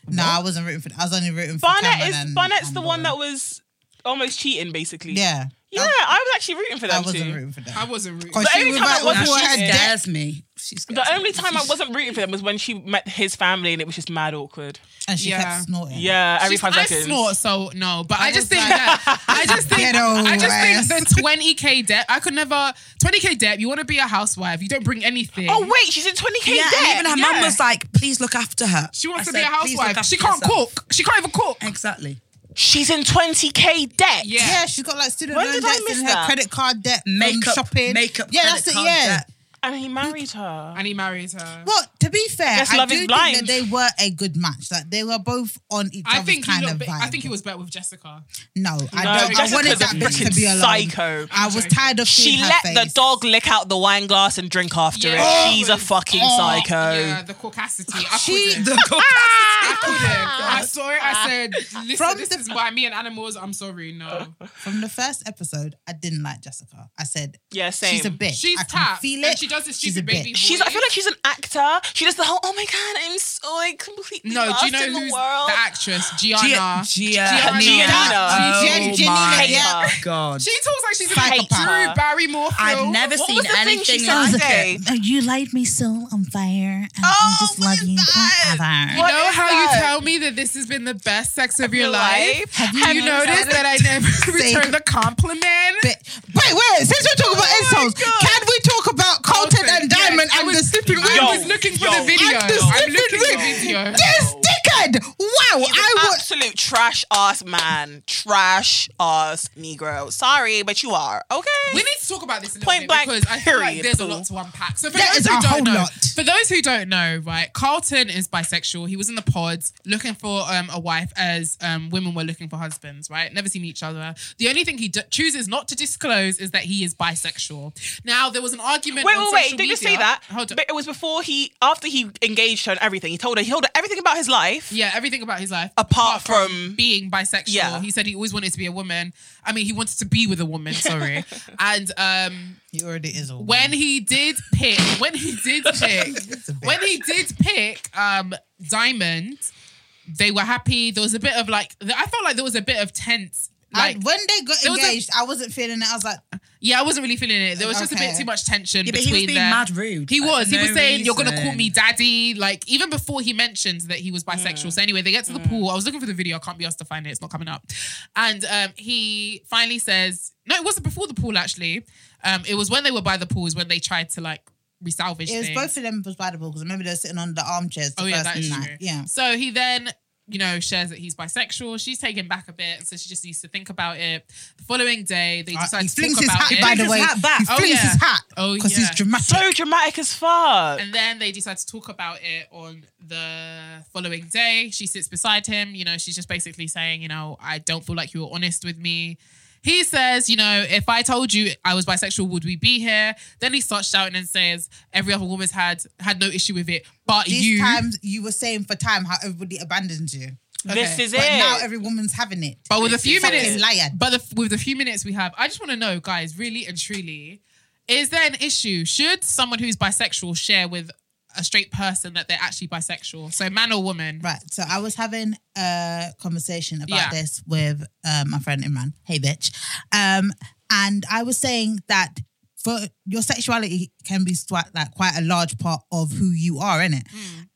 Speaker 1: no, I wasn't rooting for. I was only rooting for
Speaker 4: Barnett
Speaker 1: Cameron
Speaker 4: is
Speaker 1: and-
Speaker 4: Barnett's
Speaker 1: and
Speaker 4: the one
Speaker 1: Lauren.
Speaker 4: that was almost cheating, basically.
Speaker 1: Yeah, Oh.
Speaker 4: Yeah, I was actually rooting for
Speaker 1: I
Speaker 4: them
Speaker 1: wasn't
Speaker 4: too.
Speaker 1: rooting for that.
Speaker 2: I wasn't rooting.
Speaker 1: Because
Speaker 4: The
Speaker 1: she
Speaker 4: only
Speaker 1: was
Speaker 4: time I
Speaker 1: like,
Speaker 4: wasn't
Speaker 1: with all her
Speaker 4: watching it-
Speaker 1: debt.
Speaker 3: Scares me. She scares
Speaker 4: The
Speaker 3: me.
Speaker 4: only time I wasn't rooting for them was when she met his family and it was just mad awkward.
Speaker 1: and she
Speaker 2: Yeah.
Speaker 1: kept snorting.
Speaker 4: Yeah, every
Speaker 2: She's-
Speaker 4: five
Speaker 2: I
Speaker 4: seconds.
Speaker 2: snort, so no. But I, just
Speaker 1: was
Speaker 2: think
Speaker 1: like-
Speaker 2: that I just think
Speaker 1: Ghetto
Speaker 2: I just
Speaker 1: ass.
Speaker 2: think the twenty k debt. I could never twenty k debt. You want to be a housewife? You don't bring anything.
Speaker 4: Oh wait, she's in 20k
Speaker 3: Yeah,
Speaker 4: debt.
Speaker 3: and even her
Speaker 2: yeah.
Speaker 3: mum was like, please look after her.
Speaker 2: She wants
Speaker 3: I
Speaker 2: to be a
Speaker 3: said, "Please look
Speaker 2: housewife.
Speaker 3: after
Speaker 2: She can't
Speaker 3: yourself."
Speaker 2: cook. She can't even cook.
Speaker 3: Exactly.
Speaker 4: She's in 20k debt.
Speaker 2: Yeah.
Speaker 1: Yeah, she's got like student
Speaker 4: When
Speaker 1: loan
Speaker 4: did I
Speaker 1: debts
Speaker 4: miss
Speaker 1: and her
Speaker 4: that?
Speaker 1: credit card debt,
Speaker 3: Makeup-
Speaker 1: makeup, shopping,
Speaker 3: makeup,
Speaker 1: Yeah,
Speaker 3: credit
Speaker 1: that's it.
Speaker 3: card
Speaker 1: Yeah.
Speaker 3: debt.
Speaker 4: And he married her.
Speaker 2: And he marries her.
Speaker 1: Well, to be fair,
Speaker 4: Guess
Speaker 1: I
Speaker 4: love
Speaker 1: do
Speaker 4: is
Speaker 1: think
Speaker 4: blind.
Speaker 1: that they were a good match. Like they were both on each
Speaker 2: I
Speaker 1: other's
Speaker 2: think he
Speaker 1: kind of
Speaker 2: looked,
Speaker 1: vibe.
Speaker 2: I think he was better with Jessica.
Speaker 1: No, I
Speaker 4: No,
Speaker 1: don't. I
Speaker 4: Jessica's
Speaker 1: wanted that
Speaker 4: a
Speaker 1: bitch to
Speaker 4: freaking
Speaker 1: be alone.
Speaker 4: psycho.
Speaker 1: I was tired of
Speaker 4: She
Speaker 1: seeing her
Speaker 4: let the
Speaker 1: face.
Speaker 4: dog lick out the wine glass and drink after
Speaker 2: Yeah.
Speaker 4: it.
Speaker 2: Oh,
Speaker 4: She's a
Speaker 2: it was-
Speaker 4: fucking psycho.
Speaker 2: Yeah, the caucasity. I
Speaker 1: She-
Speaker 2: couldn't.
Speaker 3: The cook-
Speaker 2: I couldn't. I saw it. I said, "Listen,
Speaker 1: From
Speaker 2: this
Speaker 1: the-
Speaker 2: is why me and animals. I'm sorry, no.
Speaker 1: From the first episode, I didn't like Jessica. I said,
Speaker 4: Yeah, same.
Speaker 1: She's a bitch.
Speaker 2: She's
Speaker 1: I can
Speaker 2: tapped,
Speaker 1: feel
Speaker 2: and
Speaker 1: it.
Speaker 2: she does this
Speaker 1: She's a
Speaker 2: stupid baby
Speaker 1: bitch.
Speaker 4: She's. I feel like she's an actor. She does the whole. Oh my god, I'm so like completely
Speaker 2: No,
Speaker 4: lost
Speaker 2: do you know
Speaker 4: in the
Speaker 2: who's
Speaker 4: world.
Speaker 2: the actress?
Speaker 3: Gia-
Speaker 2: Gianna.
Speaker 3: Gia-
Speaker 2: Gianna.
Speaker 4: Gianna.
Speaker 1: Gen-
Speaker 3: Oh my
Speaker 1: Janina, yeah.
Speaker 4: Hate her.
Speaker 3: God.
Speaker 2: She talks like she's in
Speaker 4: Hate
Speaker 2: like
Speaker 4: her.
Speaker 2: Drew Barrymore.
Speaker 3: I've
Speaker 2: film.
Speaker 3: never
Speaker 4: What
Speaker 3: seen
Speaker 4: was the thing she
Speaker 3: anything
Speaker 4: said
Speaker 3: like
Speaker 4: today?
Speaker 3: it.
Speaker 1: Oh, you lied me so on fire, and
Speaker 4: Oh, what is that?
Speaker 1: forever.
Speaker 2: You
Speaker 4: What
Speaker 2: know
Speaker 4: is
Speaker 2: how
Speaker 4: that?
Speaker 2: you tell me that this has been the best sex of your,
Speaker 4: your
Speaker 2: life?
Speaker 4: life?
Speaker 2: Have you, noticed that I never returned the compliment?
Speaker 1: Bitch. Wait, wait. Since we're
Speaker 2: Oh
Speaker 1: talking about
Speaker 4: my
Speaker 1: insults,
Speaker 4: God.
Speaker 1: can we talk about Colton
Speaker 2: Colton,
Speaker 1: and Diamond
Speaker 2: yes, I
Speaker 1: and
Speaker 2: was-
Speaker 1: the stupid
Speaker 2: I
Speaker 1: wig?
Speaker 4: Yo,
Speaker 2: was looking for
Speaker 4: yo.
Speaker 2: the video.
Speaker 1: And the
Speaker 2: I'm
Speaker 1: stupid
Speaker 2: looking for the
Speaker 1: wig.
Speaker 2: video.
Speaker 1: This dickhead! Wow,
Speaker 4: He's an
Speaker 1: I was.
Speaker 4: absolute trash ass man. Trash ass Negro. Sorry, but you are. Okay.
Speaker 2: We need to talk about this a little
Speaker 4: Point
Speaker 2: bit
Speaker 4: blank,
Speaker 2: because I feel like
Speaker 4: period,
Speaker 2: there's a
Speaker 4: boo.
Speaker 2: lot to unpack. So for
Speaker 1: There
Speaker 2: those
Speaker 1: is
Speaker 2: who
Speaker 1: a
Speaker 2: don't
Speaker 1: whole
Speaker 2: know,
Speaker 1: lot.
Speaker 2: for those who don't know, right, Carlton is bisexual. He was in the pods looking for um, a wife as um, women were looking for husbands, right? Never seen each other. The only thing he d- chooses not to disclose is that he is bisexual. Now there was an argument.
Speaker 4: Wait,
Speaker 2: on
Speaker 4: wait, wait!
Speaker 2: social
Speaker 4: Did you say
Speaker 2: media-
Speaker 4: that?
Speaker 2: Hold on.
Speaker 4: But it was before he, after he engaged her and everything. He told her, he told her everything about his life.
Speaker 2: Yeah, everything about his life.
Speaker 4: Apart from-
Speaker 2: being bisexual.
Speaker 4: Yeah.
Speaker 2: He said he always wanted to be a woman. I mean, he wanted to be with a woman, sorry. and um
Speaker 1: He already is a
Speaker 2: when he did pick, when he did pick, when he did pick um Diamond, they were happy. There was a bit of like I felt like there was a bit of tense. Like
Speaker 1: I, when they got
Speaker 2: There was a-
Speaker 1: engaged, I I wasn't feeling it. I was like,
Speaker 2: yeah, I wasn't really feeling it. There was just a bit
Speaker 1: Okay.
Speaker 2: too much tension
Speaker 3: Yeah, but
Speaker 2: between
Speaker 3: he was being
Speaker 2: them.
Speaker 3: mad rude.
Speaker 2: He
Speaker 3: Like,
Speaker 2: was. he
Speaker 3: no
Speaker 2: was saying, "You're gonna call
Speaker 3: reason.
Speaker 2: me daddy." Like even before he mentioned that he was bisexual. So anyway, they get to the
Speaker 3: Mm.
Speaker 2: pool. I was looking for the video. I can't be asked to find it. It's not coming up. And um, he finally says, "No, it wasn't before the pool. Actually, um, it was when they were by the pool. Is when they tried to like resalvage
Speaker 1: It was
Speaker 2: things.
Speaker 1: both of them was viable because remember they were sitting on the armchairs. The
Speaker 2: Oh
Speaker 1: first
Speaker 2: yeah, that is
Speaker 1: night.
Speaker 2: true.
Speaker 1: Yeah.
Speaker 2: So he then, you know, shares that he's bisexual. She's taken back a bit, so she just needs to think about it. The following day, they
Speaker 1: Uh,
Speaker 2: decide
Speaker 1: he
Speaker 2: to talk
Speaker 1: flings his
Speaker 2: about
Speaker 1: hat,
Speaker 2: it.
Speaker 1: by the way.
Speaker 3: hat back.
Speaker 1: He
Speaker 2: Oh,
Speaker 1: flings
Speaker 2: yeah.
Speaker 1: his hat.
Speaker 2: Oh,
Speaker 1: Because
Speaker 2: yeah.
Speaker 1: he's dramatic.
Speaker 4: So dramatic as fuck.
Speaker 2: And then they decide to talk about it on the following day. She sits beside him. You know, she's just basically saying, you know, I don't feel like you were honest with me. He says, you know, if I told you I was bisexual, would we be here? Then he starts shouting and says, every other woman's had had no issue with it, but
Speaker 1: These
Speaker 2: you.
Speaker 1: times you were saying for time how everybody abandoned you.
Speaker 4: This is
Speaker 1: But
Speaker 4: it.
Speaker 1: now every woman's having it.
Speaker 2: But with a few
Speaker 1: fucking
Speaker 2: minutes,
Speaker 1: liar.
Speaker 2: but the, with the few minutes we have, I just want to know, guys, really and truly, is there an issue? Should someone who's bisexual share with a straight person that they're actually bisexual, so man or woman?
Speaker 1: Right. So I was having a conversation about
Speaker 2: Yeah.
Speaker 1: this with uh, my friend Imran. Hey, bitch. Um, and I was saying that for your sexuality can be swi- like quite a large part of who you are, innit?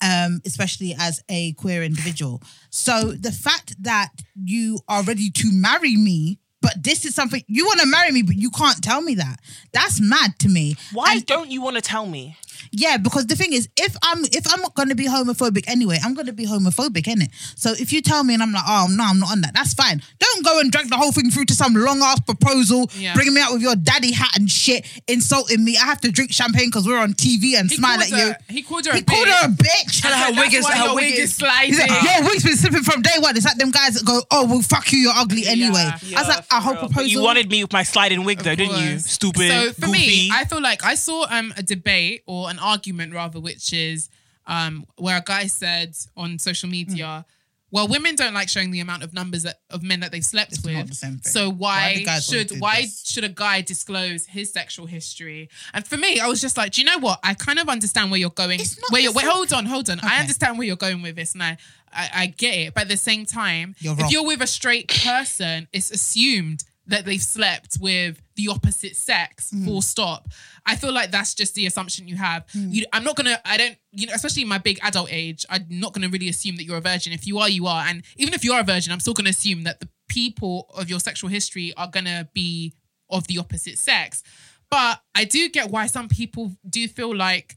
Speaker 1: Um, especially as a queer individual. So the fact that you are ready to marry me. But this is something you want to marry me, but you can't tell me that. That's mad to me.
Speaker 4: Why don't you want to tell me?
Speaker 1: Yeah, because the thing is, if I'm if I'm not gonna be homophobic anyway, I'm gonna be homophobic, innit? So if you tell me and I'm like, oh no, I'm not on that, that's fine. Don't go and drag the whole thing through to some long ass proposal,
Speaker 2: Yeah.
Speaker 1: bringing me out with your daddy hat and shit, insulting me. I have to drink champagne because we're on TV and
Speaker 2: He
Speaker 1: smile
Speaker 2: called
Speaker 1: at you.
Speaker 2: her- he called her a
Speaker 1: He called
Speaker 2: bitch.
Speaker 1: her a bitch.
Speaker 3: Tell her her
Speaker 2: That's
Speaker 3: wig is
Speaker 2: why
Speaker 3: her
Speaker 2: your
Speaker 3: wig
Speaker 2: wig
Speaker 3: is
Speaker 2: is sliding.
Speaker 1: He's like, your wig's been slipping from day one. It's like them guys that go, oh, well, fuck you, you're ugly anyway. I was like,
Speaker 4: for
Speaker 1: our whole
Speaker 4: real. But
Speaker 1: proposal.
Speaker 4: You wanted me with my sliding wig, though, didn't you?
Speaker 2: course.
Speaker 4: Stupid.
Speaker 2: So for
Speaker 4: goofy.
Speaker 2: me, I feel like I saw um a debate or an argument rather, which is um where a guy said on social
Speaker 1: Hmm.
Speaker 2: media. Well, women don't like showing the amount of numbers that, of men that they've slept with.
Speaker 1: not the same thing.
Speaker 2: So
Speaker 1: Why
Speaker 2: why,
Speaker 1: the guys wanna
Speaker 2: should
Speaker 1: do
Speaker 2: why
Speaker 1: this?
Speaker 2: should a guy disclose his sexual history? And for me, I was just like, do you know what? I kind of understand where you're going.
Speaker 1: It's not
Speaker 2: where
Speaker 1: the
Speaker 2: you're, wait,
Speaker 1: same-
Speaker 2: hold on, hold on.
Speaker 1: Okay.
Speaker 2: I understand where you're going with this, and I, I, I get it. But at the same time,
Speaker 1: You're
Speaker 2: if
Speaker 1: wrong.
Speaker 2: you're with a straight person, it's assumed that they've slept with the opposite sex.
Speaker 1: Mm.
Speaker 2: Full stop. I feel like that's just the assumption you have.
Speaker 1: Mm.
Speaker 2: You, I'm not gonna. I don't. You know, especially in my big adult age, I'm not gonna really assume that you're a virgin. If you are, you are. And even if you are a virgin, I'm still gonna assume that the people of your sexual history are gonna be of the opposite sex. But I do get why some people do feel like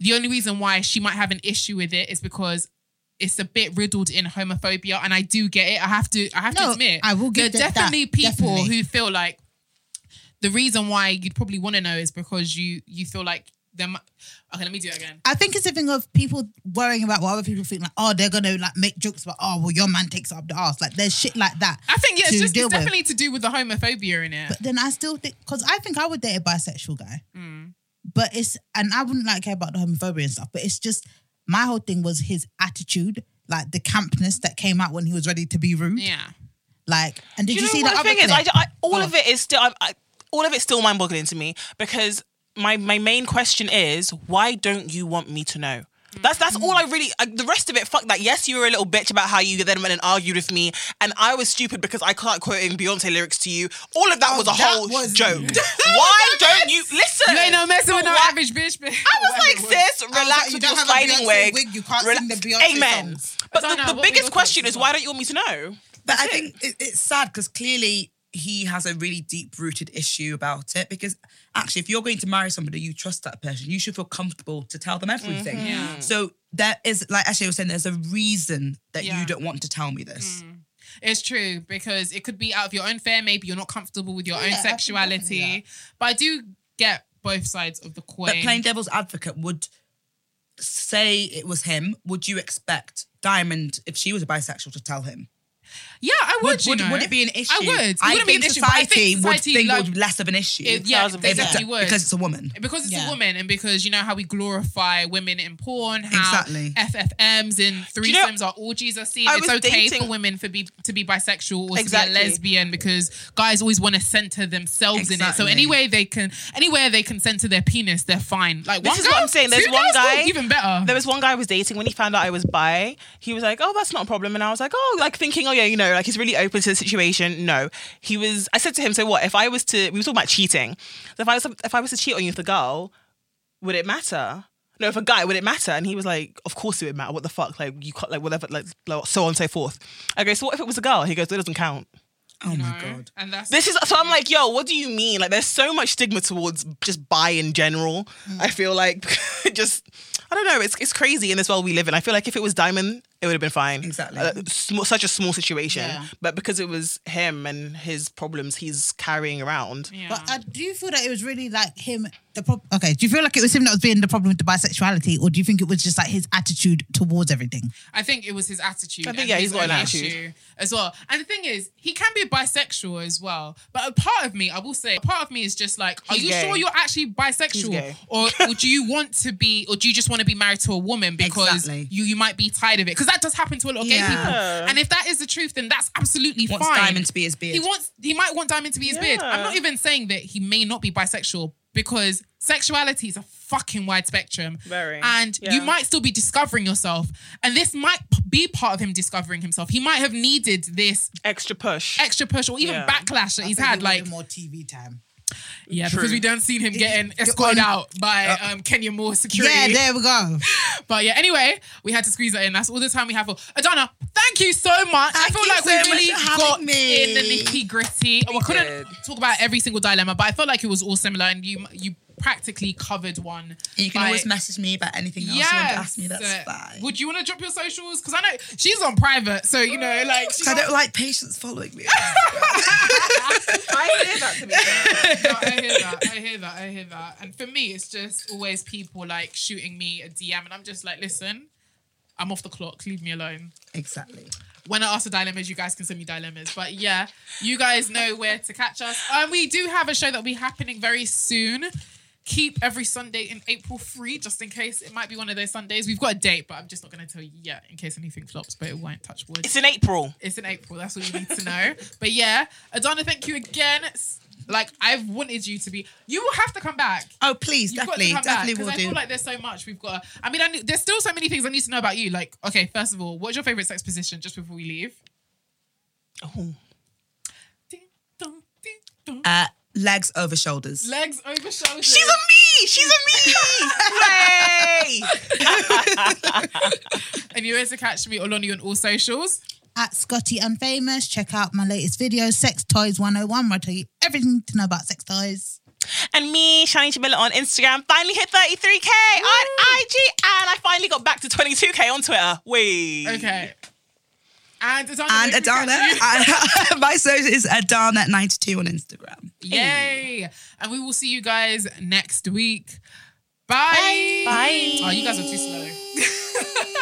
Speaker 2: the only reason why she might have an issue with it is because it's a bit riddled in homophobia, and I do get it. I have to, I have to
Speaker 1: No,
Speaker 2: admit,
Speaker 1: I will give
Speaker 2: there are
Speaker 1: that-
Speaker 2: definitely
Speaker 1: that,
Speaker 2: people
Speaker 1: definitely.
Speaker 2: who feel like the reason why you'd probably want to know is because you you feel like them. Okay, let me do it again.
Speaker 1: I think it's a thing of people worrying about what other people think. Like, oh, they're gonna like make jokes about, oh, well, your man takes it up the ass. Like, there's shit like that.
Speaker 2: I think yeah,
Speaker 1: to
Speaker 2: it's just
Speaker 1: deal
Speaker 2: it's
Speaker 1: with.
Speaker 2: definitely to do with the homophobia in it.
Speaker 1: But then I still think because I think I would date a bisexual guy,
Speaker 4: Mm.
Speaker 1: but it's and I wouldn't like care about the homophobia and stuff. But it's just my whole thing was his attitude, like the campness that came out when he was ready to be rude.
Speaker 2: yeah.
Speaker 1: Like, and did
Speaker 4: Do
Speaker 1: you,
Speaker 4: you, know
Speaker 1: see
Speaker 4: what
Speaker 1: that
Speaker 4: the
Speaker 1: other
Speaker 4: thing is? I,
Speaker 1: clip?
Speaker 4: I, all
Speaker 1: Go
Speaker 4: of it is still, I, I, all of it's still mind-boggling to me because my my main question is, why don't you want me to know? That's that's all I
Speaker 1: Mm.
Speaker 4: really. I, the rest of it, fuck that. Yes, you were a little bitch about how you then went and argued with me, and I was stupid because I can't quoting Beyonce lyrics to you. All of that was a
Speaker 1: Oh, that
Speaker 4: whole
Speaker 1: was-
Speaker 4: joke. why don't you listen?
Speaker 2: You ain't no messing with no
Speaker 4: Why-
Speaker 2: average bitch, bitch.
Speaker 4: I was like, sis, relax
Speaker 1: you
Speaker 4: with
Speaker 1: don't
Speaker 4: your
Speaker 1: have a
Speaker 4: sliding
Speaker 1: Beyonce
Speaker 4: wig.
Speaker 1: wig, you can't
Speaker 4: Relax-
Speaker 1: sing the Beyonce
Speaker 4: Amen.
Speaker 1: songs.
Speaker 4: But
Speaker 2: I don't
Speaker 4: the,
Speaker 2: know, what were
Speaker 4: the
Speaker 2: your
Speaker 4: biggest
Speaker 2: thoughts
Speaker 4: question is,
Speaker 2: about
Speaker 4: why don't you want me to know?
Speaker 3: But I think it, it's sad because clearly he has a really deep rooted issue about it. Because actually, if you're going to marry somebody, you trust that person. You should feel comfortable to tell them everything.
Speaker 2: Mm-hmm.
Speaker 3: So there is, like Ashley was saying, there's a reason that
Speaker 2: Yeah. Mm-hmm.
Speaker 3: you don't want to tell me this.
Speaker 2: It's true because it could be out of your own fear. Maybe you're not comfortable with your own sexuality. But I do get both sides of the coin.
Speaker 3: But playing devil's advocate would say it was him. Would you expect Diamond, if she was a bisexual, to tell him?
Speaker 2: yeah, I would.
Speaker 3: Would,
Speaker 2: you
Speaker 3: would,
Speaker 2: know.
Speaker 3: would it be an issue?
Speaker 2: I would. It
Speaker 3: I
Speaker 2: wouldn't be
Speaker 3: think
Speaker 2: an issue. but I
Speaker 3: society,
Speaker 2: think
Speaker 3: would
Speaker 2: society
Speaker 3: think
Speaker 2: lo-
Speaker 3: it would be less of an issue.
Speaker 2: It- yeah, they
Speaker 3: If-
Speaker 2: definitely would.
Speaker 3: because it's a woman.
Speaker 2: because it's
Speaker 1: Yeah.
Speaker 2: a woman and because you know how we glorify women in porn, how
Speaker 3: Exactly.
Speaker 2: FFMs and
Speaker 4: you know-
Speaker 2: threesomes are orgies are seen.
Speaker 4: I
Speaker 2: It's
Speaker 4: was
Speaker 2: okay
Speaker 4: dating-
Speaker 2: for women for be to be bisexual or
Speaker 4: Exactly.
Speaker 2: to be a lesbian because guys always want to center themselves in it. So
Speaker 3: Exactly.
Speaker 2: any way they can, anywhere they can center their penis, they're fine. Like
Speaker 4: This
Speaker 2: one
Speaker 4: is
Speaker 2: girl,
Speaker 4: what I'm saying. There's
Speaker 2: two
Speaker 4: one
Speaker 2: girls, oh,
Speaker 4: guy-
Speaker 2: even better.
Speaker 4: There was one guy I was dating when he found out I was bi. He was like, "Oh, that's not a problem," and I was like, "Oh, like thinking, oh yeah, you know, like he's really open to the situation." No, he was. I said to him, "So what? If I was to, we were talking about cheating. So if I was, if I was to cheat on you with a girl, would it matter?" No, if a guy, would it matter? And he was like, Of course it would matter. What the fuck? Like, you can't, like, whatever, like, blah, so on and so forth. I go, So what if it was a girl? He goes, It doesn't count.
Speaker 3: Oh
Speaker 2: you
Speaker 3: my
Speaker 2: know?
Speaker 3: God.
Speaker 2: And that's
Speaker 4: This is so I'm like, yo, what do you mean? Like, there's so much stigma towards just bi in general. I feel like just I don't know. It's it's crazy in this world we live in. I feel like if it was Diamond, it would have been fine.
Speaker 3: Exactly.
Speaker 4: Uh, sm- such a small situation, but because it was him and his problems he's carrying around.
Speaker 2: yeah.
Speaker 1: But I do you feel that it was really like him the problem. Okay, do you feel like it was him that was being the problem with the bisexuality, or do you think it was just like his attitude towards everything?
Speaker 2: I think it was his attitude.
Speaker 4: I think,
Speaker 2: and
Speaker 4: yeah,
Speaker 2: his
Speaker 4: he's got an
Speaker 2: own
Speaker 4: attitude.
Speaker 2: issue as well. And the thing is, he can be bisexual as well. But a part of me, I will say, a part of me is just like, are
Speaker 4: He's
Speaker 2: you
Speaker 4: gay.
Speaker 2: sure you're actually bisexual,
Speaker 4: gay.
Speaker 2: or, or do you want to be, or do you just want to be married to a woman because
Speaker 3: Exactly.
Speaker 2: you you might be tired of it? Because that does happen to a lot of gay
Speaker 3: Yeah.
Speaker 2: people. And if that is the truth, then that's absolutely
Speaker 3: Wants
Speaker 2: fine.
Speaker 3: Diamond to be his beard.
Speaker 2: He wants. He might want Diamond to be his beard. I'm
Speaker 4: Yeah.
Speaker 2: not even saying that he may not be bisexual because sexuality is a fucking wide spectrum.
Speaker 4: Very.
Speaker 2: And
Speaker 4: Yeah.
Speaker 2: you might still be discovering yourself, and this might p- be part of him discovering himself. He might have needed this
Speaker 4: Extra push.
Speaker 2: extra push or even
Speaker 4: Yeah.
Speaker 2: backlash that he's had. Like,
Speaker 1: more TV time.
Speaker 2: yeah, because we don't see him getting escorted out by um, Kenya Moore security.
Speaker 1: Yeah, there we go.
Speaker 2: But yeah, anyway, we had to squeeze it in. That's all the time we have for Adana. Thank you so much. I
Speaker 3: Thank
Speaker 2: feel
Speaker 3: you
Speaker 2: like
Speaker 3: so
Speaker 2: we
Speaker 3: much
Speaker 2: really
Speaker 3: for having
Speaker 2: got
Speaker 3: me.
Speaker 2: in the nitty gritty. We, couldn't
Speaker 3: did.
Speaker 2: talk about every single dilemma, but I felt like it was all similar, and you you practically covered one.
Speaker 3: You can
Speaker 2: by-
Speaker 3: always message me about anything else you want to ask me. That's
Speaker 2: Yes.
Speaker 3: fine.
Speaker 2: Would you want to drop your socials? Because I know she's on private, so you know, like she's
Speaker 3: I
Speaker 2: not-
Speaker 3: don't like patients following me.
Speaker 4: I hear that to be
Speaker 2: No, I hear that. I hear that. I hear that. And for me, it's just always people like shooting me a DM, and I'm just like, listen, I'm off the clock. Leave me alone.
Speaker 3: exactly.
Speaker 2: when I ask for dilemmas, you guys can send me dilemmas. But yeah, you guys know where to catch us. Um, we do have a show that will be happening very soon. Keep every Sunday in April free, just in case it might be one of those Sundays. We've got a date, but I'm just not going to tell you yet in case anything flops, but it won't touch wood.
Speaker 4: It's in April.
Speaker 2: It's in April. That's all you need to know. But yeah, Adana, thank you again. S- Like, I've wanted you to be, you will have to come back.
Speaker 3: Oh, please,
Speaker 2: You've
Speaker 3: definitely,
Speaker 2: got to come back,
Speaker 3: definitely
Speaker 2: 'cause
Speaker 3: will
Speaker 2: I feel
Speaker 3: do.
Speaker 2: like there's so much we've got. to- I mean, I knew, there's still so many things I need to know about you. Like, okay, first of all, what's your favorite sex position just before we leave?
Speaker 4: Oh.
Speaker 2: Ding, dong, ding, dong.
Speaker 3: uh, legs over shoulders.
Speaker 2: Legs over shoulders.
Speaker 4: She's a me. She's a me. Yay.
Speaker 2: and you're to catch me all on you on all socials.
Speaker 1: At Scotty Unfamous, check out my latest video, Sex Toys 101, where I tell you everything to know about sex toys.
Speaker 4: and me, Shani Jamila on Instagram, finally hit 33k on IG, and I finally got back to 22k on Twitter. Wait.
Speaker 2: Okay. And
Speaker 3: And
Speaker 2: Adana. where can we
Speaker 3: Adana,
Speaker 2: catch you?
Speaker 3: I- my social is Adana92 on Instagram.
Speaker 2: Yay. And we will see you guys next week. Bye. Bye. Oh, you guys are too slow.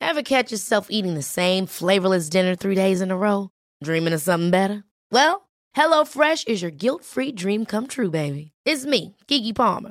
Speaker 10: Ever catch yourself eating the same flavorless dinner three days in a row? Dreaming of something better? Well, HelloFresh is your guilt free dream come true, baby. It's me, Kiki Palmer.